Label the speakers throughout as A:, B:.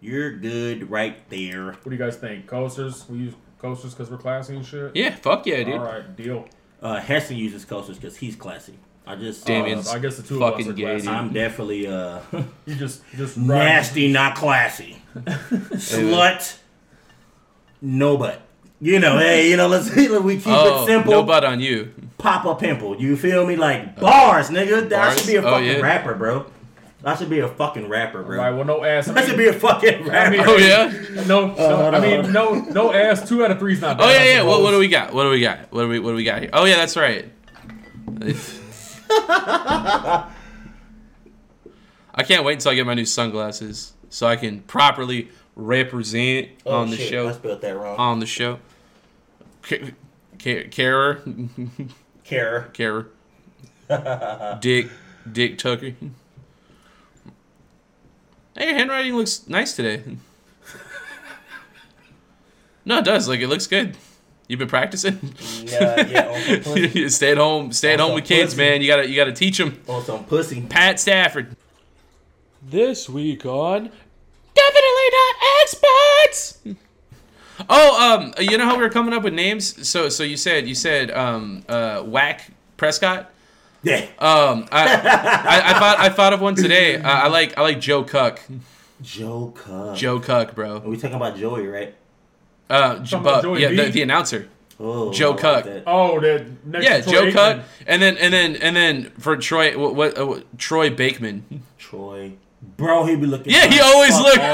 A: You're good right there.
B: What do you guys think? Coasters? We use coasters because we're classy and shit.
C: Yeah, fuck yeah, dude.
B: All right, deal.
A: Uh, Heston uses coasters because he's classy. I just,
C: Damien.
B: Uh, I guess the two of us
C: Fucking
B: are
C: gay,
B: classy.
C: dude.
A: I'm definitely uh,
B: You just just ride-
A: nasty, not classy. Slut, no butt. You know, hey, you know, let's we keep
C: Oh,
A: it simple.
C: no butt on you.
A: pop a pimple. You feel me? Like bars, nigga. I should be a
C: Bars? Oh,
A: fucking
C: yeah.
A: rapper, bro. I should be a fucking rapper,
B: All
A: bro.
B: right, well, no ass.
A: I should be a fucking rapper.
B: mean-
C: Oh yeah.
B: no, no,
A: hold
B: I
A: on, hold
B: mean,
A: on.
B: no, no ass. Two out of three's not bad.
C: Oh yeah,
B: I
C: yeah. What, what do
B: suppose.
C: we got? What do we got? What do we what do we got here? Oh yeah, that's right. I can't wait until I get my new sunglasses so I can properly represent
A: Oh,
C: on the
A: shit, I
C: show. Um,
A: spelled that wrong.
C: On the show. Ca- ca- Carer,
A: Care.
C: carer, Dick, Dick Tucker. Hey, your handwriting looks nice today. No, it does. Like it looks good. You've been practicing.
A: Yeah, yeah, on some pussy.
C: stay at home. Stay
A: On
C: at home
A: some
C: with kids,
A: pussy.
C: man. You gotta you gotta teach them.
A: on some pussy.
C: Pat Stafford. This week on definitely not experts. Oh, um, you know how we were coming up with names? So so you said you said um uh whack Prescott.
A: Yeah.
C: Um, I, I, I thought I thought of one today. Uh, I like I like Joe Cuck.
A: Joe Cub.
C: Joe Cuck, bro.
A: Are we talking about Joey, right?
C: Uh, J-
B: about
C: but-
B: Joey
C: yeah,
B: B.
C: the, the announcer.
A: Oh, I
C: Joe
A: like
C: Cuck.
A: that.
B: Oh, that next
C: Yeah,
B: to Troy
C: Joe
B: Aikman.
C: Cuck, and then and then and then for Troy, what, what uh, what- Troy Bakeman?
A: Troy. Bro, he be looking.
C: Yeah, he
A: fine as
C: always
A: fuck
C: looked.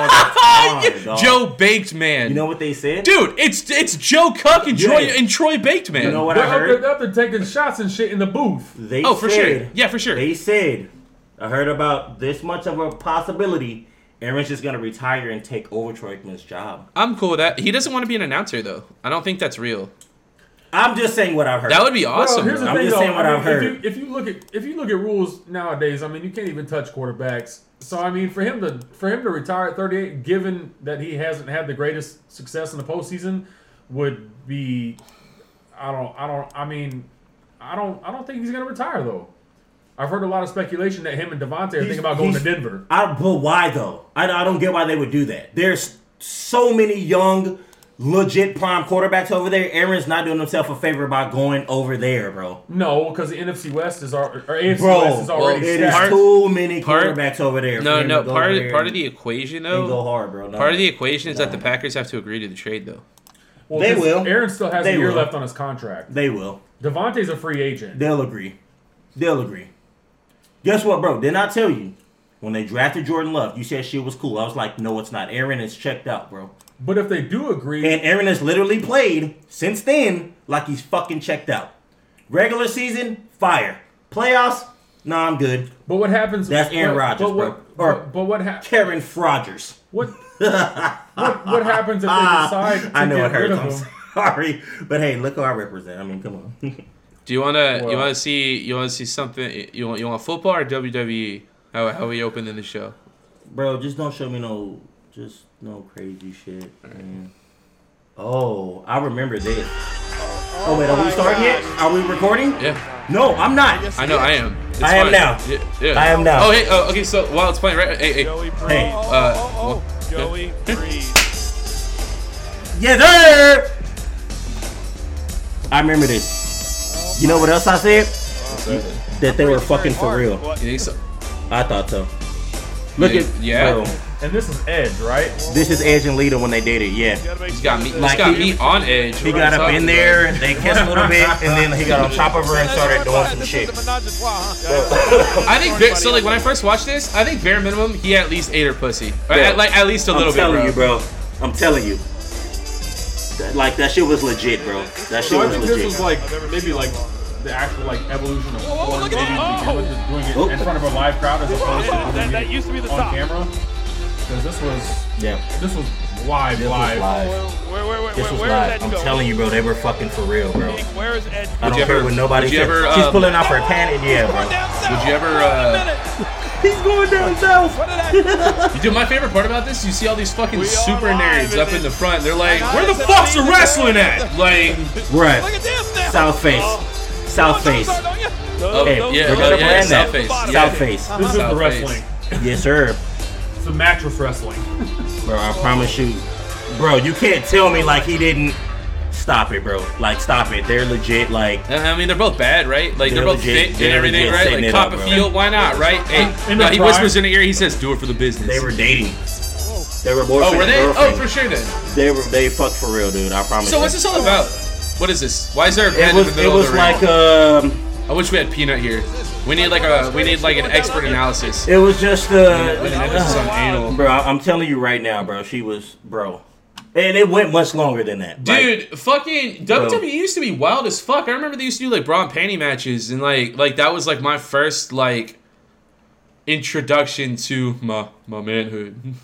A: all the time, dog.
C: Joe Baked Man.
A: You know what they said?
C: dude, it's it's Joe Cuck and Troy
A: Yeah.
C: and Troy Baked Man.
A: You know what
B: They're
A: I
B: up, there,
A: heard?
B: they're up there taking shots and shit in the booth.
A: They
C: oh, for
A: said,
C: sure. Yeah, for sure.
A: They said, I heard about this much of a possibility. Aaron's just gonna retire and take over Troy Aikman's job.
C: I'm cool with that. He doesn't want to be an announcer though. I don't think that's real.
A: I'm just saying what I've heard.
C: That would be
B: Well,
C: awesome.
B: here's the
C: though.
A: I'm
B: thing,
A: just
B: though.
A: saying what
B: I mean,
A: I've heard.
B: If you, if you look at if you look at rules nowadays, I mean, you can't even touch quarterbacks. So I mean, for him to for him to retire at 38, given that he hasn't had the greatest success in the postseason, would be I don't I don't I mean I don't I don't think he's gonna retire though. I've heard a lot of speculation that him and Devontae are
A: He's-
B: thinking about going to
A: he's-
B: Denver.
A: I, but why though? I, I don't get why they would do that. There's so many young, legit prime quarterbacks over there. Aaron's not doing himself a favor by going over there, bro.
B: No, because the NFC West is our or AFC West
A: Bro,
B: is already
A: it is
B: stacked.
C: part-
A: too many
C: part-
A: quarterbacks over there.
C: No, no. Part of, part of the
A: and
C: equation
A: go
C: though.
A: hard, bro. No.
C: Part of the equation is that the Packers have to agree to the trade though.
B: Well,
A: They
B: this-
A: will.
B: Aaron still has
A: They
B: a year
A: will.
B: left on his contract.
A: they will.
B: Devontae's a free agent.
A: They'll agree. They'll agree. Guess what, bro? Didn't I tell you? When they drafted Jordan Love, you said shit was cool. I was like, no, it's not. Aaron is checked out, bro.
B: But if they do agree,
A: And Aaron has literally played since then like he's fucking checked out. Regular season, fire. Playoffs, nah, I'm good.
B: But what happens?
A: That's Aaron
B: but-
A: Rodgers,
B: but what,
A: bro. Or-
B: but, but what, ha-
A: Karen Frogers.
B: what, what what happens if they
A: Ah,
B: decide to
A: I know
B: get
A: it
B: rid
A: hurts.
B: of him?
A: I'm sorry, but hey, look who I represent. I mean, come on.
C: Do you wanna you
B: Well-
C: wanna see you wanna see something you want you want football or WWE? How how we open in the show?
A: bro, just don't show me no, just no crazy shit. Man. Oh, I remember this. Oh wait, are we starting yet? Are we recording?
C: Yeah,
A: No, I'm not.
C: I know I am. It's
A: I am now.
C: Yeah, yeah.
A: I am now.
C: Oh hey, oh, okay. So while it's playing, right? Hey, hey.
D: Joey Breeze.
A: Hey,
D: Oh,
C: uh,
D: oh, oh,
C: what-
D: Joey Breeze.
A: Yes, sir. I remember this. You know what else I said? That they were fucking for real.
D: What-
C: You think so?
A: I thought so. Look
C: Yeah,
A: at
C: yeah.
A: bro,
B: And this is Edge, right?
A: this is Edge and Lita when they dated. Yeah,
D: gotta make
C: He's
D: sure
C: got me.
D: that-
C: He's got
A: Like,
C: me
A: he-
C: on edge.
A: he got up in there and they kissed a little bit, and then he got on top of her and started doing some
D: This
A: shit.
D: is a menage a trois, huh? Yeah,
C: I think bare- so. Like when I first watched this, I think bare minimum he at least ate her pussy. Or
A: Yeah.
C: At, like at least a little
A: I'm
C: bit,
A: telling
C: bro.
A: you, bro. I'm telling you. That- Like that shit was legit, bro. That shit
B: So I
A: was
B: think this was
A: legit.
B: like maybe like the actual like evolution of
D: whoa,
B: porn
D: look at
B: dating
D: that.
B: because just
A: Oh.
B: doing it in front of a live crowd as opposed to
D: yeah,
B: doing
D: That,
B: it
D: that used to be the
B: on
D: top.
B: camera. Because this was
A: Yeah,
B: this was live,
A: this was
B: live.
A: live.
D: Where, where, where, where,
A: This was
D: where did
A: live.
D: that
A: I'm
D: go?
A: telling you, bro. They were fucking for real, bro.
D: Where is Ed?
A: I don't
C: you
A: care
C: ever-
A: what nobody
C: would you
A: says.
C: ever,
A: She's
C: um,
A: pulling off her pant, and yeah, bro.
C: Would you ever, uh,
A: He's going down south.
D: What did that?
C: Dude, my favorite part about this, you see all these fucking
D: We are
C: super
D: live
C: nerds
D: in
C: up in
D: this-
C: the front. They're like,
D: And
C: "Where the
D: I
C: fuck's the
D: said-
C: wrestling at?" Like,
D: Look
A: Right.
D: at this now.
A: South face.
D: Oh.
A: South
D: Those
A: face.
D: are, don't you?
C: oh,
A: Hey,
C: yeah,
A: we're
C: oh,
A: gonna
C: yeah,
A: brand that.
C: South Face.
D: South Uh-huh.
C: yeah.
A: South face.
B: This is
C: South
B: the
C: face.
B: wrestling.
A: Yes, sir.
B: This is to mattress wrestling.
A: Bro, I promise you. Bro, you can't tell me like he didn't stop it, bro. Like stop it. They're legit like
C: I mean, they're both bad, right? Like they're,
A: They're
C: both
A: legit-
C: thick
A: they're
C: and everything,
A: legit
C: right?
A: setting
C: Like
A: it up, bro.
C: Copperfield, why not, right? Hey,
B: in
C: no,
B: the
C: he
B: prior-
C: whispers in the ear. He says, "Do it for the business."
A: they were dating. They were boyfriend.
C: Oh, were they? Oh,
A: girlfriend.
C: for sure then.
A: They were they fucked for real, dude. I promise.
C: So
A: you.
C: what's this all about? What is this? Why is there a
A: It
C: band in
A: was
C: the
A: it
C: middle
A: was
C: of the
A: like
C: ring?
A: um
C: I wish we had Peanut here. We need like a we need like an expert analysis.
A: it was just
C: With an
A: uh
C: emphasis on anal.
A: bro. I- I'm telling you right now, bro. She was bro, and it went much longer than that, Like,
C: Dude, fucking WWE used to be wild as fuck. I remember they used to do like bra and panty matches, and like like that was like my first like introduction to my my manhood.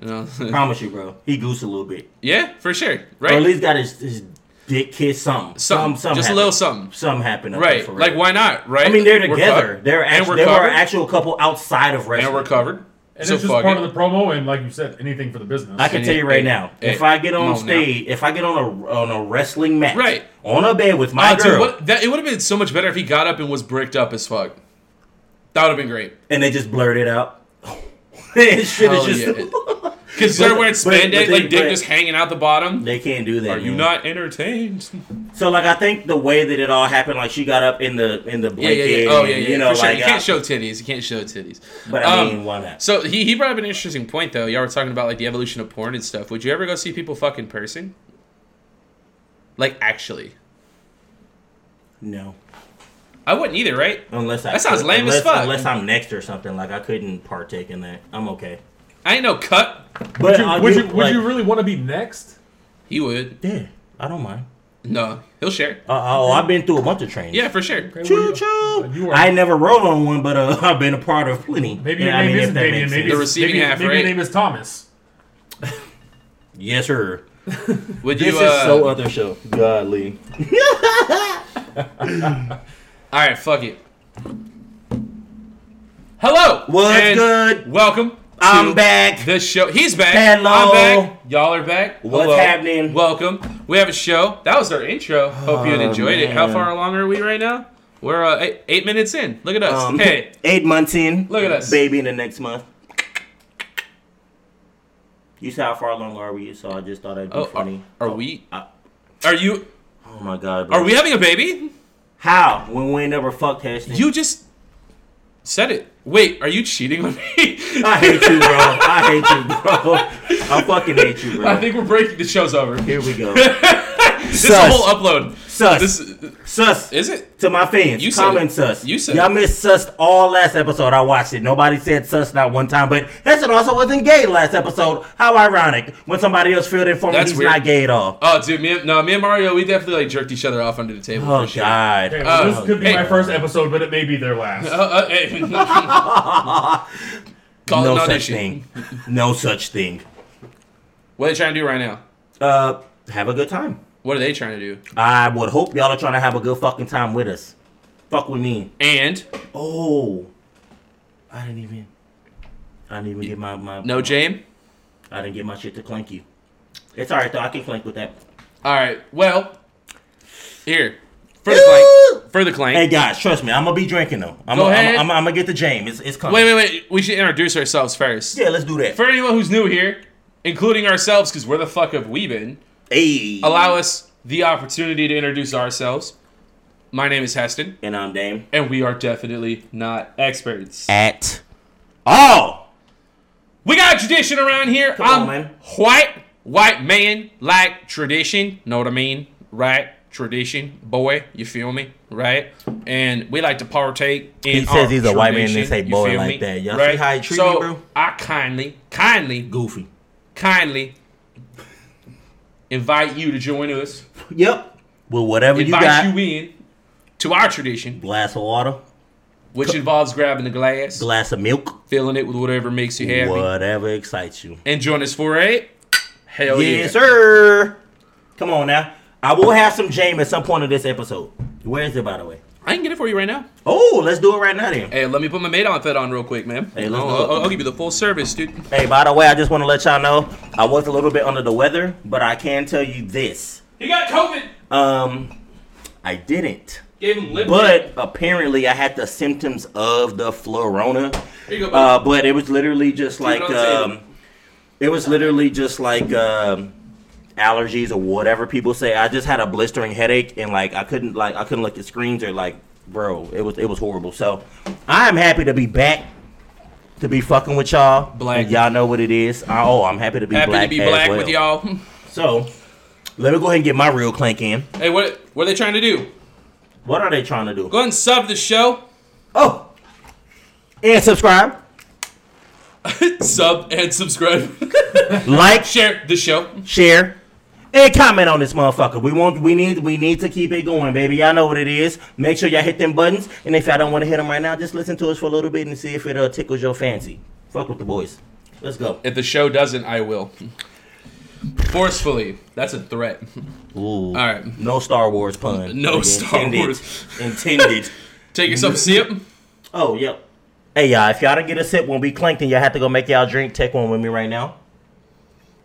C: You
A: I
C: know?
A: promise you, bro. He goosed a little bit,
C: yeah, for sure,
A: or at
C: right?
A: least got his, his dick kissed something,
C: Something,
A: Some-
C: just a
A: happened.
C: little something,
A: Something happened, up there
C: right?
A: for real.
C: Like why not, right?
A: I mean, they're
C: We're
A: together.
C: fucked.
A: They're
C: And
A: actual.
C: we're
A: They were
C: covered.
A: an actual couple outside of wrestling.
C: and we're covered.
B: And
C: so
B: it's just
C: fuck
B: part
C: it.
B: of the promo, and like you said, anything for the business.
A: I can
C: Hey,
A: tell you right
C: hey,
A: now,
C: hey,
A: if I get
C: come on
A: on
C: now.
A: stage, if I get on a on a wrestling match,
C: Right.
A: on a bed with my
C: Oh,
A: girl,
C: dude, what, that, it would have been so much better if he got up and was bricked up as fuck. That would have been great.
A: and they just blurt it out. and shit is
C: Hell
A: just.
C: yeah. Because they're wearing
A: but- but
C: spandex,
A: they-
C: like dick
A: but-
C: just hanging out the bottom.
A: They can't do that.
C: Are you
A: man.
C: not entertained?
A: So like I think the way that it all happened, like she got up in the in the
C: Yeah,
A: blanket.
C: yeah, yeah. Oh, yeah,
A: and,
C: yeah.
A: You know,
C: for sure.
A: like
C: you
A: I-
C: can't show titties. You can't show titties.
A: But I
C: Um,
A: mean, why not?
C: so he, he brought up an interesting point though. Y'all were talking about like the evolution of porn and stuff. Would you ever go see people fuck in person? Like actually,
A: No,
C: I wouldn't either, right?
A: unless I
C: That sounds lame as
A: unless,
C: fuck.
A: Unless I'm next or something, like I couldn't partake in that. I'm okay.
C: I ain't no cut.
A: But
B: would you,
A: I'll
B: would,
A: do,
B: you, would
A: like-
B: you really want to be next?
C: He would.
A: Yeah, I don't mind.
C: No, he'll share.
A: Uh, oh, I've been through a bunch of trains.
C: Yeah, for sure.
B: Okay, well,
A: Choo
B: you-
A: choo.
B: You are-
A: I ain't never rode on one, but uh, I've been a part of plenty.
B: Maybe
A: And
B: your
A: I
B: name
A: mean, if
B: isn't
A: that
B: Damien.
A: makes
B: Maybe,
A: sense.
C: The receiving
B: maybe,
C: half,
B: maybe
C: right?
B: your name is Thomas.
A: Yes, sir.
C: Would
A: This
C: you?
A: is
C: uh,
A: so other show. Godly.
C: All right, fuck it. Hello.
A: What's
C: and
A: good?
C: Welcome.
A: I'm
C: to
A: back.
C: The show. He's back.
A: Hello.
C: I'm back. Y'all are back.
A: What's
C: Hello.
A: happening? Oh,
C: Welcome. We have a show. That was our intro. Hope you enjoyed it. How
A: man.
C: far along are we right now? We're uh, eight, eight minutes in. Look at us.
A: Um,
C: hey,
A: Eight months in.
C: Look at us.
A: Baby in the next month. You see how far along are we? So I just thought that'd be
C: oh, are,
A: funny.
C: are we?
A: I-
C: Are you?
A: Oh my god. Bro.
C: Are we having a baby?
A: How? When we ain't never fucked testing.
C: You just said it. Wait, are you cheating on me?
A: I hate you, bro. I hate you, bro. I fucking hate you, bro.
C: I think we're breaking. The show's over.
A: Here we go.
C: this is a
A: Sus.
C: whole upload.
A: Sus.
C: This
A: sus.
C: is it.
A: to my fans,
C: You said
A: comment
C: it.
A: sus.
C: You said
A: y'all
C: it.
A: missed sus all last episode. I watched it. Nobody said sus not one time. But Heston also wasn't gay last episode. How ironic when somebody else filled in for me
C: That's
A: he's
C: weird.
A: not gay at all.
C: Oh, dude, me, and- no, me and Mario, we definitely like jerked each other off under the table.
A: Oh
C: for sure.
A: God.
B: Okay, well,
C: Uh,
B: this could be
C: hey.
B: my first episode, but it may be their last.
C: Uh, uh, hey.
A: no
C: Call it an
A: such
C: audition.
A: thing. No such thing.
C: What are they trying to do right now?
A: Uh, have a good time.
C: What are they trying to do?
A: I would hope y'all are trying to have a good fucking time with us. Fuck with me.
C: And
A: Oh, I didn't even. I didn't even get my my.
C: no Jame.
A: I didn't get my shit to clank you. It's alright though. I can clank with that.
C: All right. Well, here for the clank. For the clank.
A: Hey guys, trust me, I'm gonna be drinking though. I'm
C: Go
A: gonna,
C: ahead.
A: I'm, I'm, gonna get the James. It's, it's coming.
C: Wait, wait, wait. We should introduce ourselves first.
A: Yeah, let's do that.
C: For anyone who's new here, including ourselves, because where the fuck have we been?
A: Hey,
C: Allow us the opportunity to introduce ourselves. My name is Heston,
A: and I'm Dame.
C: and we are definitely not experts.
A: At all.
C: We got a tradition around here.
A: Come
C: I'm
A: on, man.
C: white, white man like tradition. Know what I mean? Right? Tradition, boy. You feel me? Right? And we like to partake in.
A: He says
C: our
A: he's a white man, they
C: tradition,
A: say
C: you
A: boy
C: feel
A: like
C: me?
A: that. Y'all see
C: right?
A: how he treat
C: so
A: me, bro?
C: I kindly, kindly,
A: Goofy.
C: kindly invite you to join us.
A: Yep. Well, whatever you
C: invite
A: got.
C: you, in to our tradition,
A: glass of water,
C: which involves grabbing the glass,
A: glass of milk,
C: filling it with whatever makes you happy,
A: whatever excites you.
C: and join us for a hell yeah.
A: Yes, sir. Come on now. I will have some James at some point of this episode. Where is it, by the way?
C: I can get it for you right now.
A: Oh, let's do it right now then.
C: Hey, let me put my maid outfit on real quick, man.
A: Hey, let's
C: I'll,
A: go.
C: I'll- I'll give you the full service, dude.
A: Hey, by the way, I just want to let y'all know I was a little bit under the weather, but I can tell you this.
C: You got COVID.
A: Um, I didn't.
C: Gave him lip.
A: But apparently, I had the symptoms of the florona.
C: Here you go,
A: Uh,
C: buddy.
A: but it was literally just
C: it
A: like
C: on the table.
A: um, it was literally just like um, allergies or whatever people say. I just had a blistering headache and like I couldn't like I couldn't look at screens or like bro, it was it was horrible. So I am happy to be back to be fucking with y'all.
C: Black.
A: And y'all know what it is. I- oh, I'm happy to be
C: Happy
A: black.
C: to be
A: as
C: black
A: well.
C: with y'all.
A: So let me go ahead and get my real clank in.
C: hey, what what are they trying to do?
A: What are they trying to do?
C: Go ahead and sub the show.
A: Oh, and subscribe,
C: sub and subscribe.
A: like,
C: Share the show.
A: share, and comment on this motherfucker. We want, we need, we need to keep it going, baby. Y'all know what it is. Make sure y'all hit them buttons, and if y'all don't want to hit them right now, just listen to us for a little bit and see if it uh, tickles your fancy. Fuck with the boys. Let's go.
C: If the show doesn't, I will. Forcefully. That's a threat.
A: Ooh.
C: All right.
A: No Star Wars pun.
C: No Star
A: intended.
C: Wars.
A: Intended.
C: Take yourself a sip.
A: oh, yep. Hey, y'all, if y'all don't get a sip when we clink, then y'all have to go make y'all drink. Take one with me right now.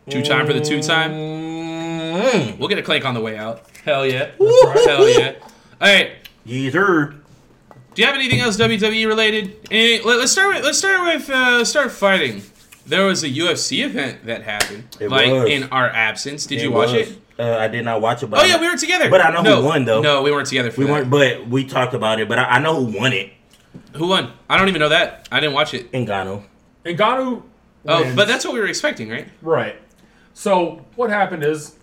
C: Two time for the two time.
A: Mm.
C: We'll get a clank on the way out. Hell yeah. Hell yeah. All right.
A: Yes, sir.
C: Do you have anything else WWE related? Any, let, us start with let's start with uh, start fighting. There was a UFC event that happened,
A: It
C: like
A: was.
C: in our absence. Did you watch
A: was.
C: it?
A: Uh, I did not watch it. But
C: Oh
A: I-
C: yeah, we were together.
A: But I know who
C: no,
A: won, though.
C: No, we weren't together. For
A: We
C: that.
A: weren't, but we talked about it. But I, I know who won it.
C: Who won? I don't even know that. I didn't watch it.
A: Ngannou.
B: And Ganu.
C: Oh, but that's what we were expecting, right?
B: Right. So what happened is,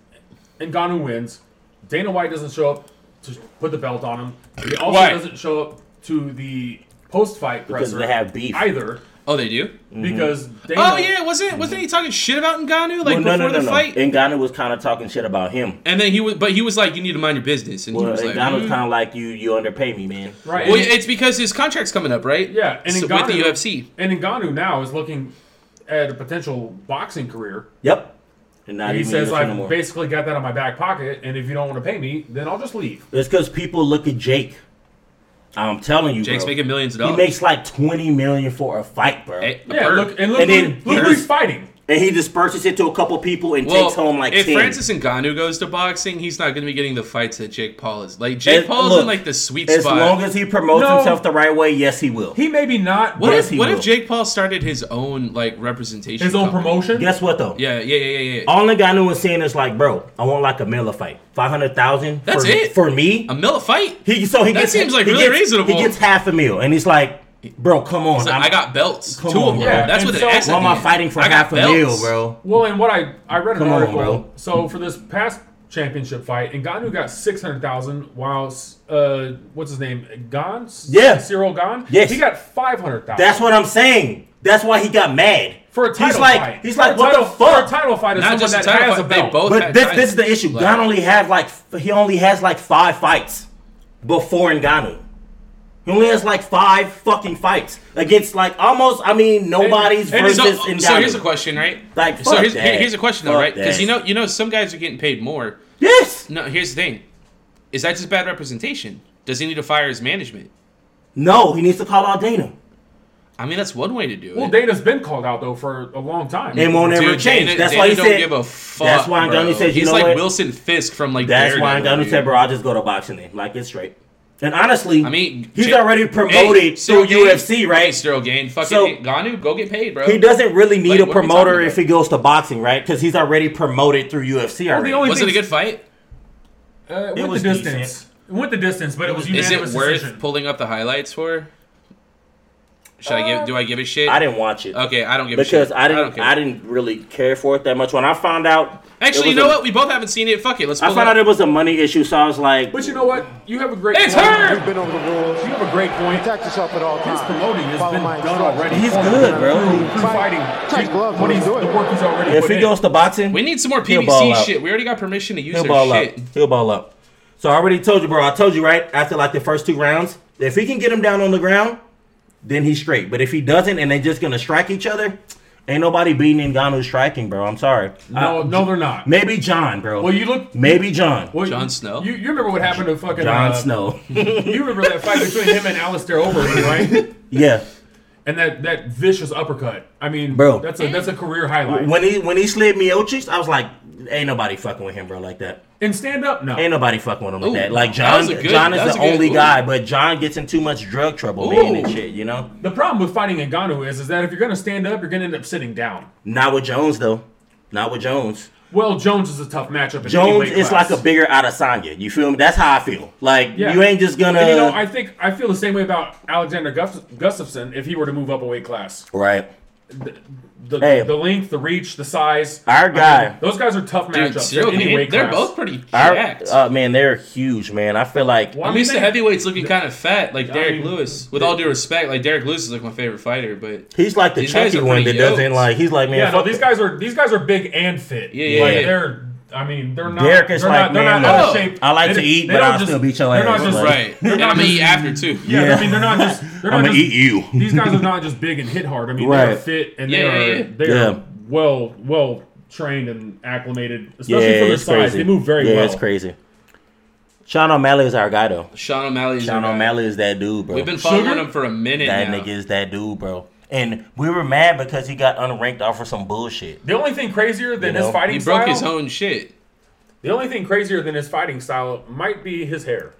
B: Ngannou wins. Dana White doesn't show up to put the belt on him. He also
C: Why?
B: doesn't show up to the post-fight
A: Because
B: presser
A: they have Mm-hmm. beef.
B: either
C: Oh, they do.
B: because Dana.
C: Oh yeah, wasn't wasn't he talking shit about Ngannou like
A: Well,
C: before the fight?
A: Ngannou was kind of talking shit about him.
C: And then he was, but he was like, "You need to mind your business." And he
A: Well,
C: was like,
A: Ngannou's
C: "Mm."
A: kind of like you. You underpay me, man.
B: Right.
C: "Well,
B: and-
C: it's because his contract's coming up, right?"
B: yeah, and
C: So
B: Ngannou,
C: with the UFC.
B: And Ngannou now is looking at a potential boxing career.
A: Yep. And not
B: He
A: even
B: says,
A: using
B: "I've
A: no more.
B: basically got that in my back pocket, and if you don't want to pay me, then I'll just leave."
A: It's because people look at Jake. I'm telling you,
C: Jake's
A: bro.
C: making millions of
A: He
C: dollars.
A: makes like 20 million for a fight, bro.
C: Hey, a
B: Yeah,
C: bird.
B: look and look,
A: And then-
B: and look who's fighting.
A: And he disperses it to a couple people and takes home like
C: if
A: 10.
C: Francis Ngannou goes to boxing, he's not going to be getting the fights that Jake Paul is. Like Jake
A: As-
C: Paul's
A: look,
C: in like the sweet
A: as
C: spot.
A: long as he promotes
B: No.
A: himself the right way, yes, he will.
B: He may be not
C: what
A: Yes,
C: if
A: he
C: what
A: will.
C: if Jake Paul started his own like representation?
B: his own
C: company?
B: promotion.
A: Guess what, though?
C: Yeah, yeah, yeah, yeah. yeah.
A: All Ngannou was saying is like, bro, I want like a Miller fight. 500,000
C: That's
A: for,
C: it?
A: for me.
C: a mill fight.
A: He so he
C: That
A: gets,
C: seems like
A: he
C: really
A: gets-
C: reasonable.
A: He gets half a meal, and he's like, "Bro, come on,
C: So
A: I'm-
C: I got belts, two
A: Come
C: of
A: on,
C: them.
A: bro. Yeah,
C: That's
B: and
C: what it
B: so-
C: asks.
A: why am
C: at
A: I
C: the
A: fighting
C: end.
A: for
C: I got
A: half a
C: belts.
A: meal, bro?"
B: Well, and what I I read an
A: Come on,
B: article.
A: bro.
B: So for this past championship fight, Ngannou got six hundred thousand, while uh, what's his name, Gon?
A: Yeah.
B: Cyril Gon.
A: Yes.
B: he got five hundred thousand.
A: That's what I'm saying. That's why he got mad.
B: for a title
A: he's like,
B: fight.
A: He's
B: For
A: like,
B: a
A: "What
B: title,
A: the
B: For a
A: fuck?"
B: title fight is someone
C: Not just a
B: that
C: title
B: has
C: fight.
B: a
C: They
B: belt.
C: both.
A: But
C: had
A: this
C: titles.
A: this is the issue.
C: Like-
A: Like, only has like f- he only has like five fights before Ngannou. He only has like five fucking fights against like almost. I mean, nobody's
B: and
A: versus
C: So,
A: Ngannou.
C: so here's a question, right?
A: Like,
C: so
A: fuck
C: here's
A: that.
C: here's a question though,
A: Fuck
C: right? Because
A: that.
C: you know you know some guys are getting paid more.
A: Yes.
C: No, here's the thing: is that just bad representation? Does he need to fire his management?
A: No, he needs to call out Dana.
C: I mean, that's one way to do it.
B: Well, Dana's been called out though for a long time.
A: It won't
C: Dude,
A: ever change.
C: Dana-
A: that's
C: Dana
A: why he
C: don't
A: said.
C: give a fuck.
A: that's why
C: bro.
A: Ngannou says, "You
C: he's
A: know
C: like
A: what?"
C: Wilson Fisk from like.
A: That's why
C: Daredevil,
A: Ngannou
C: dude.
A: said, bro, I'll just go to boxing then. Like, it's straight. And honestly,
C: I mean,
A: he's
C: J-
A: already promoted
C: hey,
A: through
C: Cyril Gane-
A: UFC,
C: Hey,
A: right?
C: Cyril Gain, fucking
A: So-
C: Ngannou, go get paid, bro.
A: he doesn't really need
C: Like,
A: a
C: what are we
A: promoter
C: talking
A: if he goes to boxing, right? Because he's already promoted through UFC already.
B: only-
C: Was it a good fight?
B: uh, it
A: it
B: went
A: was
B: the distance. It went the distance, but it was
C: Is it
B: unanimous
C: worth
B: decision.
C: pulling up the highlights for? Should I give? Do I give a shit?
A: Uh, I didn't watch it
C: Okay, I don't give a shit
A: because I
C: don't
A: didn't.
C: care.
A: I, didn't really care for it that much. When I found out, it
C: Actually,
A: was
C: you know
A: a-
C: what? We both haven't seen it. Fuck it. Let's.
A: I
C: Pull
A: found
C: it
A: out
C: up.
A: it was a money issue, so I was like,
B: But you know what? You have a great.
C: It's
B: point.
C: her!
E: We've been over the rules.
B: You have a great point.
E: Protect yourself at all times.
B: His promoting has
E: Follow
B: been
E: my
B: done
E: instructions.
B: already.
A: He's good, bro.
B: Through fighting.
E: Touch
B: He-
E: gloves
B: what
E: when
B: he's-
E: you do
B: The
E: it.
B: work he's already
A: if
B: put
A: he
B: in.
A: goes to boxing,
C: We need some more
A: He'll ball
C: PVC
A: out.
C: shit. We already got permission to use
A: He'll
C: our
A: ball
C: shit.
A: up. He'll ball up. So I already told you, bro. I told you right after like the first two rounds, if he can get him down on the ground, then he's straight. But if he doesn't, and they're just gonna strike each other, ain't nobody beating Ngannou's striking, bro. I'm sorry.
B: no,
A: Uh,
B: no, they're not.
A: maybe John, bro.
B: Well, you look.
A: maybe John.
B: Well,
C: Jon Snow.
B: You, you remember what happened to fucking
A: John
B: uh,
A: Snow.
B: You remember that fight between him and Alistair Overeem, right?
A: yeah.
B: And that that vicious uppercut. I mean,
A: Bro.
B: that's a that's a career highlight.
A: When he when he slid Miocic, I was like, ain't nobody fucking with him, bro, like that.
B: And stand up, no.
A: Ain't nobody fucking with him like
C: Ooh,
A: that. Like
C: that
A: John,
C: was a good-
A: John
C: that
A: is
C: was
A: the
C: a good-
A: only
C: ooh.
A: guy, but John gets in too much drug trouble, man, and
C: Ooh.
A: shit. You know,
B: the problem with fighting a Ngannou is, is that if you're going to stand up, you're going to end up sitting down.
A: not with Jones though. Not with Jones.
B: Well, Jones is a tough matchup. In any
A: Jones
B: weight
A: is
B: class.
A: like a bigger Adesanya. You feel me? That's how I feel. Like
B: Yeah.
A: you ain't just gonna
B: And you know, I think I feel the same way about Alexander Gust- Gustafsson if he were to move up a weight class.
A: right.
B: The,
A: Hey.
B: the length, the reach, the size.
A: Our
B: I mean,
A: guy-
B: those guys are tough
C: Dude,
B: matchups.
C: too,
B: in any
C: man,
B: weight
C: they're
B: class.
C: both pretty
A: Our,
C: jacked.
A: uh, man, they're huge, man. I feel like
B: Well, I
C: At
B: mean,
C: least the
B: they-
C: heavyweight's looking kind of fat, like Derek
B: mean,
C: Lewis. With all due respect, like Derek Lewis is like my favorite fighter, but
A: he's like the
C: These guys
A: chunky
C: are
A: one that
C: pretty
A: doesn't
C: yoked.
A: like. He's like, man,
B: Yeah, no,
A: fuck
B: these
A: it.
B: guys are these guys are big and fit.
C: Yeah, yeah,
B: like,
C: yeah.
B: They're. I mean, they're not.
A: Derek is
B: they're
A: like,
B: not, they're
A: man,
B: not out of
C: look,
B: shape.
A: I like to
B: don't-
A: eat,
B: they
A: but
B: don't
A: I'll still beat your
B: they're not
A: ass,
B: just-
A: Like-
C: right. and I'm gonna eat after too.
B: Yeah,
A: Yeah.
B: I mean, they're not just. They're
A: I'm
B: not
A: gonna eat
B: just,
A: you.
B: These guys are not just big and hit hard. I mean,
A: Right.
B: they're fit and they
C: Yeah,
B: are
C: yeah, yeah.
B: they
A: Yeah.
B: are well well trained and acclimated,
A: Yeah,
B: especially for their
A: it's
B: size.
A: crazy.
B: They move very
A: yeah,
B: well.
A: it's crazy. Sean O'Malley is our guy though.
C: Sean O'Malley's
A: Sean
C: our guy.
A: O'Malley is that dude, bro.
C: We've been following
B: Sugar?
C: him for a minute
A: that
C: now.
A: nigga is that dude, bro. And we were mad because he got unranked off for some bullshit.
B: The only thing crazier than
A: You know,
B: his fighting
C: he broke his
B: style,
C: own shit.
B: the only thing crazier than his fighting style might be his hair.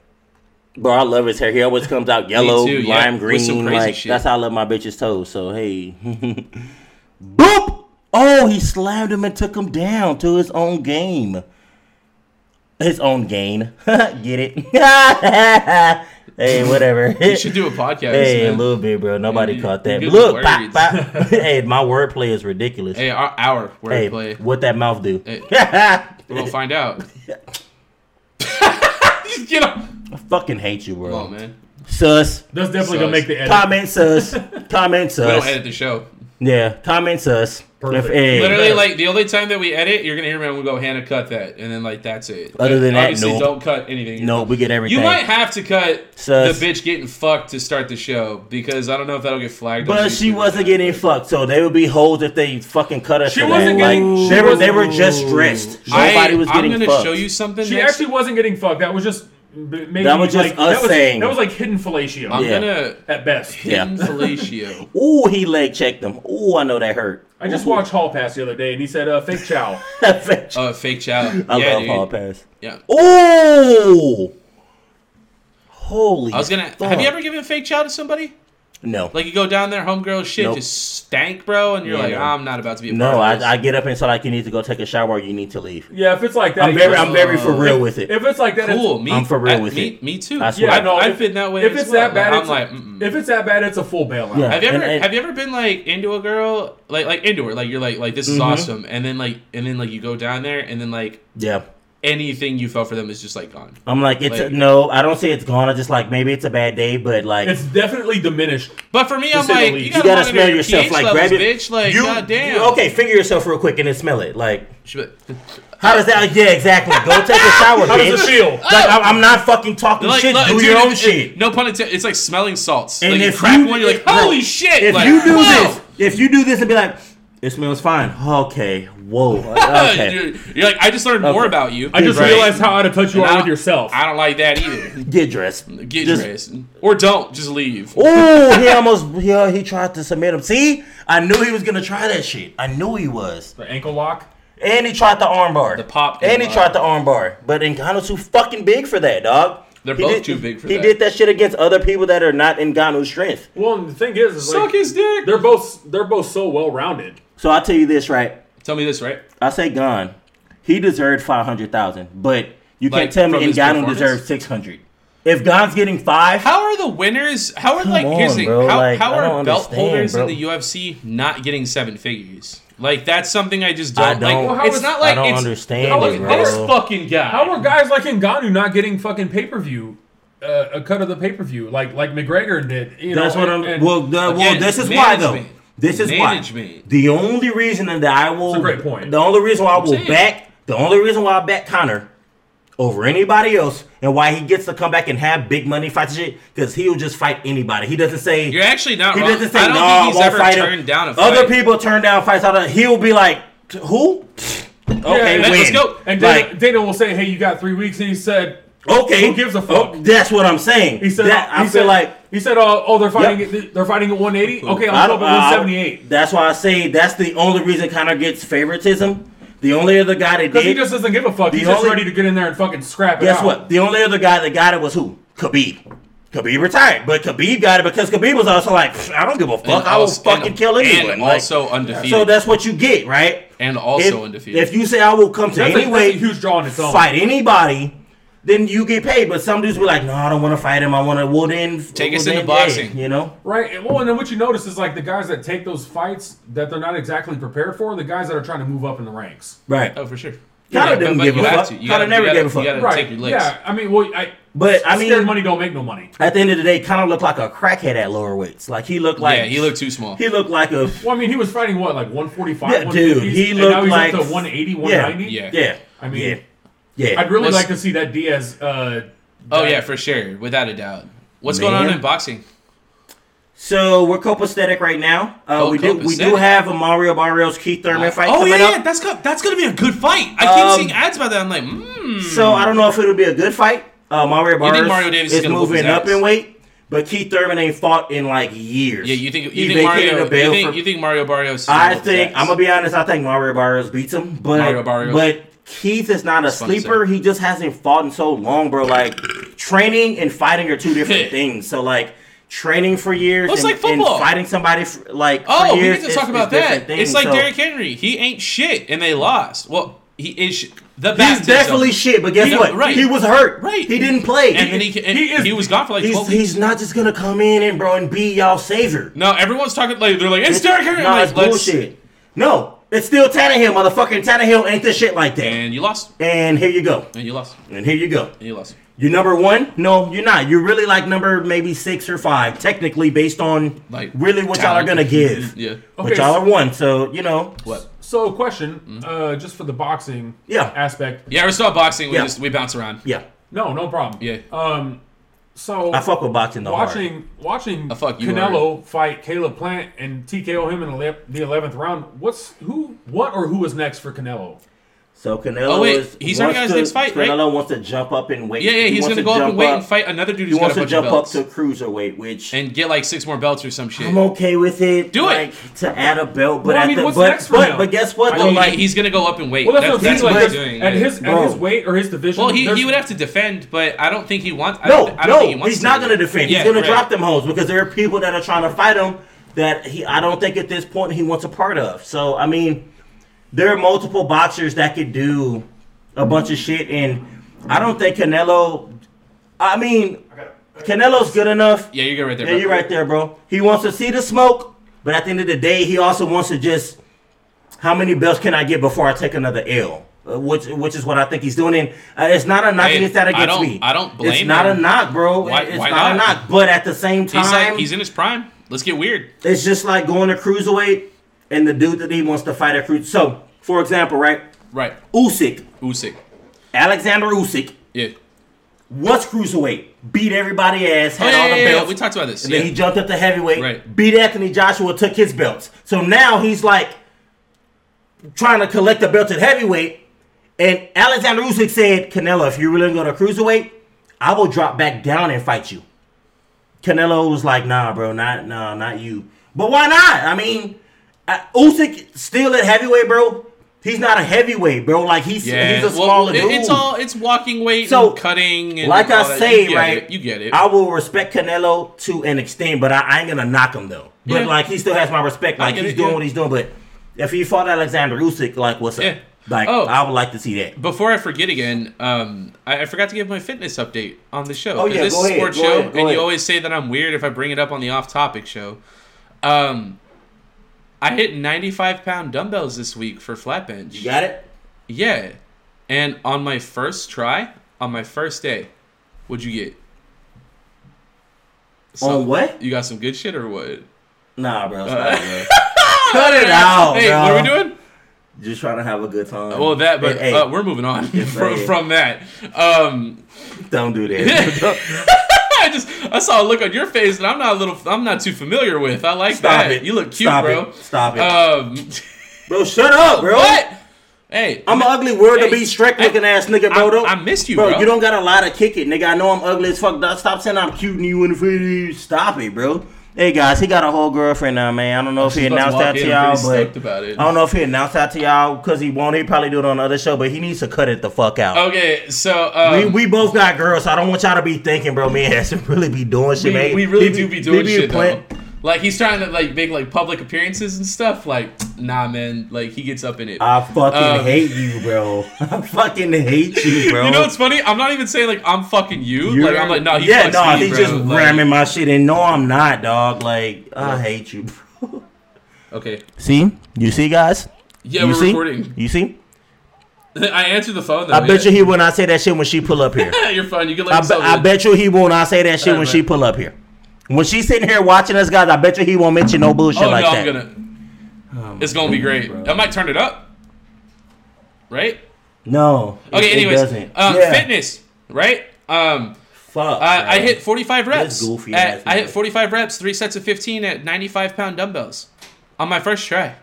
A: Bro, I love his hair. He always comes out yellow,
C: too, yeah.
A: lime
C: With some
A: green.
C: crazy
A: Like
C: shit.
A: that's how I love my bitch's toes. So hey, boop! Oh, he slammed him and took him down to his own game. His own gain. Get it? hey, whatever.
C: We should do a podcast.
A: Hey, a
C: man.
A: little bit, bro. Nobody
C: You-
A: caught
C: you
A: that.
C: good
A: Look,
C: with
A: pop,
C: words.
A: pop. hey, my wordplay is ridiculous. Hey,
C: hey, our, our wordplay.
A: what that mouth do?
C: Hey. We'll find out. Just get up.
A: I fucking hate you, bro.
C: Come on, man.
A: Sus.
B: That's definitely
C: Sucks.
B: gonna make the edit.
A: Comment sus. Comment
C: We don't
A: sus.
C: edit the show.
A: Yeah, comment sus.
B: Perfect.
A: If- hey,
C: Literally,
B: better.
C: like the only time that we edit, you're gonna hear me. and We'll go Hannah, cut that, and then like that's it.
A: Other than that,
C: obviously,
A: nope.
C: don't cut anything.
A: no, we get everything.
C: You might have to cut
A: Sus.
C: the bitch getting fucked to start the show because I don't know if that'll get flagged. on
A: but she
C: YouTube.
A: wasn't getting fucked, so they would be hoes if they fucking cut us.
B: She
A: for
B: wasn't
A: that.
B: getting-
A: Like,
B: she
A: they, were, they
B: wasn't-
A: were just dressed.
C: I,
A: Nobody was getting
C: I'm gonna
A: fucked.
C: show you something.
B: She
C: next-
B: actually wasn't getting fucked. That was just b- maybe
A: That was just
B: like,
A: us
B: that was,
A: saying-
B: that was like hidden fellatio
C: I'm
A: Yeah.
C: gonna
B: at best.
A: Yeah.
C: pin fellatio.
A: Ooh, he leg checked them. Ooh, I know that hurt.
B: I just watched Hall Pass the other day, and he said, uh, "Fake chow."
A: I
C: Oh, fake child. yeah,
A: love
C: dude.
A: Hall Pass.
C: Yeah.
A: Ooh. Holy.
C: I was gonna.
A: fuck.
C: Have you ever given fake chow to somebody?
A: No.
C: Like you go down there, homegirl shit
A: Nope.
C: just stank, bro, and you're
A: Yeah,
C: like,
A: no.
C: I'm not about to be. A
A: no,
C: part of this.
A: I, I get up and say like you need to go take a shower. You need to leave.
B: yeah, if it's like that,
A: I'm very, I'm
B: it's-
A: very
C: uh,
A: for real with it.
B: If it's like that,
C: cool.
B: it's,
C: Me,
A: I'm for real
C: I-
A: with
C: me,
A: it.
C: Me too.
A: That's
C: yeah,
A: what I-
C: I know. I've been that way.
B: If
C: as
B: it's
C: well.
B: that bad,
C: Like,
B: it's,
C: I'm like, mm-mm.
B: if it's that bad, it's a full bailout.
A: Yeah.
C: have you
A: and-
C: ever
A: and-
C: have you ever been like into a girl like like into her like you're like like this is
A: Mm-hmm.
C: awesome and then like and then like you go down there and then like
A: yeah.
C: anything you felt for them is just like gone.
A: I'm like it's
C: Like-
A: no. I don't say it's gone. I just like maybe it's a bad day, but like
B: It's definitely diminished.
C: But for me, I'm
B: say the
C: like
B: least.
C: you
A: you
C: gotta,
A: gotta
C: monitor
A: smell
C: your
A: yourself.
C: pH
A: Like
C: levels,
A: grab it,
C: bitch. Like
A: you,
C: goddamn.
A: you- okay, figure yourself real quick and then smell it. Like
C: She be-
A: how does that? Yeah, exactly. Go take a shower.
B: How does it
A: bitch.
B: feel?
A: Like I'm, I'm not fucking talking
C: Like,
A: shit.
C: like,
A: do
C: dude,
A: your own
C: it-
A: shit.
C: it- No pun intended. It's like smelling salts.
A: And
C: like
A: if
C: you crack
A: you-
C: one, you're like,
A: bro,
C: holy shit!
A: if
C: like,
A: you do
C: whoa!
A: this, if you do this and be like, it smells fine. Okay, whoa, okay.
C: You're, you're like, I just learned
A: Okay.
C: more about you.
B: I just
A: Right.
B: realized how out of touch you
C: And
B: are
C: I-
B: with yourself.
C: I don't like that either.
A: Get dressed.
C: Get
A: Just-
C: dressed or don't. Just leave.
A: Ooh, he almost he, he tried to submit him. See, I knew he was gonna try that shit. I knew he was.
B: the ankle lock.
A: And he tried the armbar. The
C: pop
A: And he
C: armbar.
A: tried the armbar. But Ngannou's too fucking big for that, dog.
C: They're
A: He
C: both
A: did-
C: too big for
A: he
C: that.
A: He did that shit against other people that are not Ngannou's strength.
B: Well, and the thing is, is
C: Suck
B: like,
C: his dick.
B: they're both they're both so well rounded.
A: So I tell you this, right?
C: Tell me this, right?
A: I say gone. He deserved five hundred thousand, but you
C: Like,
A: can't tell
C: from
A: me
C: his
A: Ngannou
C: performance?
A: deserves six hundred. If Gon's getting five,
C: How are the winners? How are like?
A: on,
C: here's the thing.
A: bro.
C: How,
A: Like,
C: how
A: I
C: are
A: don't
C: belt
A: understand,
C: holders
A: bro.
C: in the UFC not getting seven figures? Like that's something I just don't.
A: I
C: Like,
A: don't- Well,
B: how
C: it's
B: is-
C: not like
A: I don't
C: it's,
A: understand
C: Look
A: it,
C: at
A: bro.
C: this fucking guy.
B: How are guys like Ngannou not getting fucking pay per view, uh, a cut of the pay per view like like McGregor did? You
A: That's
B: know,
A: what
B: and-
A: I'm.
B: and
A: well, the, well,
C: Again,
A: this is why though.
C: management.
A: This is why.
C: Management.
A: The only reason that I will.
B: It's a great point.
A: The only reason why I will
C: saying.
A: back. The only reason why I back Connor over anybody else, and why he gets to come back and have big money fights and shit, because he'll just fight anybody. He doesn't say.
C: You're actually not
A: he
C: wrong.
A: doesn't say
C: I
A: no.
C: don't
A: I
C: think he's
A: won't
C: ever
A: fight him."
C: turned down a fight.
A: Other people turn down fights. Other he'll be like, "T- who? Okay,
B: Yeah,
A: win.
B: let's
C: go.
B: And Dana,
A: like,
B: Dana will say, "Hey, you got three weeks," and he said,
A: okay,
B: who gives a fuck?"
A: Oh, that's what I'm saying.
B: He said,
A: that, I
B: he
A: feel
B: said-
A: like
B: he said, "Oh, oh, they're fighting, at they're fighting at 180. Okay,
A: I
B: I'll go
A: don't-
B: up at
A: I-
B: 178."
A: That's why I say that's the only reason Connor gets favoritism The only other guy that
B: Because he
A: did.
B: just doesn't give a fuck. He's
A: The
B: just
A: only-
B: ready to get in there and fucking scrap it
A: guess
B: out.
A: what? The only other guy that got it was who? Khabib. Khabib retired, but Khabib got it because Khabib was also like, "Pfft, I don't give a fuck.
C: And
A: I will
C: also-
A: fucking
C: and-
A: kill anyone.
C: And
A: Like,
C: also undefeated.
A: so that's what you get, right?
C: and also
A: if,
C: undefeated.
A: If you say I will come to
B: That's,
A: any
B: a,
A: way,
B: that's a huge draw on its own.
A: fight anybody, then you get paid. But some dudes be like, no, I don't want to fight him. I want to. Well, then
C: Take
A: well,
C: us into
A: then,
C: boxing.
A: yeah, you know.
B: Right. and- Well, and then what you notice is like the guys that take those fights that they're not exactly prepared for, the guys that are trying to move up in the ranks.
A: Right.
C: oh, for sure.
A: Conor didn't give
C: you
A: a
C: have
A: fuck.
C: to. You
A: Conor
C: gotta-
A: never
C: you gotta-
A: gave a fuck.
C: You gotta
B: Right.
C: take your licks.
B: yeah. I mean, well, I,
A: But I mean,
B: scared money don't make no money.
A: at the end of the day, Conor looked like a crackhead at lower weights. Like he looked like
C: yeah, he looked too small.
A: he looked like a
B: Well, I mean, he was fighting what like 145,
A: Yeah, dude,
B: 150s,
A: he
B: and now
A: looked
B: he's
A: like-
B: up to 180,
A: yeah,
B: 190.
C: yeah.
A: yeah.
B: I mean-
A: yeah, yeah.
B: I'd really
C: Let's-
B: like to see that Diaz. Uh,
C: oh
B: guy.
C: yeah, for sure, without a doubt. What's going on
A: Man.
C: in boxing?
A: So we're copacetic right now. Uh,
C: Oh,
A: we do we do
C: copacetic.
A: have a Mario Barrios Keith Thurman fight
C: oh
A: coming
C: yeah,
A: up.
C: yeah, that's go- that's gonna be a good fight. I
A: Um,
C: keep seeing ads about that. I'm like, mm.
A: So I don't know if it'll be a good fight. Uh, Mario Barrios
C: Mario Davis is
A: is
C: gonna whoop his
A: moving up
C: ass?
A: in weight, but Keith Thurman ain't fought in like years.
C: yeah, you think
A: He
C: you think
A: vacated
C: Mario?
A: a bail
C: You think,
A: for-
C: you think Mario Barrios?
A: I think I'm gonna be honest. I think Mario Barrios beats him, but
C: Mario Barrios.
A: but Keith is not a
C: fun to
A: sleeper. He just hasn't fought in so long, bro. Like training and fighting are two different things. So like training for years
C: Well, it's
A: and,
C: like
A: and
C: football.
A: fighting somebody for, like
C: Oh,
A: for
C: we
A: years
C: need to
A: is-
C: talk
A: is
C: about
A: different
C: that.
A: things.
C: it's like
A: So
C: Derrick Henry. He ain't shit, and they lost. Well, he is sh- the
A: He's
C: baptism.
A: definitely shit, but guess
C: He-
A: what?
C: right.
A: He was hurt.
C: Right.
A: He didn't play.
C: And, and he, and
B: He
C: he,
B: is-
C: was gone for like
A: he's,
C: twelve weeks.
A: he's not just gonna come in and bro and be y'all savior.
C: No, everyone's talking like they're like it's Derrick Henry.
A: No,
C: I'm
A: it's
C: like, let's-
A: bullshit. No, it's still Tannehill, motherfucking Tannehill ain't this shit like that. And,
C: And you lost.
A: here you go.
C: And you lost.
A: And here you go.
C: And you lost.
A: You're number one? No, you're not. You're really like number maybe six or five, technically, based on
C: Like
A: really what y'all are
C: talent.
A: gonna give.
C: Yeah. Oh,
A: But y'all are one, so you know.
C: What?
B: So,
C: Mm-hmm.
B: question, uh, just for the boxing
A: Yeah.
B: aspect.
C: Yeah, we're still boxing. We
A: Yeah.
C: just we bounce around.
A: Yeah,
B: No, no problem.
C: Yeah.
B: Um, so
A: I fuck with boxing though. hard.
B: watching watching
C: I Oh, fuck you
B: Canelo fight Caleb Plant and TKO him in ele- the eleventh round. What's who? What or who is next for Canelo?
A: So Canelo
C: Oh, wait,
A: is.
C: he's already
A: wants
C: got his
A: to-
C: next fight, right?
A: Canelo wants to jump up and weight.
C: Yeah, yeah.
A: He
C: He's
A: wants
C: gonna go up
A: jump
C: and wait and fight another dude
A: He
C: who's got a
A: wants to
C: bunch of
A: jump up
C: belts
A: to cruiserweight, which
C: and get like six more belts or some shit.
A: I'm okay with it.
C: Do it.
A: like, to add a belt, but
B: Well, I
A: at
B: mean,
A: the,
B: what's
A: but,
B: next for
A: but,
B: him?
A: but guess what?
C: I
A: Though,
C: mean,
A: like,
C: he- he's gonna go up and wait.
B: Well, that's,
C: that's,
B: what I'm
C: that's
B: saying. Like,
C: what
B: at
C: he's doing. yeah.
B: his at
A: Bro.
B: his weight or his division.
C: well, he, he
B: there's-
C: would have to defend, but I don't think he wants. I
A: no,
C: don't, I don't
A: no,
C: think he wants
A: he's
C: to.
A: not gonna defend.
C: Yeah,
A: he's gonna
C: right.
A: drop them hoes because there are people that are trying to fight him that he. I don't think at this point he wants a part of. So I mean, there are multiple boxers that could do a bunch of shit, and I don't think Canelo. I mean, Canelo's good enough.
C: Yeah, you're good right there.
A: Yeah,
C: bro.
A: you're right there, bro. He wants to see the smoke, but at the end of the day, he also wants to just how many belts can I get before I take another L, Uh, which which is what I think he's doing. And uh, it's not a knock
C: Hey,
A: against that
C: I
A: against
C: don't-
A: me.
C: I don't blame
A: It's not
C: him.
A: a knock, bro.
C: Why-
A: it's
C: why
A: not, a
C: not?
A: knock. But at the same time,
C: He's like he's in his prime. Let's get weird.
A: it's just like going to cruiserweight and the dude that he wants to fight at cruise. So, for example, right,
C: Right.
A: Usyk,
C: Usyk.
A: Alexander Usyk,
C: Yeah.
A: was cruiserweight, beat everybody ass,
C: Oh,
A: had
C: yeah,
A: all
C: yeah,
A: the
C: yeah,
A: belts.
C: yeah. We talked about this.
A: And
C: Yeah.
A: then he jumped up to heavyweight,
C: Right.
A: beat Anthony Joshua, took his belts. So now he's like trying to collect the belt at heavyweight. And Alexander Usyk said, Canelo, if you're really going to cruiserweight, I will drop back down and fight you. Canelo was like, nah, bro, not, nah, not you. But why not? I mean, uh, Usyk still at heavyweight, bro. He's not a heavyweight, bro. Like he's
C: yeah.
A: he's a
C: Well,
A: smaller
C: it-
A: dude.
C: It's all it's walking weight,
A: So,
C: and cutting, and
A: like
C: all
A: I
C: that.
A: say,
C: you get
A: right?
C: It. You get it.
A: I will respect Canelo to an extent, but I, I ain't gonna knock him though. But
C: Yeah.
A: like he still has my respect. Like
C: get
A: he's
C: it,
A: doing
C: yeah.
A: what he's doing. But if he fought Alexander Usyk, like what's
C: Yeah.
A: up? Like
C: Oh.
A: I would like to see that.
C: Before I forget again, um, I, I forgot to give my fitness update on the show.
A: Oh,
C: 'cause
A: yeah,
C: this
A: go
C: is a
A: ahead,
C: sports
A: go
C: show,
A: ahead, go
C: and
A: ahead.
C: you always say that I'm weird if I bring it up on the off-topic show. Um, I hit 95-pound dumbbells this week for flat bench.
A: You got it?
C: Yeah, and on my first try, on my first day, what'd you get?
A: On what?
C: You got some good shit or what?
A: Nah, bro.
C: Uh,
A: Stop, bro. Cut it out,
C: hey,
A: bro.
C: what are we doing?
A: Just trying to have a good time.
C: Well, that, but
A: hey, hey,
C: uh, we're moving on from,
A: hey.
C: from that. Um,
A: don't do that.
C: I just I saw a look on your face that I'm not a little I'm not too familiar with. I like
A: Stop
C: that.
A: it.
C: You look cute,
A: Stop
C: bro.
A: It. Stop it,
C: Um,
A: bro. Shut up, bro.
C: what? Hey,
A: I'm an ugly world to
C: Hey,
A: be strict looking ass nigga,
C: I-
A: bro. though.
C: I miss you, bro.
A: You don't got a lot of kick it, nigga. I know I'm ugly as fuck. Dog. Stop saying I'm cute and you in the video. Stop it, bro. Hey guys, he got a whole girlfriend now, man. I don't know if he
C: She's
A: announced
C: about walk
A: that to
C: in. I'm
A: y'all,
C: pretty
A: but
C: stoked about it.
A: I don't know if he announced that to y'all because he won't. He probably do it on another show, but he needs to cut it the fuck out.
C: Okay, so Oh, um,
A: we, we both got girls, so I don't want y'all to be thinking, bro. Me and Heston really be doing shit,
C: we,
A: man.
C: we really
A: They
C: do be doing
A: they
C: shit
A: playing-
C: though. Like he's trying to like make like public appearances and stuff. Like nah, man. Like he gets up in it.
A: I fucking
C: Uh,
A: hate you, bro. I fucking hate you, bro.
C: you know what's funny? I'm not even saying like I'm fucking you.
A: You're-
C: like I'm like no, he
A: yeah,
C: fucks
A: no,
C: me,
A: he's
C: bro.
A: just
C: Like,
A: ramming my shit in. No, I'm not, dog. Like, I hate you, bro.
C: Okay.
A: See, you see, guys,
C: Yeah,
A: you
C: we're
A: see,
C: recording. Oh,
A: you see.
C: I answered the phone though.
A: I bet you he will not say that shit when she pull up here.
C: you. You're fine. You can
A: I,
C: let
A: be-
C: yourself
A: I
C: in.
A: bet you he will not say that shit
C: Alright,
A: when she
C: man.
A: pull up here. When she's sitting here watching us, guys, I bet you he won't mention no bullshit
C: Oh
A: like
C: no,
A: that.
C: I'm gonna. It's gonna be great. I might turn it up. Right.
A: No. it-
C: Okay.
A: it
C: anyways,
A: doesn't.
C: um,
A: Yeah.
C: fitness. Right. Um.
A: Fuck.
C: I, I
A: bro.
C: hit 45 reps.
A: goofy
C: at-
A: ass
C: I hit
A: nigga.
C: 45 reps, three sets of 15 at 95 pound dumbbells on my first try.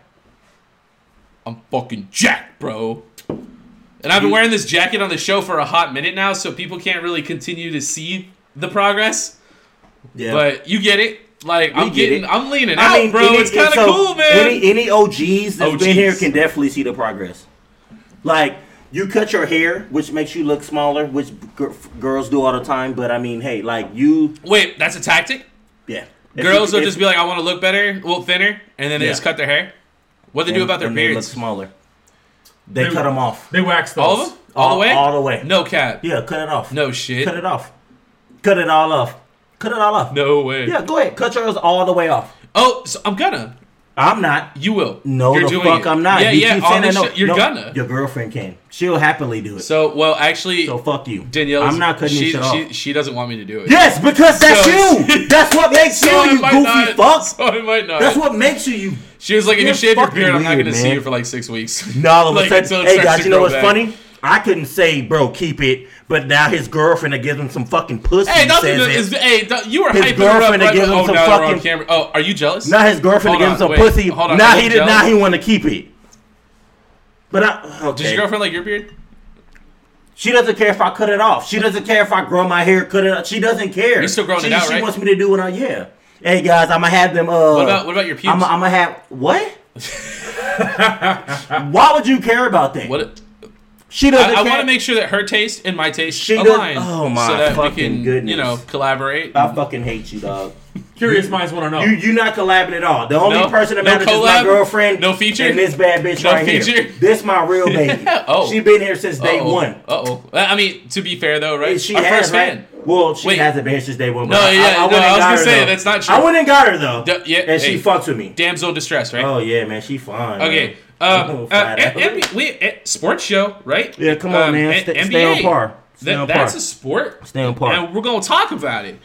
C: I'm fucking jacked, bro. And I've been wearing this jacket on the show for a hot minute now, so people can't really continue to see the progress.
A: Yeah.
C: But you get it. Like I'm
A: get
C: getting,
A: it.
C: I'm leaning out, bro. it's kind of
A: so
C: cool, man.
A: Any, any OGs that's
C: OGs.
A: been here can definitely see the progress. Like you cut your hair, which makes you look smaller, which gir- girls do all the time. But I mean, hey, like you,
C: Wait, that's a tactic.
A: yeah. If
C: Girls
A: you-
C: will
A: if-
C: just be like, I want to look better, well, thinner, and then they
A: Yeah.
C: just cut their hair. What they do about their
A: and they look
C: beards?
A: smaller. They,
B: They-
A: cut them off.
B: They waxed those.
C: All of them? All, the
A: All-
C: way?
A: all the way.
C: No cap.
A: Yeah, cut it off.
C: No shit.
A: cut it off. Cut it all off. Cut it all off.
C: No way.
A: Yeah, go ahead. Cut yours all the way off.
C: Oh, so I'm gonna.
A: I'm not.
C: You will.
A: No,
C: You're
A: the
C: doing
A: fuck
C: it.
A: I'm not.
C: Yeah,
A: You
C: yeah.
A: keep
C: on
A: saying
C: the
A: that, no,
C: show- you're
A: no,
C: gonna.
A: Your girlfriend can. She'll happily do it. So,
C: so well, actually,
A: fuck you,
C: Danielle.
A: I'm not cutting
C: she,
A: your shit off.
C: She, she doesn't want me to do it.
A: Yes, because that's
C: So-
A: you. That's what makes you,
C: So I
A: you
C: might
A: goofy
C: not,
A: fuck.
C: So I might not.
A: That's what makes you, you.
C: she was like, if you
A: You're
C: shave your
A: fucking
C: beard, I'm not
A: weird,
C: gonna see
A: man.
C: you for like six weeks.
A: No, all of
C: Like,
A: a
C: until
A: sudden,
C: it
A: hey
C: starts
A: guys,
C: to
A: you know
C: grow
A: what's
C: back.
A: funny? I couldn't say, bro, keep it, but now his girlfriend that gives him some fucking pussy
C: Hey, nothing
A: says
C: is.
A: it.
C: Hey, don't- you were
A: His
C: hyping her up.
A: girlfriend to
C: Right,
A: give him
C: oh,
A: some
C: now they're on
A: fucking-
C: camera. Oh, are you jealous?
A: Now his girlfriend
C: Hold
A: that
C: on,
A: gives him some
C: wait,
A: pussy.
C: hold on,
A: now
C: I'm
A: he did.
C: jealous.
A: Now he want to keep it. But I, okay.
C: Does your girlfriend like your beard?
A: She doesn't care if I cut it off. She doesn't care if I grow my hair, cut it. Off. She doesn't care.
C: You're still growing
A: she,
C: it out,
A: She
C: right?
A: wants me to do what I yeah. Hey guys, I'ma have them. Uh,
C: What about what about your pubes?
A: I'm, I'm gonna have what? Why would you care about that?
C: what?
A: She doesn't.
C: I, I
A: care.
C: want to make sure that her taste and my taste
A: She does-
C: align.
A: oh my
C: so that we
A: fucking
C: can,
A: goodness.
C: You know, collaborate.
A: I fucking hate you, dog.
B: Curious minds want to know.
A: You you not collabing at all. The only
C: No.
A: person that
C: No
A: matters is
C: collab?
A: my girlfriend.
C: No feature?
A: And this bad bitch
C: No
A: right
C: feature?
A: here. This my real baby.
C: Oh.
A: She been here since day
C: Uh-oh.
A: one.
C: Uh-oh. I mean, to be fair though, right?
A: She
C: Our
A: has,
C: first
A: right?
C: fan.
A: Well, she
C: Wait.
A: hasn't been here since day one.
C: No,
A: but
C: yeah,
A: went and
C: no, I was
A: got
C: gonna
A: her,
C: say,
A: though.
C: that's not
A: I
C: true.
A: went and got her though.
C: D- yeah,
A: and she
C: hey.
A: fucks with me.
C: Damsel distress, right?
A: Oh yeah, man, she fine.
C: okay.
A: man. Oh,
C: Um, uh,
A: Flat out.
C: N- NBA we, eh, sports show, right?
A: Yeah, come on,
C: Um,
A: man.
C: eh,
A: Stay- stay on
C: NBA.
A: par. Stay
C: That-
A: on par.
C: that's a sport.
A: Stay on par.
C: And we're gonna talk about it.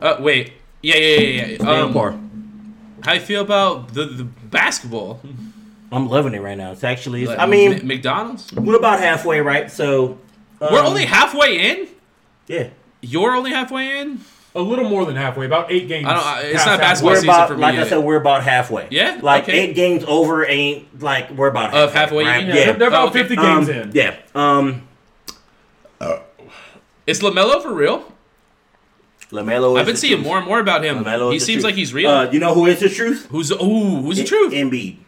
C: Uh, wait. Yeah, yeah, yeah, yeah.
A: Stay on
C: Um,
A: par.
C: How you feel about the, the basketball?
A: I'm loving it right now. It's actually. It's,
C: Like,
A: I mean,
C: M- McDonald's.
A: we're about halfway, right? So um,
C: we're only halfway in.
A: yeah.
C: You're only halfway in.
B: a little more than halfway, about eight games.
C: I don't- I- it's
B: past
C: not
B: halfway.
C: basketball
A: We're
C: season
A: about
C: for me
A: like I
C: yet.
A: said, we're about halfway.
C: Yeah?
A: like
C: Okay.
A: eight games over ain't like we're about
C: Of halfway, you
A: right?
C: mean?
B: Yeah,
A: Yeah,
B: They're, they're about
C: Oh, okay.
B: 50
A: Um,
B: games in.
A: yeah. Um,
C: Is Lamelo for real?
A: Lamelo. is
C: I've been
A: the
C: seeing
A: truth.
C: more and more about him.
A: LaMelo
C: he
A: is the
C: seems
A: truth.
C: like he's real.
A: Uh, you know who is the truth?
C: who's ooh? Who's the truth?
A: Embiid.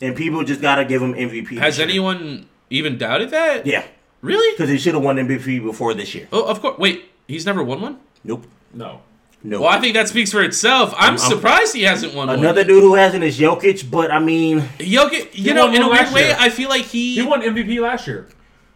A: And people just gotta give him MVP.
C: Has
A: this year.
C: anyone even doubted that?
A: Yeah,
C: Really?
A: because he should have won MVP before this year.
C: Oh, of course. Wait, he's never won one.
A: Nope.
B: No.
A: Nope.
C: Well, I think that speaks for itself. I'm, surprised he hasn't won
A: Another dude who hasn't is Jokic, but I mean,
C: one. Jokic, you know,
B: won
C: in a
B: one
C: weird
B: last
C: way,
B: year.
C: I feel like he.
B: He won MVP last year.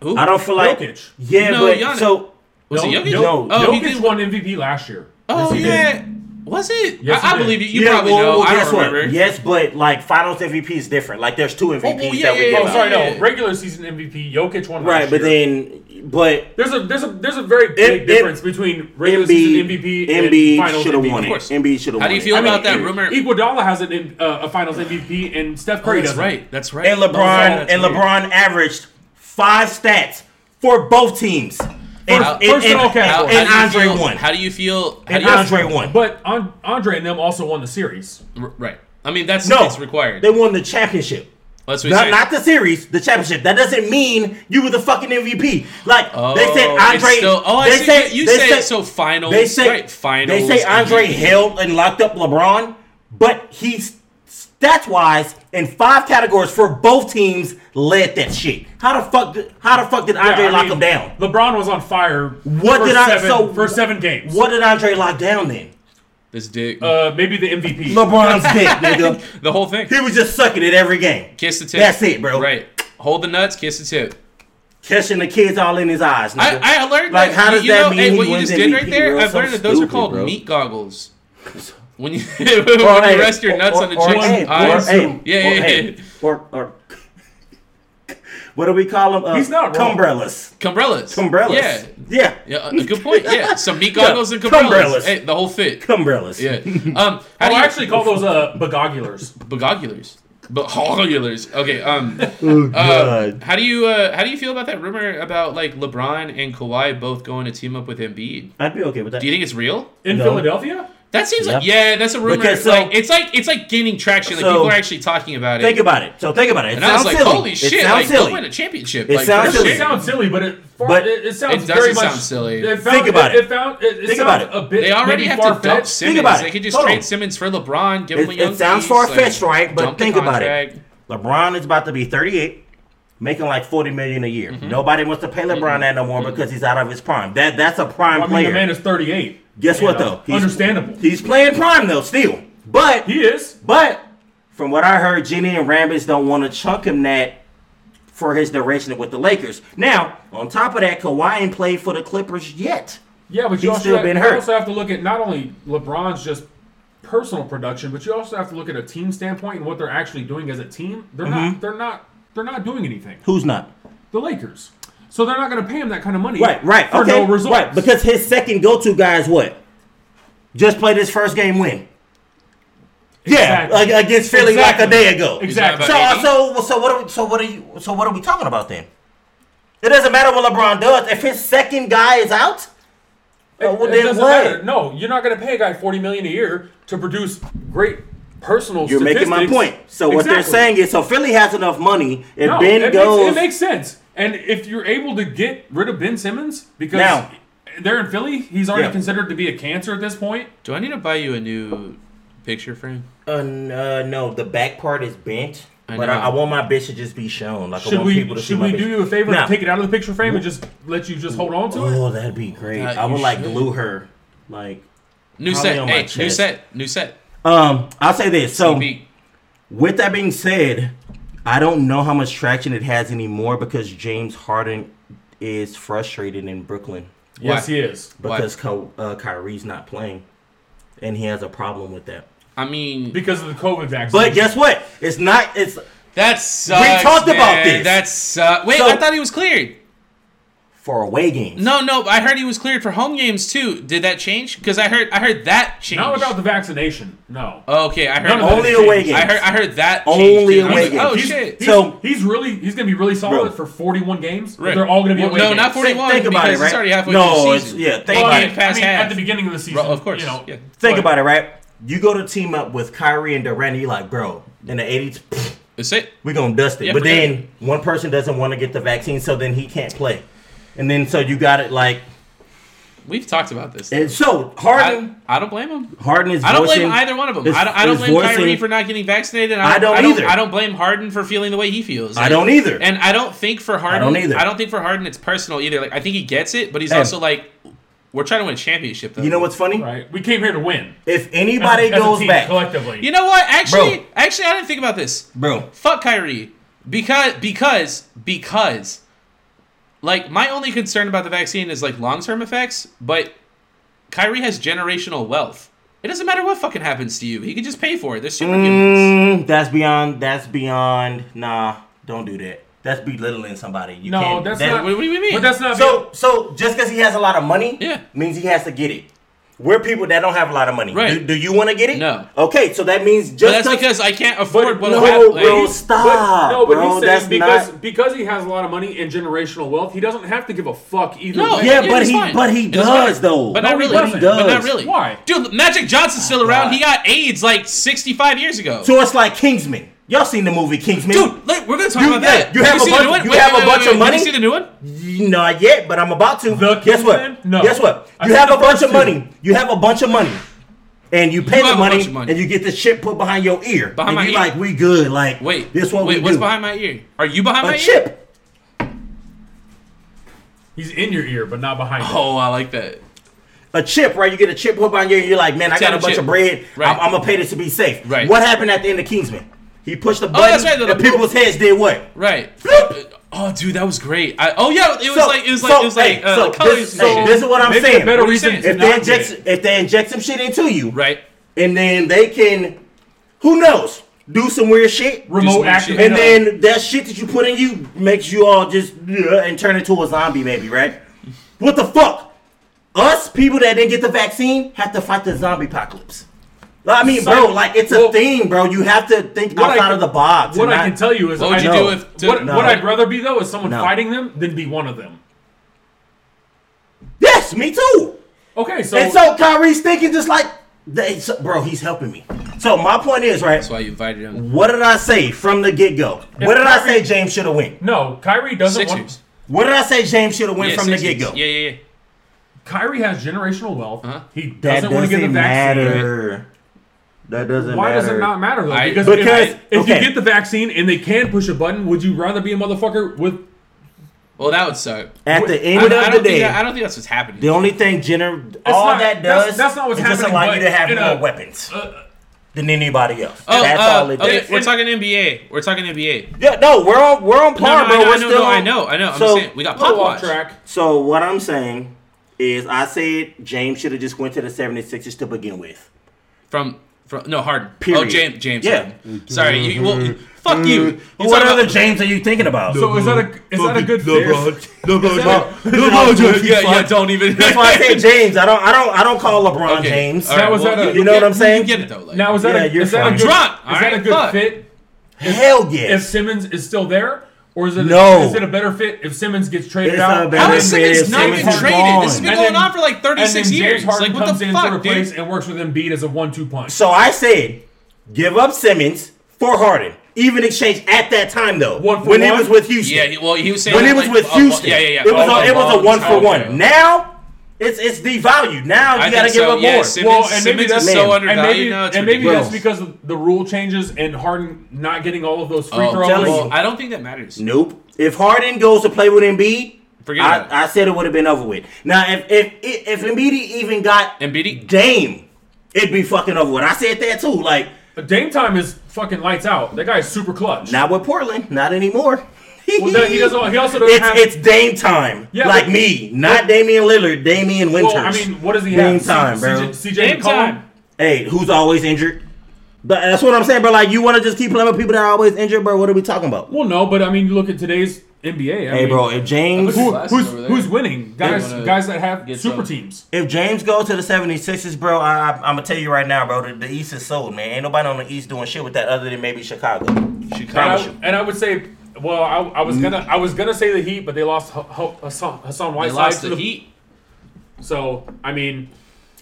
C: Who?
A: I don't feel like
B: Jokic.
A: yeah,
C: No,
A: but
C: Giannis.
A: so
C: Was
B: No,
C: it Jokic?
A: no,
C: oh, he
B: Jokic
C: did.
B: won MVP last year.
C: Oh
A: Yes, he
C: yeah. Was it?
B: Yes,
C: I,
B: he
C: I
B: did.
C: believe you. You
A: yeah,
C: probably
A: well,
C: know.
A: well,
C: I
A: guess
C: don't
A: what?
C: remember.
A: Yes, but like Finals MVP is different. Like there's two MVPs
C: yeah,
A: that we
C: yeah,
A: give
C: yeah,
B: Oh,
A: out.
B: sorry,
C: yeah.
B: no. Regular season MVP, Jokic won
A: Right,
B: last year.
A: but then, but
B: There's a there's a there's a very big
A: Em-
B: difference between regular season MVP and
A: Embiid
B: finals
A: should have
B: MVP.
A: won it.
C: Of course.
A: Embiid should have won it.
C: How do you feel
A: I mean,
C: about that
A: and-
C: rumor?
B: Iguodala has an, in- uh, a finals MVP and Steph
C: Oh,
B: Curry
C: that's
B: doesn't.
C: right. That's right.
A: And
C: Oh, yeah,
A: LeBron
C: that's
A: and
C: weird.
A: LeBron averaged five stats for both teams. And,
C: How-
A: and,
B: first
A: and,
B: all, okay.
C: How-
A: and,
C: how do
A: Andre
C: you feel-
A: won.
C: How do you feel? How
A: And
C: do you
A: Andre won.
B: But An- Andre and them also won the series.
C: R- Right. I mean, that's
A: no,
C: it's required.
A: They won the championship.
C: That's what he
A: Not,
C: said.
A: not the series, the championship. That doesn't mean you were the fucking MVP. Like
C: Oh,
A: they said,
C: it's
A: Andre.
C: still- oh, I
A: they
C: see.
A: said-
C: you
A: they
C: say
A: said-
C: so. Finals.
A: They say
C: right, finals.
A: They say Andre
C: MVP.
A: held and locked up LeBron, but he stats wise in five categories for both teams led that shit. How the fuck? Did, how the fuck did Andre
B: Yeah, I
A: lock
B: mean,
A: him down?
B: LeBron was on fire.
A: What
B: for
A: did I-
B: seven,
A: so-
B: for seven games?
A: What did Andre lock down then?
C: This dick.
B: Uh, maybe the MVP.
A: LeBron's dick, nigga.
C: the whole thing.
A: He was just sucking at every game.
C: Kiss the tip.
A: That's it, bro.
C: Right. Hold the nuts. Kiss the tip.
A: Catching the kids all in his eyes. Nigga.
C: I, I learned
A: Like,
C: that.
A: how does
C: you
A: that
C: know,
A: mean
C: hey,
A: he
C: what you
A: wins
C: just did right
A: MVP,
C: there?
A: bro?
C: I've
A: So
C: learned that those are
A: stupid,
C: called
A: bro.
C: meat goggles. When you, when you
A: hey,
C: rest your nuts
A: or-
C: on the
A: or-
C: chick's
A: hey, or-
C: eyes.
A: hey,
C: yeah,
A: or,
C: yeah, yeah.
A: hey, Or, or what do we call them? Uh,
B: He's not wrong.
A: Cumbrellas.
C: Cumbrellas.
A: Cumbrellas.
C: Yeah.
A: Yeah.
C: Yeah, uh, good point. Yeah, some meat goggles and cumbrellas.
A: Cumbrellas.
C: Hey, the whole fit.
A: Cumbrellas.
C: Yeah. Um,
B: How do
C: how do
B: Oh,
C: you
B: I actually call those uh, begogulars?
C: bogogulars? Bogogulars. Okay. Um. uh,
A: Oh, God.
C: how do you uh, how do you feel about that rumor about like LeBron and Kawhi both going to team up with Embiid?
A: I'd be okay with that.
C: Do you think it's real?
B: In
A: No.
B: Philadelphia?
C: That seems like
A: Yeah.
C: yeah, that's a rumor.
A: Because so-
C: like it's like it's like gaining traction. Like
A: So-
C: people are actually talking about it.
A: Think about it. So think about it. It
C: and I
A: sounds
C: was like,
A: silly.
C: holy shit!
A: It
C: like
A: sounds
C: they'll win
A: silly.
C: a championship.
A: It
C: like,
A: sounds
C: no
A: silly.
B: It
C: shit.
B: sounds silly, but it far,
A: But
B: it, it sounds
C: it doesn't
B: very much
C: sound silly.
B: It found,
A: Think about
B: it.
A: it.
B: It found it, it
A: Think
B: sounds
A: about it.
B: a bit.
C: They already have to dump
B: far-fetched.
C: Simmons.
A: about
C: They
A: it.
C: could just
A: Hold
C: trade
A: on.
C: Simmons for LeBron. Give him
A: It,
C: a
A: it
C: young
A: sounds
C: piece,
A: far fetched,
C: like,
A: right? But
C: dump the
A: think about it.
C: contract.
A: LeBron is about to be 38, making like 40 million a year.
C: Mm-hmm.
A: Nobody wants to pay LeBron that no more because he's out of his prime. That that's a prime
B: I mean,
A: player.
B: the man is 38.
A: Guess what
B: You
A: though?
B: know, understandable.
A: He's playing prime though, still. But
B: He is.
A: but from what I heard, Jenny and Rambis don't want to chunk him that for his duration with the Lakers. Now, on top of that, Kawhi ain't played for the Clippers yet.
B: Yeah, but you
A: He's
B: also,
A: still
B: have,
A: been
B: you
A: hurt.
B: also have to look at not only LeBron's just personal production, but you also have to look at a team standpoint and what they're actually doing as a team. They're
A: Mm-hmm.
B: not. They're not. They're not doing anything.
A: Who's not?
B: The Lakers. So they're not going to pay him that kind of money.
A: Right, right.
B: For
A: okay,
B: no results.
A: Right, because his second go-to guy is what? Just played his first game win. Yeah,
B: Exactly.
A: like against Philly like a
B: Exactly.
A: day ago.
B: Exactly.
A: So,
C: About
A: so, so what are we, so what are you so what are we talking about then? It doesn't matter what LeBron does if his second guy is out. uh, well,
B: It
A: then
B: doesn't
A: what?
B: matter. No, you're not going to pay a guy forty million a year to produce great personal.
A: You're making my
B: statistics.
A: point. So what they're
B: Exactly.
A: saying is, so Philly has enough money. If
B: no,
A: Ben
B: it
A: goes,
B: makes, it makes sense. And if you're able to get rid of Ben Simmons because
A: Now-
B: they're in Philly, he's already
A: Yeah.
B: considered to be a cancer at this point.
C: Do I need to buy you a new picture frame?
A: uh, n- uh, no, the back part is bent.
C: I
A: but
C: know.
A: I, I want my bitch to just be shown. Like I
B: Should
A: want people to
B: we should
A: see my
B: we
A: bitch.
B: do you a favor
A: Now-
B: and take it out of the picture frame and just let you just hold on to it?
A: Oh, that'd be great.
C: That
A: I
C: you
A: would like
C: should.
A: glue her. Like,
C: New
A: Probably
C: set.
A: on my
C: Hey, new
A: chest.
C: set. New set.
A: um, I'll say this. So,
C: Beat.
A: with that being said, I don't know how much traction it has anymore because James Harden is frustrated in Brooklyn
B: Yes,
C: Why?
B: he is.
A: because Ky- uh, Kyrie's not playing, and he has a problem with that.
C: I mean,
B: Because of the COVID vaccine.
A: But guess what? It's not. It's
C: that sucks.
A: talked about
C: man.
A: this.
C: That sucks. Wait,
A: So-
C: I thought he was cleared.
A: for away games.
C: No, no, I heard he was cleared for home games too. Did that change? Because I heard, I heard that change.
B: not without the vaccination. No.
A: Oh,
C: Okay, I heard.
B: No,
C: about
A: only
C: it.
A: away games.
C: I heard, I heard that.
A: Only
C: change, too. I was
A: away
C: like, Oh
A: games.
B: He's-
C: shit.
B: he's-
A: So-
B: he's really he's gonna be really solid
A: Bro.
B: for 41 games. but
C: Right.
B: They're all gonna be
C: Well,
B: away
C: no,
B: games.
C: not 41
A: Think about
C: because
A: it,
C: it's
A: right?
C: already halfway
A: No,
C: through the
A: it's-
C: season.
A: yeah, think
C: They
B: Well, I
A: about
C: can't
A: it.
B: mean, I
C: pass
B: mean,
C: half.
B: at the beginning of the season,
C: Bro, of course.
B: You know,
C: yeah.
A: Think about it, right? You go to team up with Kyrie and Durant, and you're like, bro, in the 80s, pfft,
C: That's it.
A: we're gonna dust it.
C: Yeah,
A: but
C: forget
A: then one person doesn't want to get the vaccine, so then he can't play. And then so you got it like
C: We've talked about this.
A: and so
C: I,
A: Harden
C: I don't blame him.
A: Harden is
C: I don't
A: voicing,
C: blame either one of them.
A: is-
C: I don't, I don't
A: is
C: blame Kyrie
A: voicing-
C: for not getting vaccinated. I
A: I
C: don't,
A: don't
C: I don't,
A: either.
C: I don't blame Harden for feeling the way he feels.
A: I
C: Like,
A: don't either.
C: And I don't think for Harden. I don't
A: don't either.
C: think for Harden it's personal either. Like I think he gets it, but he's
A: Hey.
C: also like, we're trying to win a championship. Though.
A: you know what's funny?
B: right? We came here to win.
A: If anybody
B: As a- as a
A: goes
B: team,
A: back,
B: collectively.
C: You know what? Actually,
A: Bro.
C: actually, I didn't think about this.
A: bro,
C: Fuck Kyrie because because because. Like my only concern about the vaccine is like long term effects, but Kyrie has generational wealth. It doesn't matter what fucking happens to you; he can just pay for it. They're superhumans.
A: mm, that's beyond. That's beyond. Nah, don't do that. That's belittling somebody. You
B: No,
A: can't,
B: that's
A: that-
B: not-
C: What, what do you mean?
B: but that's not
A: So so just because he has a lot of money,
C: Yeah.
A: means he has to get it. We're people that don't have a lot of money.
C: Right.
A: Do, do you want to get it?
C: No.
A: Okay, so that means
C: But
A: just
C: that's
A: touch-
C: because I can't afford what
A: no,
C: I have. Like,
A: bro, stop.
B: But, no, but
A: bro,
B: he's
A: that's
B: saying because
A: not-
B: because he has a lot of money and generational wealth, he doesn't have to give a fuck either.
C: No,
B: way.
A: Yeah,
C: it-
A: but
C: it's
A: he-
C: fine.
A: but he
C: It's
A: does,
C: fine.
A: though.
C: But
A: No,
C: not
B: he
C: really.
B: doesn't.
C: But not
A: does.
C: really.
B: Why?
C: dude? Magic Johnson's still around.
A: God.
C: He got AIDS like 65 years ago.
A: So it's like Kingsman. Y'all seen the movie Kingsman?
C: Dude, look, we're gonna talk
A: You-
C: about
A: yeah,
C: that.
A: you have a
C: seen the
A: bunch-
C: new one?
A: you
C: Wait,
A: have
C: wait,
A: a
C: wait,
A: bunch
C: wait,
A: of
C: wait.
A: money?
C: You see the new one?
A: Not yet, but I'm about to.
B: The
A: Guess
B: Kingsman?
A: what?
B: No.
A: Guess what?
B: I
A: You
B: said
A: have
B: the
A: a bunch
B: first
A: of
B: two.
A: money. You have a bunch of money. And you pay
C: You have
A: the
C: a
A: money,
C: bunch of money.
A: and you get this shit put behind your ear.
C: Behind
A: and
C: my
A: you
C: ear?
A: like, we good. Like,
C: Wait,
A: this what
C: wait,
A: we
C: what's
A: do.
C: behind my ear? Are you behind
A: a
C: my ear?
A: chip.
B: He's in your ear, but not behind. you.
C: Oh, I like that.
A: A chip, right? You get a chip put behind your ear. You're like, man, I got
C: Potato
A: a bunch
C: chip.
A: of bread.
C: Right.
A: I'm, gonna pay this to be safe.
C: Right. Oh,
A: What happened at the end of Kingsman? He pushed the button,
C: that's right, the-
A: and people's heads did what?
C: Right.
A: Bloop.
C: Oh, dude, that was great. I, oh yeah, it was like it was like it was like
A: hey,
C: uh,
A: so
C: colors.
A: this,
C: and
A: so
C: shit.
A: this is what I'm
B: Maybe
A: saying.
B: a better
C: What are you
B: reason
C: saying?
B: to
A: if they
B: not get
A: inject
B: it.
A: if they inject some shit into you,
C: right.
A: and then they can, who knows, do some weird shit.
B: remote
C: weird shit.
B: active,
A: And then that shit that you put in you makes you all just uh, and turn into a zombie, maybe, right? What the fuck? Us people that didn't get the vaccine have to fight the zombie apocalypse. I mean,
B: So-
A: bro, like it's
B: well,
A: a thing, bro. You have to think
B: what I
A: outside
B: can-
A: of the box.
B: what
A: and
B: I
A: not-
B: can tell you is
C: What would
B: I
C: you
B: know-
C: do if- to-
B: what,
A: No.
B: what I'd rather be though is someone
A: No.
B: fighting them than be one of them.
A: Yes, me too.
B: Okay, so,
A: and so Kyrie's thinking just like, they, so- bro, he's helping me. So my point is, right?
C: That's why you invited him.
A: What did I say from the get go? What did I say? James should have went.
B: no, Kyrie doesn't want.
C: Sixers.
A: What did I say? James should have went
C: Yeah,
A: from the
C: Sixers.
A: get go.
C: Yeah, yeah, yeah.
B: Kyrie has generational wealth.
C: Uh-huh.
B: He
A: That
B: doesn't
A: doesn't,
B: want to get the vaccine.
A: matter. That doesn't
B: Why
A: matter.
B: does it not matter though?
C: I-
B: because
A: Because-
B: if, if
A: okay.
B: you get the vaccine and they can push a button, would you rather be a motherfucker with?
C: Well, that would suck.
A: At the end
C: I, don't- I
A: of the
C: don't
A: day,
C: think that, I don't think that's what's happening.
A: the only thing gener- all
B: not-
A: that
B: that's-
A: does
B: that's not what's
A: is just
B: happening,
A: allow you
B: but
A: to have
B: in
A: more
B: a-
A: weapons than anybody else.
C: oh,
A: that's
C: uh,
A: all it
C: okay,
A: does.
C: we're talking NBA. We're talking NBA.
A: yeah, no, we're on we're on
C: No,
A: par,
C: no,
A: bro.
C: I know,
A: we're
C: I know,
A: still
C: no, I
A: on-
C: know, I know. I'm
A: so,
C: saying we got
B: Oh,
C: pop
B: off
C: watch.
B: track.
A: So what I'm saying is, I said James should have just went to the 76ers to begin with.
C: from from no Harden. Oh,
A: Period.
C: James James.
A: Yeah.
C: Harden. Sorry. You, well, fuck you. You
A: what
C: talking
A: other
C: about-
A: James are you thinking about?
B: So is that a is that a good theory?
C: Yeah, yeah. Don't even.
A: That's why I said James. I don't, I don't, I don't call LeBron
C: Okay.
A: James.
C: All right,
B: That was
C: well,
B: at a-
A: You know what I'm
C: get-
A: saying?
C: You get it though. Like,
B: Now is that
A: Yeah,
B: a
A: you're
B: is that
A: fine.
B: a good
C: Drunk,
B: is that a
C: alright,
B: good
C: fuck.
B: fit?
A: Hell
B: If
A: yes.
B: Simmons is still there, or is it
A: No.
B: is it a better fit if Simmons gets traded
A: It's
B: out?
A: a better
C: how
B: and
C: is
A: fit.
B: then-
C: Simmons
A: NBA
C: not
A: Simmons
C: even
A: is
C: traded?
A: gone.
C: This has been
B: and
C: going
B: then-
C: on for like
B: and then
C: 36 years.
B: James Harden
C: Like what
B: comes
C: the
B: in to
C: fuck,
B: replace
C: dude?
B: and works with Embiid as a one-two punch.
A: So I said, give up Simmons for Harden. Even exchange at that time though,
B: One for
A: when he
B: one?
A: was with Houston.
C: Yeah, he- well, he was saying
A: when he
C: like,
A: was with
C: oh,
A: Houston,
C: Yeah, yeah, yeah.
A: It was,
C: Oh,
A: a, it was
C: oh,
A: a one for
C: okay.
A: one. Now it's it's devalued. Now you
C: I
A: gotta
C: think
A: give
C: so.
A: up
C: Yeah,
A: more.
C: Simmons,
B: Well, and maybe
C: Simmons is
B: that's-
C: so
A: Man.
B: and
C: undervalued
B: maybe,
C: now. It's
B: and maybe
C: ridiculous.
B: that's because of the rule changes and Harden not getting all of those free
C: Oh,
B: throws.
A: telling
C: well,
A: you.
C: I don't think that matters.
A: Nope. If Harden goes to play with Embiid,
C: Forget about it.
A: I, I said it would have been over with. Now, if if if Embiid even got
C: Embiid?
A: Dame, it'd be fucking over with. I said that too. Like
B: But Dame time is fucking lights out. That guy's super clutch.
A: not with Portland, not anymore.
B: Well, no, he doesn't. He also doesn't
A: It's
B: have.
A: it's Dame time.
B: Yeah,
A: like
B: but-
A: me, not Damian Lillard, Damian Winters.
B: well, I mean, what does he
A: Dame
B: have?
A: time, bro.
B: CJ,
C: Dame
B: McCollum.
C: time.
A: hey, who's always injured? But that's what I'm saying, bro. Like you want to just keep playing with people that are always injured, bro? What are we talking about?
B: Well, no, but I mean, you look at today's NBA. I
A: Hey,
B: mean,
A: bro, if James
B: who-
C: Glasses
B: who's
C: over there.
B: who's winning? Guys,
C: wanna
B: guys that have
C: get
B: super
C: some.
B: teams.
A: If James goes to the 76ers, bro, I, I, I'm going to tell you right now, bro, the, the East is sold, man. Ain't nobody on the East doing shit with that other than maybe Chicago.
B: And
A: Promise
B: I,
A: you. Mm.
B: and I would say, well, I, I was gonna, I was gonna say the Heat, but they lost Ho- Ho- Hassan, Hassan
C: They
B: Whiteside.
C: lost
B: to
C: the Heat.
B: So I mean,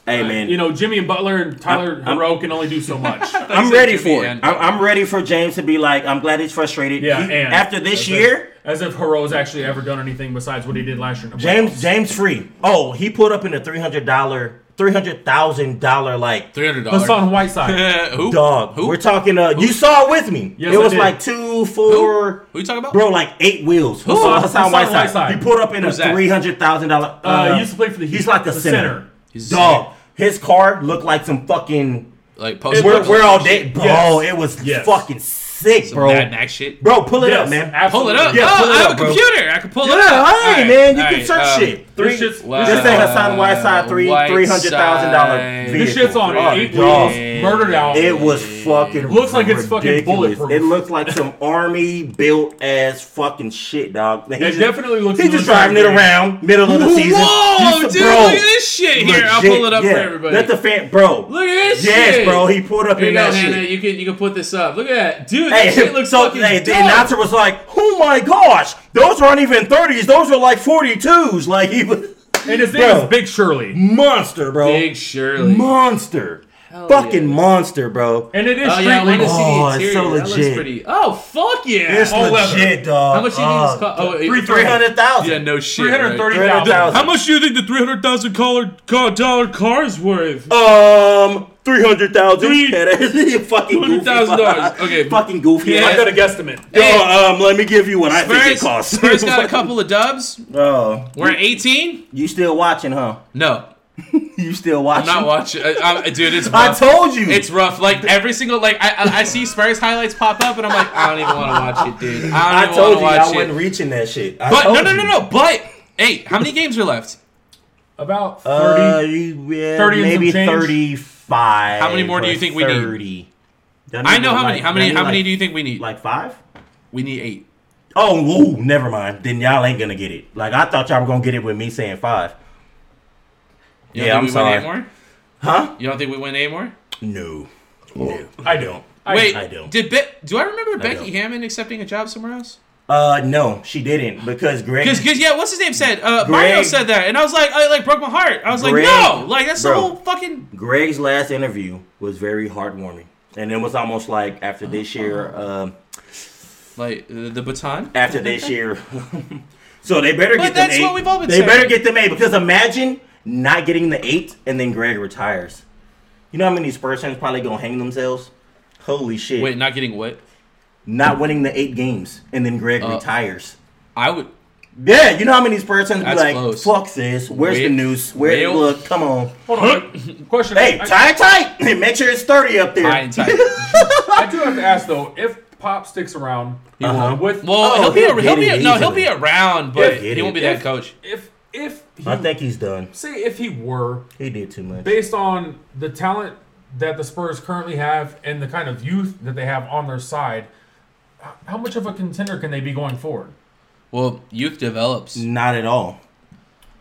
A: Hey, man.
B: you know, Jimmy and Butler and Tyler
A: I'm-
B: Hero can only do so much.
A: I'm
C: said
A: ready
C: give me
A: for it.
C: and-
A: I'm, I'm ready for James to be like, I'm glad he's frustrated.
B: Yeah,
A: He-
B: and
A: after this
B: as
A: year,
B: if, as if Hero's actually ever done anything besides what he did last year. in the playoffs.
A: James James free. Oh, he put up in a three hundred dollar, three hundred thousand dollar like
C: Three hundred dollars.
B: Hassan Whiteside.
C: Who?
A: dog.
C: Who?
A: We're talking. Uh, you saw it with me.
B: Yes,
A: it
B: I
A: was
B: did.
A: like two,
C: Who?
A: four.
C: Who you talking about?
A: Bro, like eight wheels. Who? Hassan,
B: Hassan- Hassan
A: Whiteside.
B: Whiteside.
A: He pulled up in
C: Who's
A: a
C: that?
A: three hundred thousand dollar.
B: Uh, he used to play for the Heat.
A: He's like a
B: The
A: center.
B: center.
C: He's a
A: dog. His car looked like some fucking.
C: Like post.
A: We're, we're all dead, bro.
B: Yes.
A: It was
B: Yes.
A: fucking sick,
C: Some
A: bro.
C: Mad Max shit.
A: Bro, pull it
B: Yes,
A: up, man.
B: absolutely.
C: Pull it up.
A: Yeah,
C: oh,
A: pull it
C: I have
A: up,
C: a
A: bro.
C: computer. I can pull it
A: Yeah,
C: up.
A: I
C: right,
A: man. You
C: all
A: can
C: right,
A: search
C: um, uh,
A: shit. Three,
B: this shit's-
A: This ain't Hassan Whiteside three
C: Whiteside.
A: three hundred thousand dollar.
C: This
B: This shit's on
A: Oh,
B: eight
A: y'all.
B: wheels, murdered out.
A: It was fucking.
B: Looks like it's fucking
A: ridiculous.
B: bulletproof.
A: It looks like some army built ass fucking shit, dog. He
B: It definitely looks
A: He's just
B: military.
A: driving it around middle of the season.
C: Whoa,
A: He's-
C: dude,
A: bro,
C: look at this shit here. I'll
A: legit,
C: pull it up for
A: yeah.
C: everybody.
A: Let the fan, bro.
C: look at this
A: yes,
C: shit.
A: bro. He pulled up
C: Here you
A: in
C: go,
A: that
C: Hannah.
A: shit.
C: You can you can put this up. Look at that, dude. That
A: Hey,
C: shit looks
A: so
C: fucking
A: hey,
C: dope.
A: the announcer was like, "Oh my gosh, those aren't even 30s. Those are like 42s." Like he was
B: And his name
A: Bro.
B: is Big Shirley.
A: monster, bro.
C: Big Shirley.
A: monster.
C: Hell
A: Fucking
C: yeah.
A: monster, bro.
B: And it is
C: Oh
B: street
C: yeah, I want to
B: legal.
C: see
A: Oh,
C: the
A: it's
C: interior.
A: so
C: that looks
A: legit.
C: pretty. Oh fuck yeah.
A: It's
B: all leather.
A: legit, dog. Uh,
C: How much do you think this cost? Oh, it-
B: three-
A: Three hundred thousand.
C: Yeah, no shit.
B: Three hundred
C: right?
B: thirty
A: $300,000.
B: thousand.
C: How much do you think the three hundred thousand dollar dollar car is worth?
A: Um, three hundred thousand.
C: Three-
A: you fucking goofy.
C: $200,000. Okay.
A: Fucking goofy.
C: Yeah.
B: I could have guessed him it.
A: Oh, um, let me give you what I think
C: Spurs,
A: it costs.
C: Spurs got a couple of dubs.
A: Oh,
C: We're at eighteen.
A: you still watching, huh? No. you still
C: I'm
A: watching?
C: not watching, I, I, dude. It's
A: I
C: rough.
A: told you.
C: It's rough. Like every single like I, I I see Spurs highlights pop up and I'm like I don't even want to watch it, dude. I
A: I
C: don't even
A: told you
C: want
A: I
C: to watch
A: wasn't
C: it.
A: reaching that shit. I
C: But no
A: told
C: no no
A: you.
C: no. But hey, how many games are left?
B: About
A: Uh,
B: thirty.
A: you- yeah,
B: 30 and some
A: maybe
B: change.
A: thirty-five.
C: How many more do you think we need?
A: Thirty.
C: I know how many. How many? How many do you think we need?
A: Like five.
C: we need eight.
A: Oh, whoa, never mind. Then y'all ain't gonna get it. Like I thought y'all were gonna get it with me saying five.
C: You
A: Yeah,
C: don't
A: I'm
C: think we win
A: sorry.
C: eight more?
A: Huh?
C: You don't think we win eight more?
A: No.
B: I don't. I-
C: Wait,
A: I don't.
C: did Be- do I remember
A: don't.
C: Becky Hammond accepting a job somewhere else?
A: Uh, no, she didn't because Greg.
C: Because yeah, what's his name said? Uh, Mario
A: Greg-
C: said that, and I was like, I like broke my heart. I was like,
A: Greg-
C: no, like that's the
A: Bro.
C: whole fucking.
A: Greg's last interview was very heartwarming, and it was almost like after this year. Um,
C: Like uh, the baton.
A: after this year. so they better
C: But
A: get
C: that's
A: them eight.
C: what we've all been
A: they
C: saying.
A: better get them eight because imagine not getting the eight and then Greg retires. You know how many Spurs fans probably gonna hang themselves? Holy shit!
C: Wait, not getting what?
A: Not winning the eight games and then Greg
C: Uh,
A: retires.
C: I would.
A: Yeah, you know how many Spurs fans be
C: That's
A: like,
C: close.
A: "Fuck this. Where's
C: Real-
A: the noose? Where's
C: real-
A: the look? Come on."
B: Hold on. Question.
A: Hey,
B: I-
A: tie it tight. Hey, make sure it's thirty up there.
C: I ain't tight.
B: I do have to ask though, if Pop sticks around
A: Uh-huh.
B: with
C: Well,
A: Oh,
C: he'll be
A: he'll
C: a, he'll
A: get
C: be
A: it
C: a, no, he'll
A: easily.
C: be around, but
A: He'll
C: he
A: get
C: won't be
A: it.
C: that coach.
B: if if he,
A: I think he's done.
B: say if he were
A: He did too much.
B: based on the talent that the Spurs currently have and the kind of youth that they have on their side, h- how much of a contender can they be going forward?
C: Well, youth develops.
A: Not at all.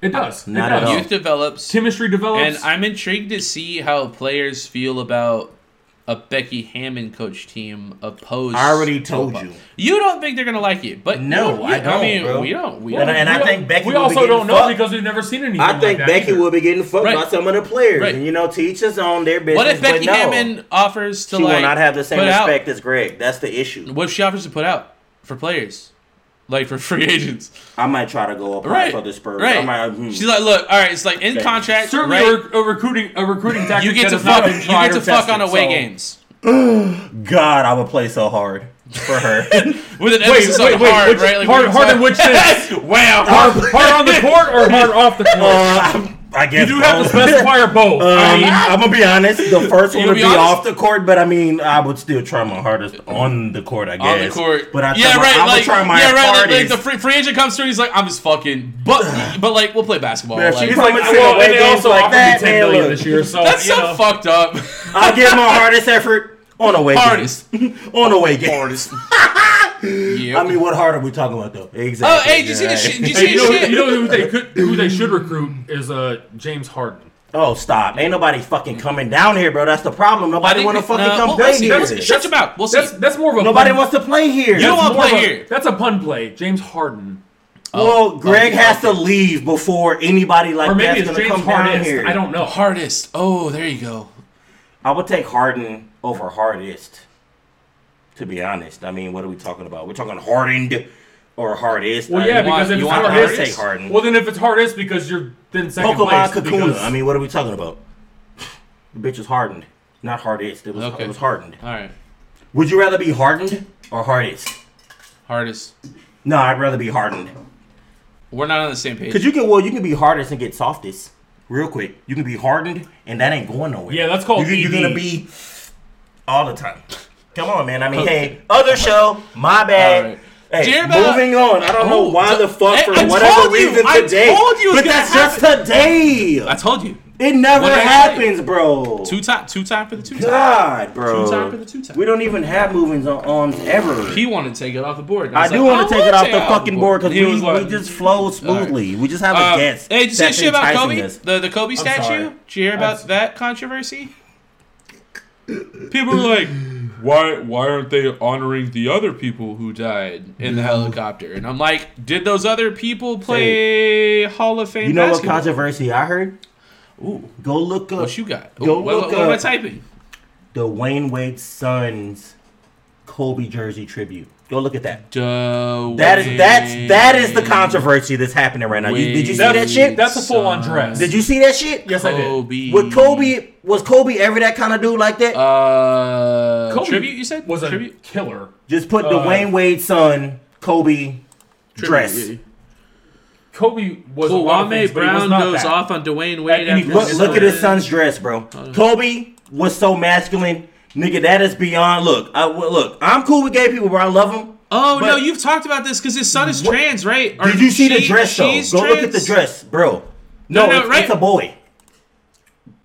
B: It does.
A: Not
B: it
A: at
B: does.
A: all.
C: Youth develops.
B: Chemistry develops.
C: And I'm intrigued to see how players feel about a Becky Hammond coach team opposed.
A: I already told you.
C: You don't think they're gonna like it, but
A: No,
C: you-
A: I
C: I
A: don't,
C: mean,
A: bro.
C: we don't. We
A: And I-
C: don't.
A: and I
B: We-
A: think Becky
B: We
A: will be
B: also
A: getting
B: don't know
A: fucked.
B: because we've never seen anything.
A: I
B: like
A: think
B: that
A: Becky
B: either.
A: will be getting fucked
C: Right.
A: by some of the players,
C: Right.
A: and you know, teachers on their business.
C: what if Becky
A: but no,
C: Hammond offers to
A: She
C: like
A: will not have the same
C: put out-
A: respect as Greg. That's the issue.
C: what if she offers to put out for players, like for free agents?
A: I might try to go up
C: Right.
A: for the Spurs. I
C: Right.
A: might, hmm.
C: She's like, look, all right, it's like in
A: Okay.
C: contract.
B: Certainly
C: right?
B: a, a recruiting a recruiting tactic.
C: you
B: that
C: get to
B: has not
C: fuck.
B: been
C: You
B: tried
C: get
B: or
C: to fuck on
B: tested,
C: away
B: so-
C: games
A: God, I would play so hard for her.
C: with an emphasis on hard,
B: which-
C: right? Like
B: hard-
C: we
B: hard in
C: talk-
B: which sense?
C: wow.
B: Hard, hard on the court or hard off the court?
A: Uh, I guess
B: you do have to
A: both.
B: specify both. I
A: Um,
B: mean,
A: I'm gonna be honest. The first one
C: You'll
A: would
C: be
A: be,
C: honest?
A: off the court, but I mean, I would still try my hardest on the court. I guess
C: on the court.
A: but I
C: yeah,
A: try my-
C: right.
A: I would
C: like,
A: try my
C: yeah, right. Like, like
A: hardest.
C: the free, free agent comes through, he's like, I'm just fucking, but but like we'll play basketball.
A: Yeah,
C: like,
A: she's
B: like,
A: like,
B: well, and
A: away
B: they
A: games
B: also
A: like
B: offered
A: that,
B: me ten
A: man,
B: million
A: look.
B: this year, so
C: that's
B: you
C: so
B: know.
C: fucked up.
A: I'll give my hardest effort on away
C: Hardest.
A: games. on away games.
C: Hardest. yeah.
A: I mean, what hard are we talking about though? Exactly.
C: oh, hey, did you see the
A: right.
C: shit? Did you
B: Hey,
C: see
B: you, know,
C: the shit?
B: you know who they could, who they should recruit is uh, James Harden.
A: Oh, stop! Ain't nobody fucking coming down here, bro. That's the problem.
C: I
A: Nobody
C: think
A: want to
C: that-
A: fucking
C: no,
A: come
C: we'll-
A: play
C: let's see.
A: here.
C: Shut your mouth. We'll see.
B: That's that's more of a
A: Nobody
B: pun-
A: wants to play here.
B: that's
C: don't wanna
B: more
C: play
B: of a-
C: here.
B: That's a pun play. James Harden,
A: well, Greg
C: okay,
A: has to leave before anybody like
B: or maybe
A: that's gonna
B: it's James
A: come down
B: Harden.
A: here.
B: I don't know.
C: Hardest. Oh, there you go.
A: I would take Harden over hardest. To be honest, I mean, what are we talking about? We're talking hardened or hardest.
B: Well,
A: I
B: yeah,
A: mean,
C: want-
B: because if
C: you
B: it's
C: want
B: hardest,
A: Harden? Take Harden.
B: well then if it's hardest because you're then second
A: Pokemon
B: place.
A: Kakuna.
B: because-
A: I mean, what are we talking about? The bitch is hardened, not hardest. It was
C: Okay.
A: it was hardened.
C: All right.
A: Would you rather be hardened or hardest?
C: Hardest.
A: No, I'd rather be hardened.
C: We're not on the same page.
A: Cause you can well, you can be hardest and get softest real quick. You can be hardened and that ain't going nowhere.
B: Yeah, that's called E
A: You, you're
B: ED.
C: E
A: gonna be all the time. Come on, man. I mean, hey, other show. My bad.
C: All right.
A: Hey,
C: Jerry Bell-
A: moving on. I don't know
C: Oh,
A: why
C: t-
A: the fuck
C: I-
A: for
C: I
A: whatever
C: told you,
A: reason
C: I
A: today.
C: told you it was
A: but
C: gonna
A: that's just today.
C: I told you.
A: it never
C: What did I say?
A: happens, bro.
C: Two top, two top for the two top.
A: God, bro.
C: Two time for the two time.
A: We don't even have moving on arms ever.
C: He wanted to take it off the board. and
A: I
C: was
A: do
C: like,
A: want to take
C: would
A: it off the fucking board because
C: He
A: we,
C: was like-
A: we just flow smoothly. We just have a
C: Um,
A: guest.
C: Hey, did you see the
A: that's
C: shit about
A: enticing
C: Kobe?
A: us.
C: The the Kobe statue?
B: sorry.
C: Did you hear about
B: That's-
C: that controversy? People were like, "Why why aren't they honoring the other people who died in the helicopter?" And I'm like, "Did those other people play Hall of Fame
A: You know what
C: basketball?"
A: controversy I heard? Ooh, go look up
C: what you got?
A: Go
C: Ooh, what,
A: look
C: what am I
A: up.
C: typing?
A: the Wayne Wade sons Kobe jersey tribute. Go look at that. That is that's that is the controversy that's happening right now. You, did you see
B: Wade
A: that shit?
B: That's a full-on dress.
A: Did you see that shit?
B: Yes, I did.
C: Kobe.
A: Was Kobe was Kobe ever that kind of dude like that?
C: Uh,
B: Kobe
C: tribute. You said
B: was a
C: tribute.
B: killer.
A: Just put the
B: uh,
A: Wayne Wade son Kobe dress.
C: Tribute.
B: Kobe was a lot of things,
C: Kwame
B: but he was
C: Brown
B: not
C: goes
B: that.
C: off on Dwayne Wade.
B: And he looks-
C: after
A: Look,
C: this
A: look at his
C: one.
A: son's dress, bro. Kobe was so masculine, nigga. That is beyond. Look, I well, look. I'm cool with gay people, bro. I love them.
C: Oh
A: But-
C: no, you've talked about this because his son is trans, right? Or
A: Did you see the
C: she-
A: dress though? Go
C: she's
A: look at the
C: trans?
A: dress, bro. No,
C: No, no,
A: it's,
C: right.
A: it's a boy.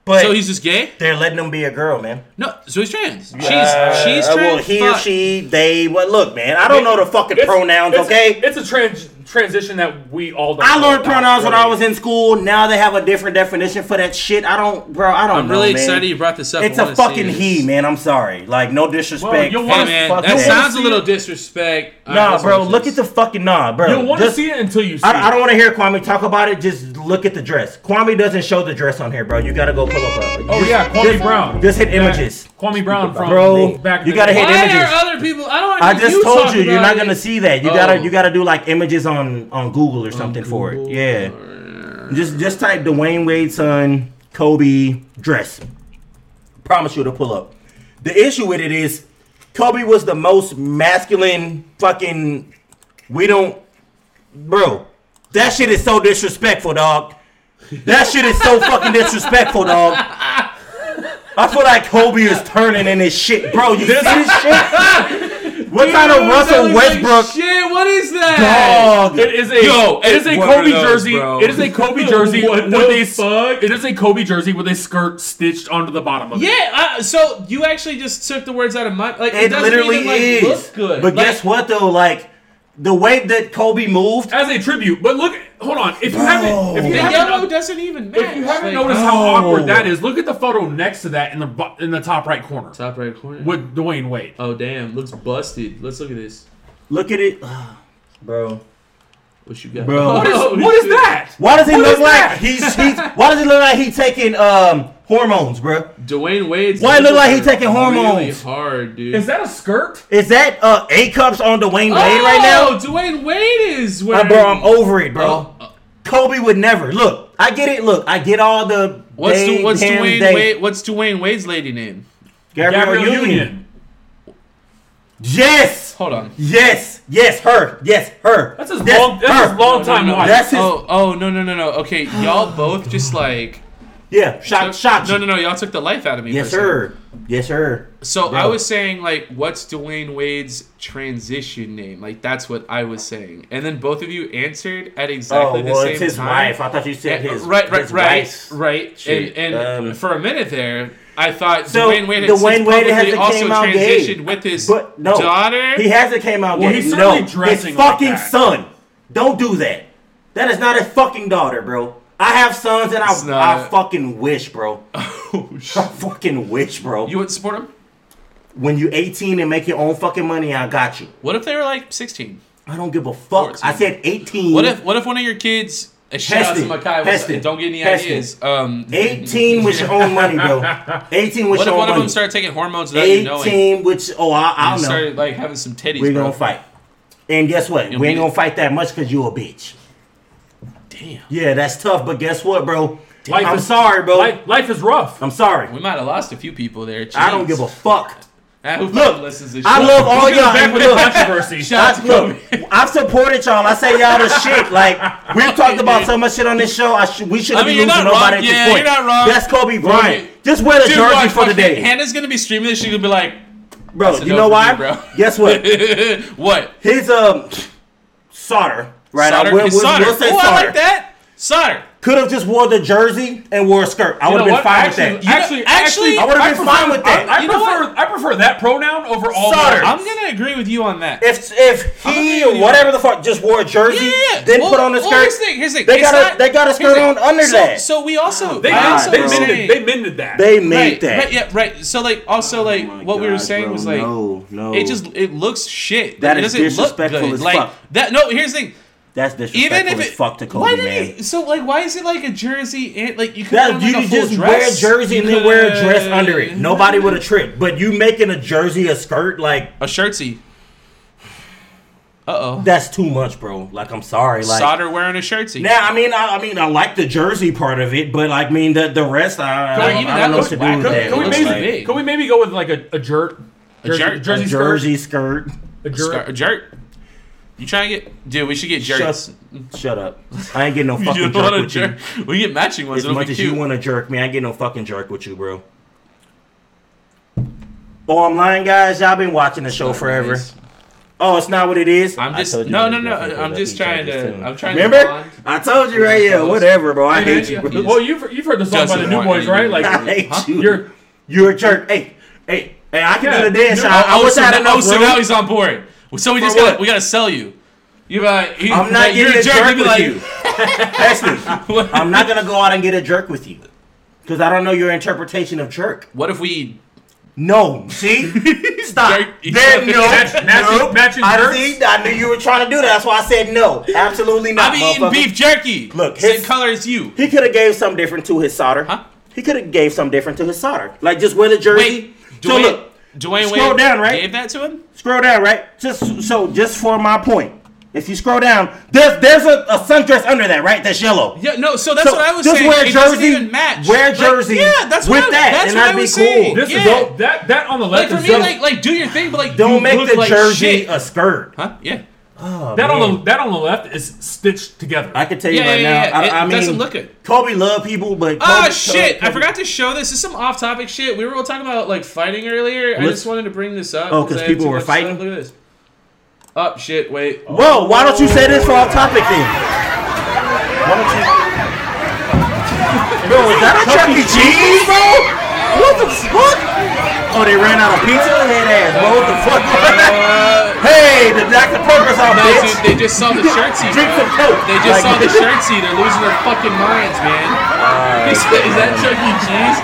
A: But
C: So he's just gay?
A: they're letting him be a girl, man.
C: No, so he's trans. She's
A: Uh,
C: she's trans.
A: Well, he or
C: Fuck.
A: she, they. Well, look, man. I don't know the fucking
B: It's-
A: pronouns.
B: it's-
A: Okay.
B: It's a trans- transition that we all. Don't
A: I
B: know
A: learned
B: about,
A: pronouns when
B: really.
A: I was in school. Now they have a different definition for that shit. I don't, bro. I don't.
C: I'm
A: know,
C: really
A: man.
C: excited you brought this up.
A: It's a
C: I wanna see
A: fucking
C: this.
A: he, man. I'm sorry. Like no disrespect.
B: you'll
C: Hey
B: wanna-
C: man,
A: Fuck
C: that
A: that.
C: sounds a
B: see
C: little
B: it?
C: disrespect. I don't
A: Nah,
C: wanna
A: bro.
C: see
A: Look
C: this.
A: at the fucking nah, bro.
B: You'll want to
A: Just-
B: see it until you see
A: I, I don't
B: it.
A: want to hear Kwame talk about it. Just look at the dress. Kwame doesn't show the dress on here, bro. You gotta go pull up. a-
B: Oh
A: just-
B: yeah, Kwame
A: just-
B: Brown.
A: Just hit
B: Back-
A: images.
B: Kwame Brown from
A: Bro,
B: back. in
A: you
B: the
A: gotta
B: day.
A: hit
C: Why
A: images.
C: are other people? I don't. wanna
A: I
C: hear
A: just
C: you
A: told
C: talk
A: you, you're
C: about
A: not gonna
C: it.
A: see that. You
C: Oh.
A: gotta you gotta do like images on on Google or something for it.
C: Google
A: Yeah. Just just type Dwayne Wade son Kobe dress. Promise you to pull up. The issue with it is Kobe was the most masculine fucking. We don't, bro. That shit is so disrespectful, dog. That shit is so fucking disrespectful, dog. I feel like Kobe is turning in his shit, bro. You see this shit? What kind of
C: Dude, that
A: Russell
C: looks like
A: Westbrook
C: Shit, what is that?
A: dog?
B: It is a
C: Yo,
B: it is a
C: it's one
B: Kobe
C: of those,
B: jersey.
C: bro.
B: It is a Kobe jersey
C: What
B: with
C: the
B: a s- It is a Kobe jersey with a skirt stitched onto the bottom of it.
C: Yeah, uh, so you actually just took the words out of my like. It,
A: It
C: doesn't
A: literally
C: even, like,
A: is.
C: Look good.
A: But
C: Like,
A: guess what though? Like the way that Kobe moved,
B: As a tribute, but look, hold on. If you haven't, if you
C: The yellow
B: haven't,
C: doesn't even match.
B: if you haven't
C: Like-
B: noticed how
A: no.
B: awkward that is, look at the photo next to that in the bo- in the top right corner
C: Top right corner.
B: with Dwayne Wade.
C: Oh damn, looks busted. Let's look at this.
A: look at it, bro.
C: What you got?
A: Bro.
B: What is,
C: Oh,
B: what is
C: shit.
B: that?
A: Why does he
B: What
A: look
B: is
A: like
B: that?
A: he's, he's Why does he look like he taking um hormones, bro?
C: Dwayne Wade's.
A: Why it look like he
C: are
A: taking
C: Really
A: hormones?
C: hard, dude.
B: Is that a skirt?
A: Is that uh A cups on Dwayne Wade right
C: Oh,
A: now?
C: Dwayne Wade is
A: Uh,
C: wearing.
A: bro, I'm over it, bro.
B: Oh.
A: Kobe would never. Look, I get it. Look, I get all the.
C: What's
A: they,
C: Du- what's
A: him,
C: Dwayne
A: they.
C: Wade? What's Dwayne Wade's lady name?
A: Gabrielle,
B: Gabrielle
A: Union.
B: Union.
A: Yes.
C: Hold on.
A: Yes. Yes. Her. Yes. Her.
B: That's his long. That's his long time
C: No, no,
B: wife.
A: That's his-
C: Oh, oh no no no no. Okay, y'all both just like.
A: Yeah. Shot. Shot.
C: No
A: you.
C: no no. Y'all took the life out of me.
A: Yes,
C: for a second.
A: sir. Yes, sir.
C: So
A: Bro.
C: I was saying like, what's Dwayne Wade's transition name? Like that's what I was saying, and then both of you answered at exactly
A: oh,
C: the
A: well,
C: same
A: it's his
C: time.
A: wife. I thought you said
C: Yeah,
A: his
C: right, right,
A: his
C: right,
A: wife.
C: right.
A: Shit.
C: And, and
A: Um,
C: for a minute there, I thought
A: So,
C: Dwayne Wade had
A: Dwayne
C: since
A: Wade
C: publicly
A: hasn't
C: also
A: came out gay.
C: transitioned with his
A: But no,
C: daughter.
A: he hasn't came out
B: Well,
A: yet.
B: he's
A: no,
B: certainly dressing
A: his
B: like
A: fucking
B: that.
A: son. Don't do that. That is not his fucking daughter, bro. I have sons, and I,
C: It's not.
A: I fucking wish, bro. I
C: oh, shit.
A: fucking wish, bro.
C: you wouldn't support him?
A: when you 18 and make your own fucking money, I got you.
C: What if they were like 16?
A: I don't give a fuck.
C: 14.
A: I said 18.
C: What if what if one of your kids? and Shout out to
A: Heston,
C: Makai.
A: Heston,
C: Don't get any
A: Heston.
C: ideas. Um,
A: 18 with your own money, bro. 18 with
C: What if
A: your own
C: one of
A: money.
C: them started taking hormones without you knowing?
A: 18 with oh, I, I
C: You
A: don't know.
C: started like having some titties.
A: We're
C: bro.
A: gonna fight. And guess what?
C: You'll
A: we ain't
C: beat
A: gonna
C: it.
A: fight that much because you a bitch.
C: Damn,
A: Yeah, that's tough, but guess what, bro?
B: Life
A: I'm
B: is-
A: sorry, bro. Oh,
B: Life, life is rough.
A: I'm sorry.
C: we might have lost a few people there.
A: I don't give a fuck. Look,
C: listens to
A: I
C: shit?
A: love all y'all.
B: back
A: and
B: with the
A: Look,
B: controversy.
C: Shout out
A: I,
C: to Kobe.
A: look, I've supported y'all. I say y'all the shit. Like we've talked about so much shit on this show. I sh- we shouldn't
C: I mean,
A: be
C: you're
A: losing
C: not wrong.
A: nobody at
C: Yeah,
A: this
C: you're
A: point.
C: not wrong.
A: That's Kobe Bryant.
C: Kobe.
A: Just wear the
C: Dude,
A: jersey
C: watch,
A: for the
C: watch,
A: day.
C: Hannah's gonna be streaming this. She's gonna be like,
A: bro.
C: a
A: you
C: no
A: know
C: for
A: why?
C: me, bro.
A: Guess what?
C: what?
A: His um, solder. Right. I
C: Solder?
A: will,
C: It's
A: will-
C: solder.
A: will say
C: oh,
A: solder.
C: I like that. Solder.
A: Could have just wore the jersey and wore a skirt. I would
B: know
A: have been
B: what?
A: fine
B: Actually-
A: with that.
C: You know-
B: Actually,
A: I would have been
B: prefer-
A: fine with that.
B: I, I
C: You know
B: prefer I prefer that pronoun over all.
A: Solder.
B: others.
C: I'm gonna agree with you on that.
A: if if he
C: I'm
A: or
C: gonna-
A: whatever the fuck just wore a jersey,
C: yeah, yeah.
A: then
C: Well,
A: put on a
C: well,
A: skirt.
C: here's the thing. Here's the thing.
A: They
C: It's
A: got a-
C: not-
A: they got a
C: here's the
A: skirt
C: thing.
A: on under
C: so,
A: that.
C: So we also
B: They,
C: I
A: God,
C: also
B: they,
A: bro.
C: was saying-
B: mended, they mended that.
A: They made
C: right,
A: that.
C: right, yeah, right. So like, also like,
A: Oh my
C: what we were
A: gosh,
C: saying
A: bro,
C: was like,
A: no, no.
C: it just it looks shit.
A: That
C: Like, it
A: is
C: doesn't look
A: disrespectful
C: good.
A: as
C: like
A: fuck.
C: that. No, here's the thing.
A: That's disrespectful
C: Even if
A: as
C: it,
A: fuck to
C: why
A: Kobe,
C: did
A: man.
C: he? So like, why is it like a jersey? And like you could
A: That,
C: have
A: you
C: like, a full
A: just wear a
C: dress.
A: jersey and
C: You
A: then wear a
C: coulda-
A: dress under it. Nobody would have tripped. But you making a jersey a skirt, like
C: A shirtsy. Uh oh.
A: that's too much, bro. Like I'm sorry, like
C: Solder wearing a shirtsy.
A: Yeah, I mean, I, I mean, I like the jersey part of it, but like, I mean, the the rest, I, I,
C: Like,
A: don't,
C: even
A: I
C: that
A: don't know what
C: looks
A: to do
C: whack.
A: with
C: Can-
A: that.
C: can we
A: It looks
C: maybe-
A: like
C: big.
B: Can we maybe go with like a, a jerk? Jersey,
C: jerk- a
A: a
B: jersey, skirt?
A: jersey skirt.
B: A jerk.
C: Skirt- A jerk. You trying to get? Dude, we should get jerks.
A: Shut, shut up! I ain't getting no
C: You
A: fucking
C: don't want
A: jerk
C: a
A: with you.
C: jerk. We get matching ones.
A: As
C: It'll
A: much
C: be
A: as you
C: cute.
A: want to jerk me, I ain't getting no fucking jerk with you, bro. Oh, I'm lying, guys. Y'all been watching the show forever. Oh, it's not what it is.
C: I'm
A: I
C: just
A: told you
C: no,
A: I
C: no,
A: was
C: no.
A: gonna fuck
C: I'm
A: with
C: just
A: that.
C: trying to.
A: Just
C: I'm trying to.
A: Remember?
C: bond.
A: I told you right here.
C: close.
A: Whatever, bro. I
B: Hey, man,
A: hate you.
B: you-
A: bro.
B: Well, you've you've heard the song by
C: Doesn't
B: the New
C: want
B: Boys,
C: you.
B: right? Like
A: I hate
C: Huh?
A: you.
B: you're
A: You're a jerk. Hey, hey, hey! I can
B: Yeah.
A: do the dance.
B: No,
A: I, I
C: oh,
A: wish
C: so
A: I had
C: now,
A: enough
C: oh, so
A: room.
C: now he's on board. So we just
A: For
C: gotta,
A: what?
C: we gotta sell you. You got. He,
A: I'm
C: like,
A: not
C: you're
A: getting a jerk,
C: he'd be
A: with
C: like,
A: you. Ashley, I'm not gonna go out and get a jerk with you because I don't know your interpretation of jerk.
C: What if we?
A: No, see, stop.
C: Jerk each
A: there,
C: other.
A: no,
C: Match-
B: matching-
A: Nope.
B: matching
A: I
B: jerks?
A: see. I knew you were trying to do that. That's why I said no. Absolutely not.
C: I've been eating
A: motherfucker.
C: beef jerky.
A: Look,
C: same
A: his-
C: color as you.
A: He could have gave something different to his solder.
C: Huh?
A: He could have gave something different to his solder. Like just wear the jersey.
C: Wait,
A: so
C: Dwayne.
A: look,
C: Dwayne
A: scroll
C: Wade
A: down, right?
C: Gave that to him.
A: Scroll down, right? Just so, just for my point. If you scroll down, there's there's a, a sundress under that, right? That's yellow.
C: Yeah, no. So that's
A: So
C: what I was
A: just
C: saying.
A: wear
C: it doesn't
A: jersey-
C: even match.
A: wear
C: Like,
A: jersey
C: yeah, that's
A: with
C: what I,
A: that,
C: that's
A: and
C: what
A: that'd
C: I
A: be
C: was
A: cool.
C: saying.
B: this
C: yeah.
B: is all, that that on the
C: like
B: left
C: for
B: is
C: me,
B: dumb.
C: like like do your thing, but like you
A: Don't make
C: look
A: the
C: like
A: jersey
C: shit.
A: a skirt.
C: Huh? Yeah.
B: that on the that on the left is stitched together.
A: I can tell you
C: Yeah,
A: right
C: yeah,
A: now.
C: yeah,
A: I,
C: it
A: I mean,
C: doesn't look good.
A: Kobe loved people, but
C: Ah,
A: Kobe-
C: shit!
A: Kobe-
C: I forgot to show this. This is some off-topic shit. We were all talking about like fighting earlier. I
A: Let's-
C: just wanted to bring this up.
A: Oh, 'cause
C: I had
A: people
C: too
A: were
C: much
A: fighting?
C: stuff. Look at this. Up, shit! Wait.
A: Whoa! Why don't you say this for off topic then? Why don't you? bro, is that a Chuck E. Cheese, bro? What the fuck? Oh, they ran out of pizza. Head ass, bro. What the fuck?
C: Uh,
A: hey, the Dr Pepper's out,
C: No,
A: bitch.
C: dude, they just saw the shirt seat.
A: Drink some Coke.
C: They just
A: Like-
C: saw the shirt seat. They're losing their fucking minds, man. Is that- is that Chuck E. Cheese?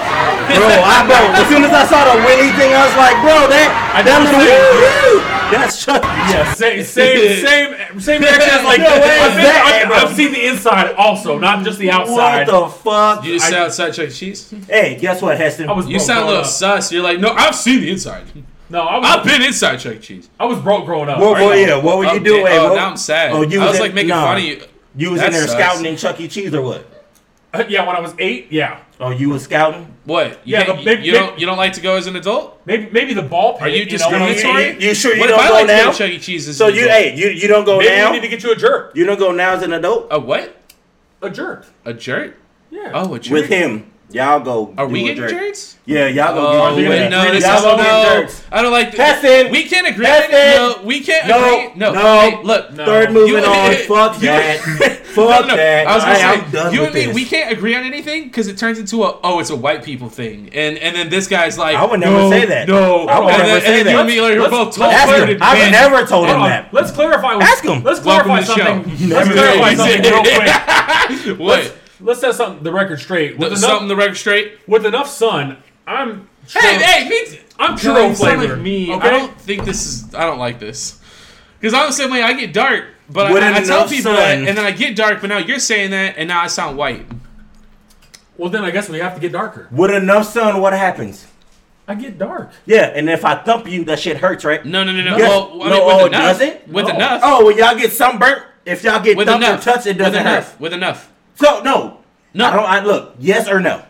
A: Bro, I bro, as soon as I saw the Winnie thing, I was like, bro, that that
B: know
A: little
B: what
A: woo, woo, that's Chuck.
B: yeah, same same same same action as like
A: No way
B: I've,
A: is
B: been-
A: that,
B: I've-
A: bro.
B: I've seen the inside also, not just the outside.
A: What the fuck?
C: You just
B: I-
C: said outside Chuck E. Cheese.
A: hey, guess what, Heston?
B: I was
C: You
B: broke
C: sound a
B: growing
C: little
B: up.
C: sus. You're like, no, I've seen the inside.
B: no, I was,
C: I've been inside Chuck E. Cheese.
B: I was broke growing up.
A: What-
B: right?
A: what- yeah, what were
C: Oh,
A: you doing?
C: damn. Oh,
A: What-
C: now I'm sad.
A: Oh, you
C: I was
A: in-
C: like making
A: nah.
C: fun of you.
A: You was
C: That
A: in there
C: sucks.
A: scouting in Chuck E. Cheese or what?
B: Yeah, when I was eight, yeah,
A: Oh, you was scouting?
C: What? You
B: Yeah,
C: can't-
B: the big-
C: you
B: big-
C: don't you don't like to go as an adult?
B: maybe maybe the ball pit.
C: Are you
B: know, when I
A: discriminating?
B: was eight.
C: discriminatory?
A: you- you sure you
C: what
A: don't
C: if I
A: go
C: like
A: now?
C: To go to Chuck E. Cheese as
A: So
C: an
A: you,
C: adult?
A: hey, you you don't go
B: Maybe
A: now.
B: we need to get you a jerk.
A: you don't go now as an adult
C: a what?
B: A jerk.
C: A jerk?
B: Yeah.
C: Oh, a jerk.
A: with him. Y'all go.
C: Are
A: do
C: we
A: a
C: getting
A: jerk.
C: jerks?
A: Yeah, y'all go.
C: Oh,
A: get,
C: wait, no,
A: y'all
C: this is
A: go get
C: no.
A: jerks.
C: I don't like this.
A: Testing.
C: We can't agree.
A: Testing.
C: No, we can't
A: No,
C: agree. No,
A: no,
C: Hey, look.
B: no.
A: Third
B: You-
A: moving on. Fuck that. Fuck
C: No, no,
A: that.
C: I was gonna
A: Hey,
C: say,
A: I'm done
C: you
A: with
C: and me,
A: this.
C: we can't agree on anything because it turns into a oh, it's a white people thing, and and then this guy's like,
A: I would never
B: No,
A: say that.
B: no.
A: I would
C: and
A: never
C: then,
A: say
C: and then you and me
A: that.
C: like, are
B: Let's-
C: both tall.
B: let's-
A: Ask him.
C: bearded
A: I've
C: men.
A: never told him
B: Hold on.
A: that.
B: Let's clarify.
A: Ask him.
B: Let's
C: Welcome
B: clarify
C: to the
B: something.
C: show.
B: Let's clarify something real quick.
C: What?
B: Let's set something the record straight. With, enough,
C: Something the record straight.
B: with enough sun, I'm. Sure,
C: Hey, hey, me,
B: I'm
C: Guys,
B: churro
C: you sound
B: flavored.
C: Like me,
B: okay?
C: I don't think this is. I don't like this because I'm the same way. I get dark, but
A: With
C: I, I tell
A: enough
C: people that,
A: sun.
C: and then I get dark. But now you're saying that, and now I sound white.
B: Well, then I guess we have to get darker.
A: With enough sun, what happens?
B: I get dark.
A: Yeah, and if I thump you, that shit hurts, right?
C: No, no, no, no.
A: Yes.
C: Well, I
A: No,
C: mean, with
A: oh, it
C: enough,
A: doesn't?
C: with
B: No.
C: enough,
A: Oh, when y'all get sunburnt, if y'all get
C: with
A: thumped
C: enough,
A: or touched, it
C: with
A: doesn't hurt.
C: enough, with enough,
A: So no,
C: No.
A: I don't. I look. Yes or no?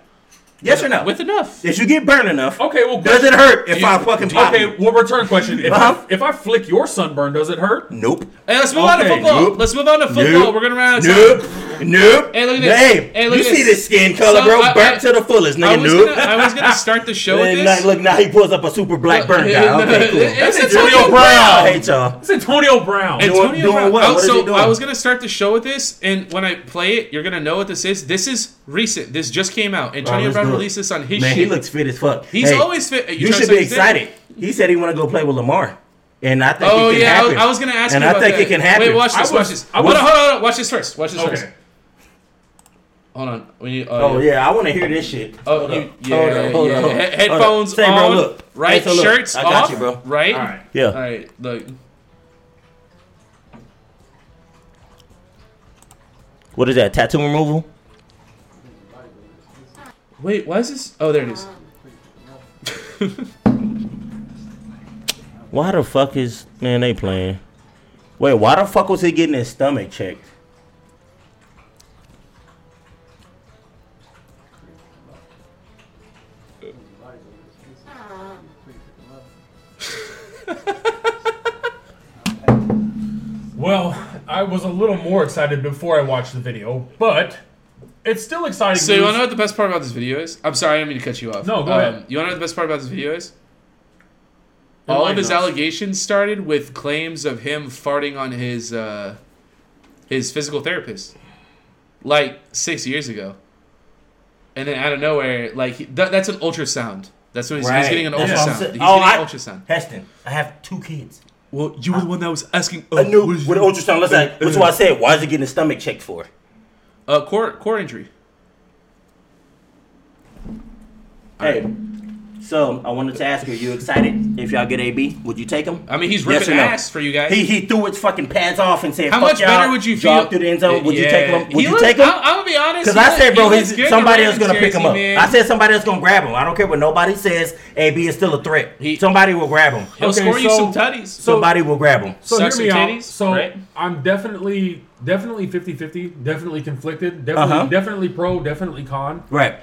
A: Yes or no?
C: with enough.
A: if you get burned enough,
B: Okay, well,
A: does it hurt if
C: you-
A: I fucking pop?
B: Okay,
A: you?
B: well, return question. If,
A: Huh?
B: I, if I flick your sunburn, does it hurt?
A: Nope.
C: Hey, let's move on to
A: Okay,
C: football.
A: nope.
C: Let's move on to football.
A: Nope.
C: We're gonna run out of time.
A: Nope. Nope.
C: Hey, look at this.
A: Hey,
C: Hey, look
A: you
C: at
A: see
C: this.
A: this skin color,
C: So,
A: bro?
C: I-
A: burnt
C: I-
A: to the fullest,
C: I
A: nigga.
C: was,
A: Nope.
C: gonna, I was gonna start the show with
A: And then,
C: this.
A: like, look, now he pulls up a super black burn guy. Okay, cool.
C: It's
B: That's
C: Antonio
B: Antonio
A: I
C: Brown.
A: hate y'all.
B: It's Antonio Brown.
A: Doing-
C: Antonio
A: doing
C: Brown.
A: what?
C: Oh,
A: What is
C: so
A: he doing?
C: I was gonna start the show with this, and when I play it, you're gonna know what this is. This is recent. This just came out. Antonio
A: let's
C: Brown
A: do it.
C: released this on his
A: Man,
C: shit.
A: he looks fit as fuck.
C: He's
A: Hey,
C: always fit. You
A: You,
C: trying
A: should
C: to
A: be
C: say he's fit?
A: excited. He said he want to go play with Lamar, and I think
C: oh
A: it can
C: yeah, I was-
A: happen.
C: I was gonna ask.
A: and
C: you
A: I
C: about
A: think
C: that.
A: it can happen.
C: Wait, watch this.
B: I
C: watch
B: was-
C: this.
B: I
C: Hold on,
B: was-
C: hold on, hold on. Watch this first. Watch this first.
B: okay.
C: Hold on. We need
A: Oh
C: audio.
A: yeah, I want to hear this shit.
C: Oh,
A: Hold
C: you,
A: up.
C: yeah,
A: Hold up, hold
C: yeah.
A: up, hold
C: He-
A: up.
C: headphones
A: Say,
C: on,
A: bro, look.
C: right?
A: Hey, so look,
C: Shirts
A: I got
C: off,
A: you, bro.
C: right?
B: All right.
A: Yeah.
C: All right, look.
A: What is that? Tattoo removal?
C: Wait, why is this? Oh, there it is.
A: Why the fuck is man they playing? Wait, why the fuck was he getting his stomach checked?
B: Well, I was a little more excited before I watched the video, but it's still exciting.
C: So you
B: news.
C: wanna know what the best part about this video is? I'm sorry, I didn't mean to cut you off.
B: No, go
C: Um,
B: ahead.
C: You wanna know what the best part about this video is? All of
B: Enlighten
C: his
B: us.
C: allegations started with claims of him farting on his uh, his physical therapist, like six years ago. And then out of nowhere, like he, that, that's an ultrasound. That's when he's, he's
A: Right.
C: getting an
A: That's what I'm
C: ultrasound.
A: saying.
C: He's
A: Oh,
C: getting
A: I-
C: an ultrasound.
A: Heston, I have two kids.
C: Well, you were the one that was asking. oh,
A: I knew with an ultrasound. Let's like, which is why I said, why is he getting his stomach checked for?
C: Uh, core core injury.
A: Hey, so I wanted to ask you, you excited if y'all get AB? Would you take him?
C: I mean, he's
A: Yes
C: ripping
A: or no?
C: ass for you guys.
A: He he threw his fucking pads off and said,
C: How
A: "Fuck
C: much better
A: y'all,"
C: would you feel?
A: jogged through the end zone. Would you
C: Yeah.
A: take him?
C: He
A: Would you
C: looks-
A: take him?
C: I, I'm gonna be honest.
A: Because
C: he
A: I
C: look-
A: said, bro,
C: he looks
A: he's,
C: good in
A: somebody
C: the
A: else gonna
C: Ravens
A: pick him
C: jersey,
A: up.
C: man.
A: I said somebody else gonna grab him. I don't care what nobody says. AB is still a threat.
C: He-
A: somebody will grab him.
C: he'll
B: Okay,
C: score you
B: so-
C: some tutties.
B: so-
A: somebody will grab him.
B: So
C: Suck
B: hear me
C: some
B: out.
C: titties,
B: so
C: right?
B: I'm definitely, definitely 50-50, definitely conflicted, definitely,
A: Uh-huh.
B: definitely pro, definitely con.
A: right.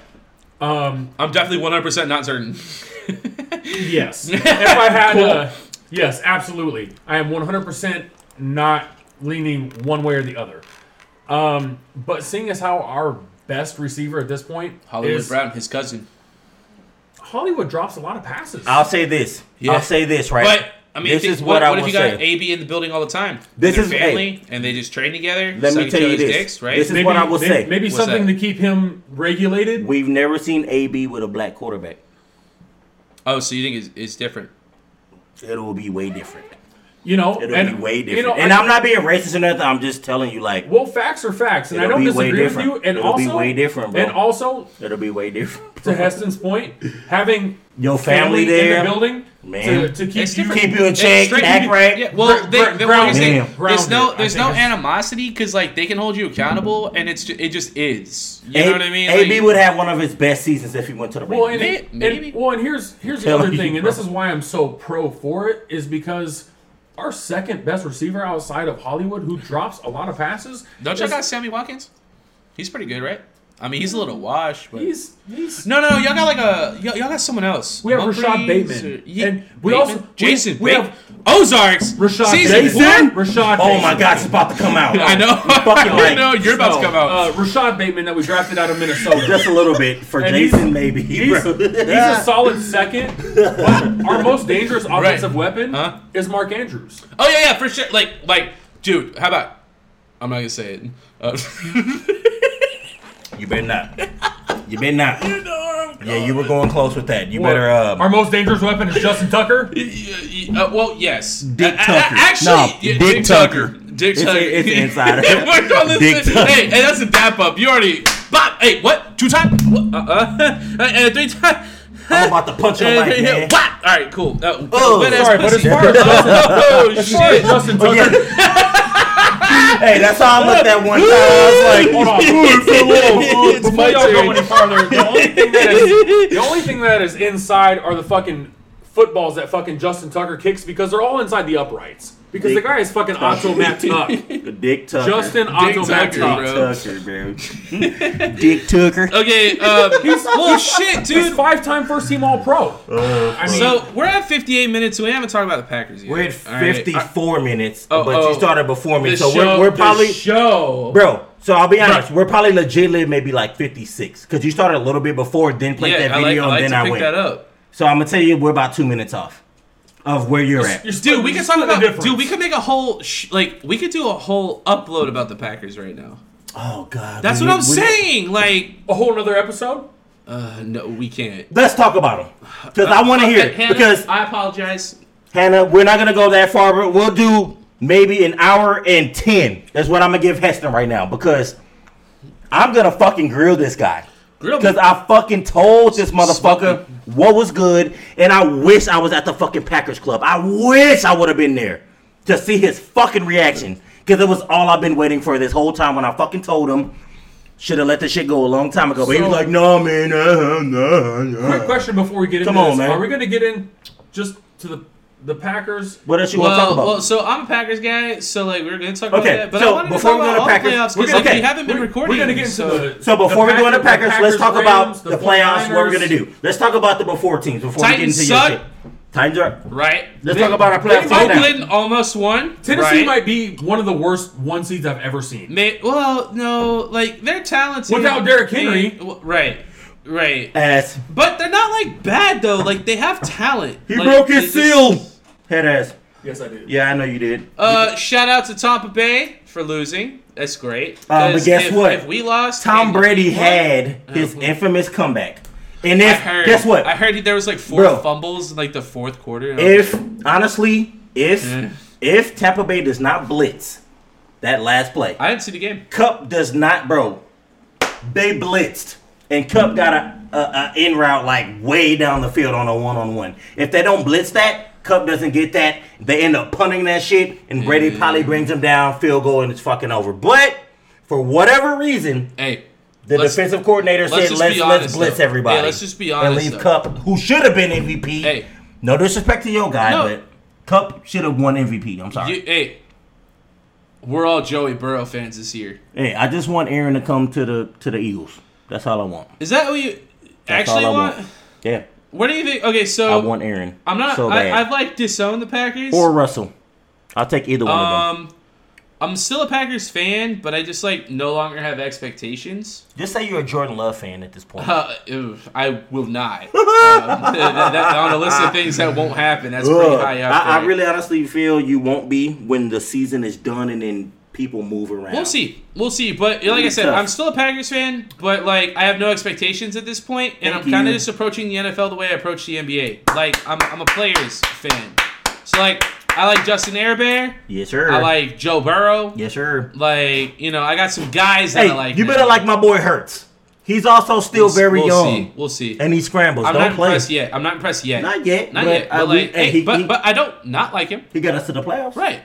B: Um,
C: I'm definitely 100 percent not certain.
B: yes. if I had, uh, yes, absolutely. I am 100% not leaning one way or the other. Um, but seeing as how our best receiver at this point
C: Hollywood
B: is
C: Brown, his cousin.
B: Hollywood drops a lot of passes.
A: I'll say this.
C: Yeah.
A: I'll say this right.
C: But I mean,
A: this
C: think-
A: is what, I
C: if
A: will
C: you got
A: say.
C: AB in the building all the time?
A: This
C: They're
A: is-
C: family, and they just train together.
A: Let me
C: suck each
A: tell you
C: other's
A: this.
C: Dicks, right?
A: This is- what I will
B: may-
A: say.
B: Maybe
C: What's
B: something
C: that?
B: to keep him regulated.
A: We've never seen AB with a black quarterback.
C: oh, so you think it's, it's different?
A: It will be way different.
B: you know,
A: It'll
B: and,
A: be way different.
B: You know,
A: and
B: I-
A: I'm not being racist or nothing. I'm just telling you, like,
B: Well, facts are facts, and I
A: It'll
B: don't
A: be way
B: disagree with
A: different.
B: you. And
A: It'll be
B: also,
A: way different, bro.
B: And also,
A: it'll be way different.
B: to Heston's point, having
A: Your family, there,
B: in the building
A: Man.
B: to, to keep
C: It's
B: you.
C: different.
A: keep you in check,
C: straight-
A: act right.
C: Yeah, well,
B: Gr- gr-
C: they, they- what I'm
B: grounded.
C: saying,
A: Damn.
C: there's no
B: Grounded,
C: there's
B: I
C: no
B: think it's-
C: animosity because like they can hold you accountable, and it's ju- it just is. You
A: A-
C: know what I mean?
A: AB
C: Like-
A: would have one of his best seasons if he went to the
B: Well,
A: Ravens.
B: and,
C: May-
B: and-
C: maybe.
B: well, and here's here's the
A: Hell,
B: other
A: you
B: thing, and this
A: bro.
B: is why I'm so pro for it, is because our second best receiver outside of Hollywood, who drops a lot of passes,
C: Don't y'all
B: is,
C: got Sammy Watkins? He's pretty good, right? I mean, he's a little washed, but
B: he's he's
C: no, no, no, y'all got like a y'all, y'all got someone else.
B: We have
C: Humphries
B: Rashad Bateman.
C: yeah,
B: And we
C: Bateman.
B: also- we-
C: Jason.
B: we
C: Ba-
B: have-
C: Ozarks.
B: Rashad
C: season
B: Bateman.
C: four?
B: Rashad.
A: oh
B: Bateman.
A: my God, it's about to come out.
C: I know.
A: fucking
C: I
A: right.
C: know. You're about to come out.
B: Uh, Rashad Bateman that we drafted out of Minnesota.
A: Just a little bit for
B: And
A: Jason,
B: he's-
A: maybe.
B: He's,
A: bro.
B: he's a solid second. but our most dangerous offensive weapon
C: Huh?
B: is Mark Andrews.
C: oh yeah, yeah, for sure. Like, like, dude, how about? I'm not gonna say it. Uh,
A: you better not. You better not.
C: no, I'm-
A: Yeah, you were going close with that. You better.
B: What? our
A: Uh, Oh,
B: most dangerous weapon is Justin Tucker.
C: Uh, well, yes.
A: Dick
C: A- a-
A: Tucker.
C: actually,
A: No,
C: yeah,
A: Dick
C: Dick Tucker.
A: Tucker.
C: Dick
A: It's a-
C: Tucker.
A: it's an insider.
C: We're going to
A: Dick
C: listen-
A: Tucker.
C: Hey, hey, that's a dap up. You already. Bop. Hey, what? Two time? What? Uh uh. Hey, uh, three time?
A: I'm about to punch your mic, man.
C: What? All right, cool. Uh,
A: Oh,
C: wet ass
B: sorry, but
C: pussy.
B: as far as-
C: oh
B: As far as
C: shit.
B: Justin Tucker,
A: yeah. hey, that's how I looked at one time. I was like,
B: hold on. Before y'all go any farther, the only, thing that is, the only thing that is inside are the fucking footballs that fucking Justin Tucker kicks because they're all inside the uprights. Because the guy is fucking Otto Matt Tuck.
A: Dick Tucker.
B: Justin Otto Matt
C: Tucker,
B: Tuck.
C: bro.
A: Tucker, bro. Dick Tucker.
B: Oh.
C: Okay, um, well, shit,
B: He's
C: dude.
B: five time first team All Pro.
A: Uh,
B: I mean,
C: So we're at 58 minutes, and we haven't talked about the Packers yet.
A: We're at
C: All right.
A: 54 minutes,
C: Oh,
A: but
C: oh.
A: you started before me,
C: The
A: so
C: show-
A: we're, we're
C: the
A: probably
B: show.
A: bro. So I'll be honest, we're probably legit live maybe like 56 because you started a little bit before, then played
C: yeah,
A: that
C: I like,
A: video,
C: I like
A: and
C: to
A: then I
C: pick
A: went.
C: that up.
A: So I'm gonna tell you, we're about two minutes off of where you're at.
B: You're splitting-
C: Dude, we
B: you're
C: could talk
B: splitting the
C: about.
B: difference.
C: Dude, we could make a whole sh- like we could do a whole upload about the Packers right now.
A: Oh God,
C: That's
A: we-
C: what I'm
A: we-
C: saying. Like,
B: a whole other episode.
C: uh, no, we can't.
A: Let's talk about them because I want to hear it.
C: Hannah,
A: Because
C: Uh, I apologize.
A: Hannah, we're not gonna go that far, but we'll do maybe an hour and ten. That's what I'm gonna give Heston right now because I'm gonna fucking grill this guy.
C: Grill me.
A: Because I fucking told this motherfucker what was good, and I wish I was at the fucking Packers Club. I wish I would have been there to see his fucking reaction. Because it was all I've been waiting for this whole time when I fucking told him. Should have let this shit go a long time ago. But he was
B: So-
A: like, no, man. Uh, no,
B: Quick
A: no.
B: question before we get
A: Come
B: into
A: on,
B: this:
A: man.
B: Are we going to get in just to the the Packers?
A: What else you want to talk
C: Well,
A: about?
C: well, so I'm a Packers guy, so like we're gonna talk
A: Okay,
C: about that. But I
A: so
C: wanted to
A: before
C: talk
A: we go
C: about
A: to
C: all
A: Packers,
C: the playoffs
A: we're
C: because
A: gonna-
C: like,
A: okay,
C: we haven't been
B: We're-
C: recording.
B: We're going to get into
C: so.
B: the.
A: So before we go into
B: the
A: Packers, let's talk
B: Rams,
A: about the, playoffs. What we're
B: 49ers.
A: gonna do? Let's talk about the before teams before
C: Titans
A: we get into
C: suck.
A: your shit. Times are up.
C: right.
A: Let's talk about our playoff team now.
C: Oakland almost won.
B: Tennessee
C: right?
B: might be one of the worst one seeds I've ever seen.
C: May, well, no, like they're talented
B: Without Derrick
C: They-
B: Henry.
C: w- right, right.
A: Ass.
C: But they're not like bad though. Like they have talent.
A: He
C: Like,
A: broke
C: they
A: his
C: just-
A: seal. Head ass.
B: Yes, I did.
A: Yeah, I know you did.
C: Uh, shout out to Tampa Bay for losing. That's great.
A: Uh, but
C: 'Cause
A: guess
C: if-
A: what?
C: If we lost,
A: Tom
C: and-
A: Brady
C: What?
A: had his
C: Uh-huh.
A: infamous comeback, and
C: I
A: if
C: heard,
A: guess what?
C: I heard there was like four
A: Bro.
C: fumbles in like the fourth quarter. and I was
A: if honestly, if
C: Yeah.
A: if Tampa Bay does not blitz that last play,
C: I didn't see the game.
A: Cup does not, bro. They blitzed, and Cup got a, a, a in route like way down the field on a one on one. If they don't blitz that, Cup doesn't get that. They end up punting that shit, and Brady
C: Mm.
A: probably brings him down, field goal, and it's fucking over. But for whatever reason,
C: Hey,
A: the
C: Let's-
A: defensive coordinator
C: let's
A: said,
C: just
A: "Let's
C: be
A: let's
C: honest,
A: blitz
C: though.
A: everybody."
C: Yeah, let's just be honest,
A: And leave
C: though.
A: Cup, who should have been MVP.
C: Hey.
A: No disrespect to your guy,
C: No.
A: but Cup should have won MVP. I'm sorry.
C: you, hey, we're all Joey Burrow fans this year.
A: Hey, I just want Aaron to come to the to the Eagles. That's all I want.
C: Is that what you
A: That's
C: actually
A: all I
C: want?
A: want. Yeah,
C: What do you think? Okay, so
A: I want Aaron.
C: I'm not.
A: so
C: I,
A: bad.
C: I've like disowned the Packers.
A: or Russell. I'll take either one of them.
C: um, I'm still a Packers fan, but I just like no longer have expectations.
A: Just say you're a Jordan Love fan at this point.
C: Uh, ew, I will not. um, that, that- on a list of things that won't happen, that's pretty high up.
A: I, I
C: there.
A: really honestly feel you won't be when the season is done and then people move around.
C: We'll see. We'll see. But like I
A: be
C: said,
A: tough.
C: I'm still a Packers fan, but like I have no expectations at this point, and
A: Thank
C: I'm kind of
A: you.
C: just approaching the NFL the way I approach the NBA. Like I'm, I'm a players fan. So like I like Justin Herbert.
A: Yes, sir.
C: I like Joe Burrow.
A: Yes, sir.
C: Like you know, I got some guys that
A: Hey,
C: I like.
A: you
C: now.
A: better like my boy Hurts. He's also still very
C: we'll
A: young,
C: See. We'll see.
A: and he scrambles.
C: I'm
A: Don't
C: not
A: play.
C: impressed yet. I'm not impressed yet.
A: Not yet,
C: Not
A: but
C: yet. But
A: I- we-
C: like,
A: hey,
C: hey,
A: he-
C: but
A: he-
C: but I don't not like him.
A: He got us to the playoffs.
C: Right.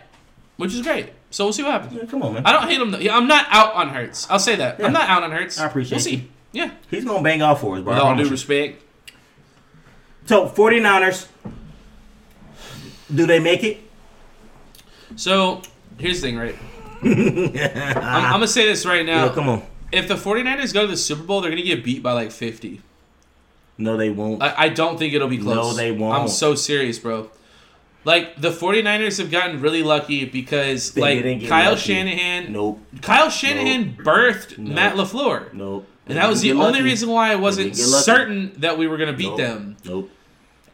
C: Which is great. So we'll see what happens.
A: Yeah, come on, man.
C: I don't hate him though. Yeah, I'm not out on Hurts. I'll say that.
A: Yeah.
C: I'm not out on Hurts.
A: I appreciate
C: We'll see.
A: you.
C: Yeah.
A: He's gonna bang off for us, bro. I
C: With all
A: promise
C: due
A: you.
C: respect.
A: So 49ers, do they make it?
C: So here's the thing, right? I'm, I'm gonna say this right now.
A: Yo, come on.
C: If the 49ers go to the Super Bowl, they're gonna get beat by like 50.
A: No, they won't.
C: I, I don't think it'll be
A: No,
C: close.
A: they won't.
C: I'm so serious, bro. Like the 49ers have gotten really lucky because
A: They didn't
C: like
A: get
C: Kyle
A: lucky.
C: Shanahan,
A: nope.
C: Kyle Shanahan birthed Matt LaFleur.
A: Nope.
C: And that was the
A: You're
C: only
A: lucky.
C: reason why I wasn't
A: get lucky.
C: certain that we were going to beat
A: Nope.
C: them.
A: Nope.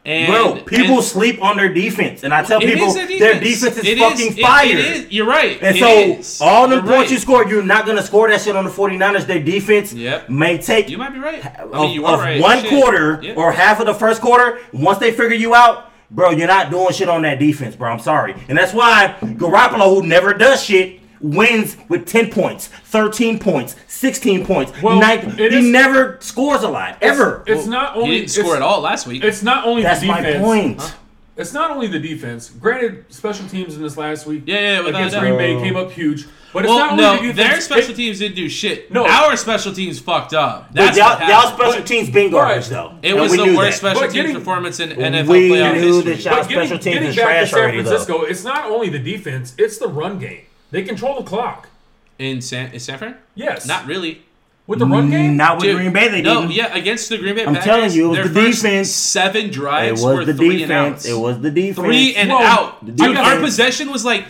C: And,
A: Bro, people
C: and
A: sleep on their defense, and I tell
C: it
A: people
C: is a
A: their defense is
C: It
A: fucking
C: it- it
A: fire.
C: is. You're right.
A: And
C: It
A: so,
C: is.
A: all the
C: You're
A: points
C: right.
A: you score, you're not gonna score that shit on the 49ers. Their defense
C: Yep.
A: may take
C: You might be right. I mean,
A: of,
C: you are
A: of
C: right.
A: one
C: Shit.
A: quarter
C: Yeah.
A: or half of the first quarter, once they figure you out, bro, you're not doing shit on that defense, bro. I'm sorry. And that's why Garoppolo, who never does shit, wins with 10 points, 13 points, 16 points.
B: Well,
A: nine-
B: it
A: he
B: is-
A: never scores a lot, ever.
B: It's not
C: He
B: only
C: didn't score
B: it's-
C: at all last week.
B: It's not only
A: that's
B: the
A: my
B: defense.
A: point.
B: It's not only the defense. Granted, special teams in this last week
C: Yeah, yeah, without
B: against
C: a
B: Green
C: doubt.
B: Bay came up huge, but it's not
C: Well,
B: only the
C: no,
B: defense.
C: their special
B: It-
C: teams didn't do shit.
B: No.
C: our special teams fucked up. That's
A: y'all,
C: what
A: y'all
C: happened.
A: special teams been garbage though.
C: It
A: And
C: was
A: we
C: the
A: knew
C: worst
A: that.
C: special
B: But
C: teams
B: getting-
C: performance in NFL
A: We
C: playoff
A: knew
C: history.
A: that y'all-
B: but getting,
A: special teams
B: getting
A: is
B: back to
A: trash
B: San
A: already, though.
B: Francisco, it's not only the defense; it's the run game. They control the clock.
C: in San, in Sanford?
B: Yes,
C: Not really.
B: with the run game.
A: Not with
C: Dude,
A: Green Bay, they
C: no,
A: didn't.
C: yeah, against the Green Bay.
A: I'm
C: Packers,
A: telling you, it was
C: their
A: the
C: first
A: defense.
C: Seven
A: It
C: drives were
A: was the
C: three and
A: defense.
C: outs.
A: It was the defense.
C: three and
B: Whoa.
C: out.
A: The
C: Dude, our
A: defense.
C: possession was like,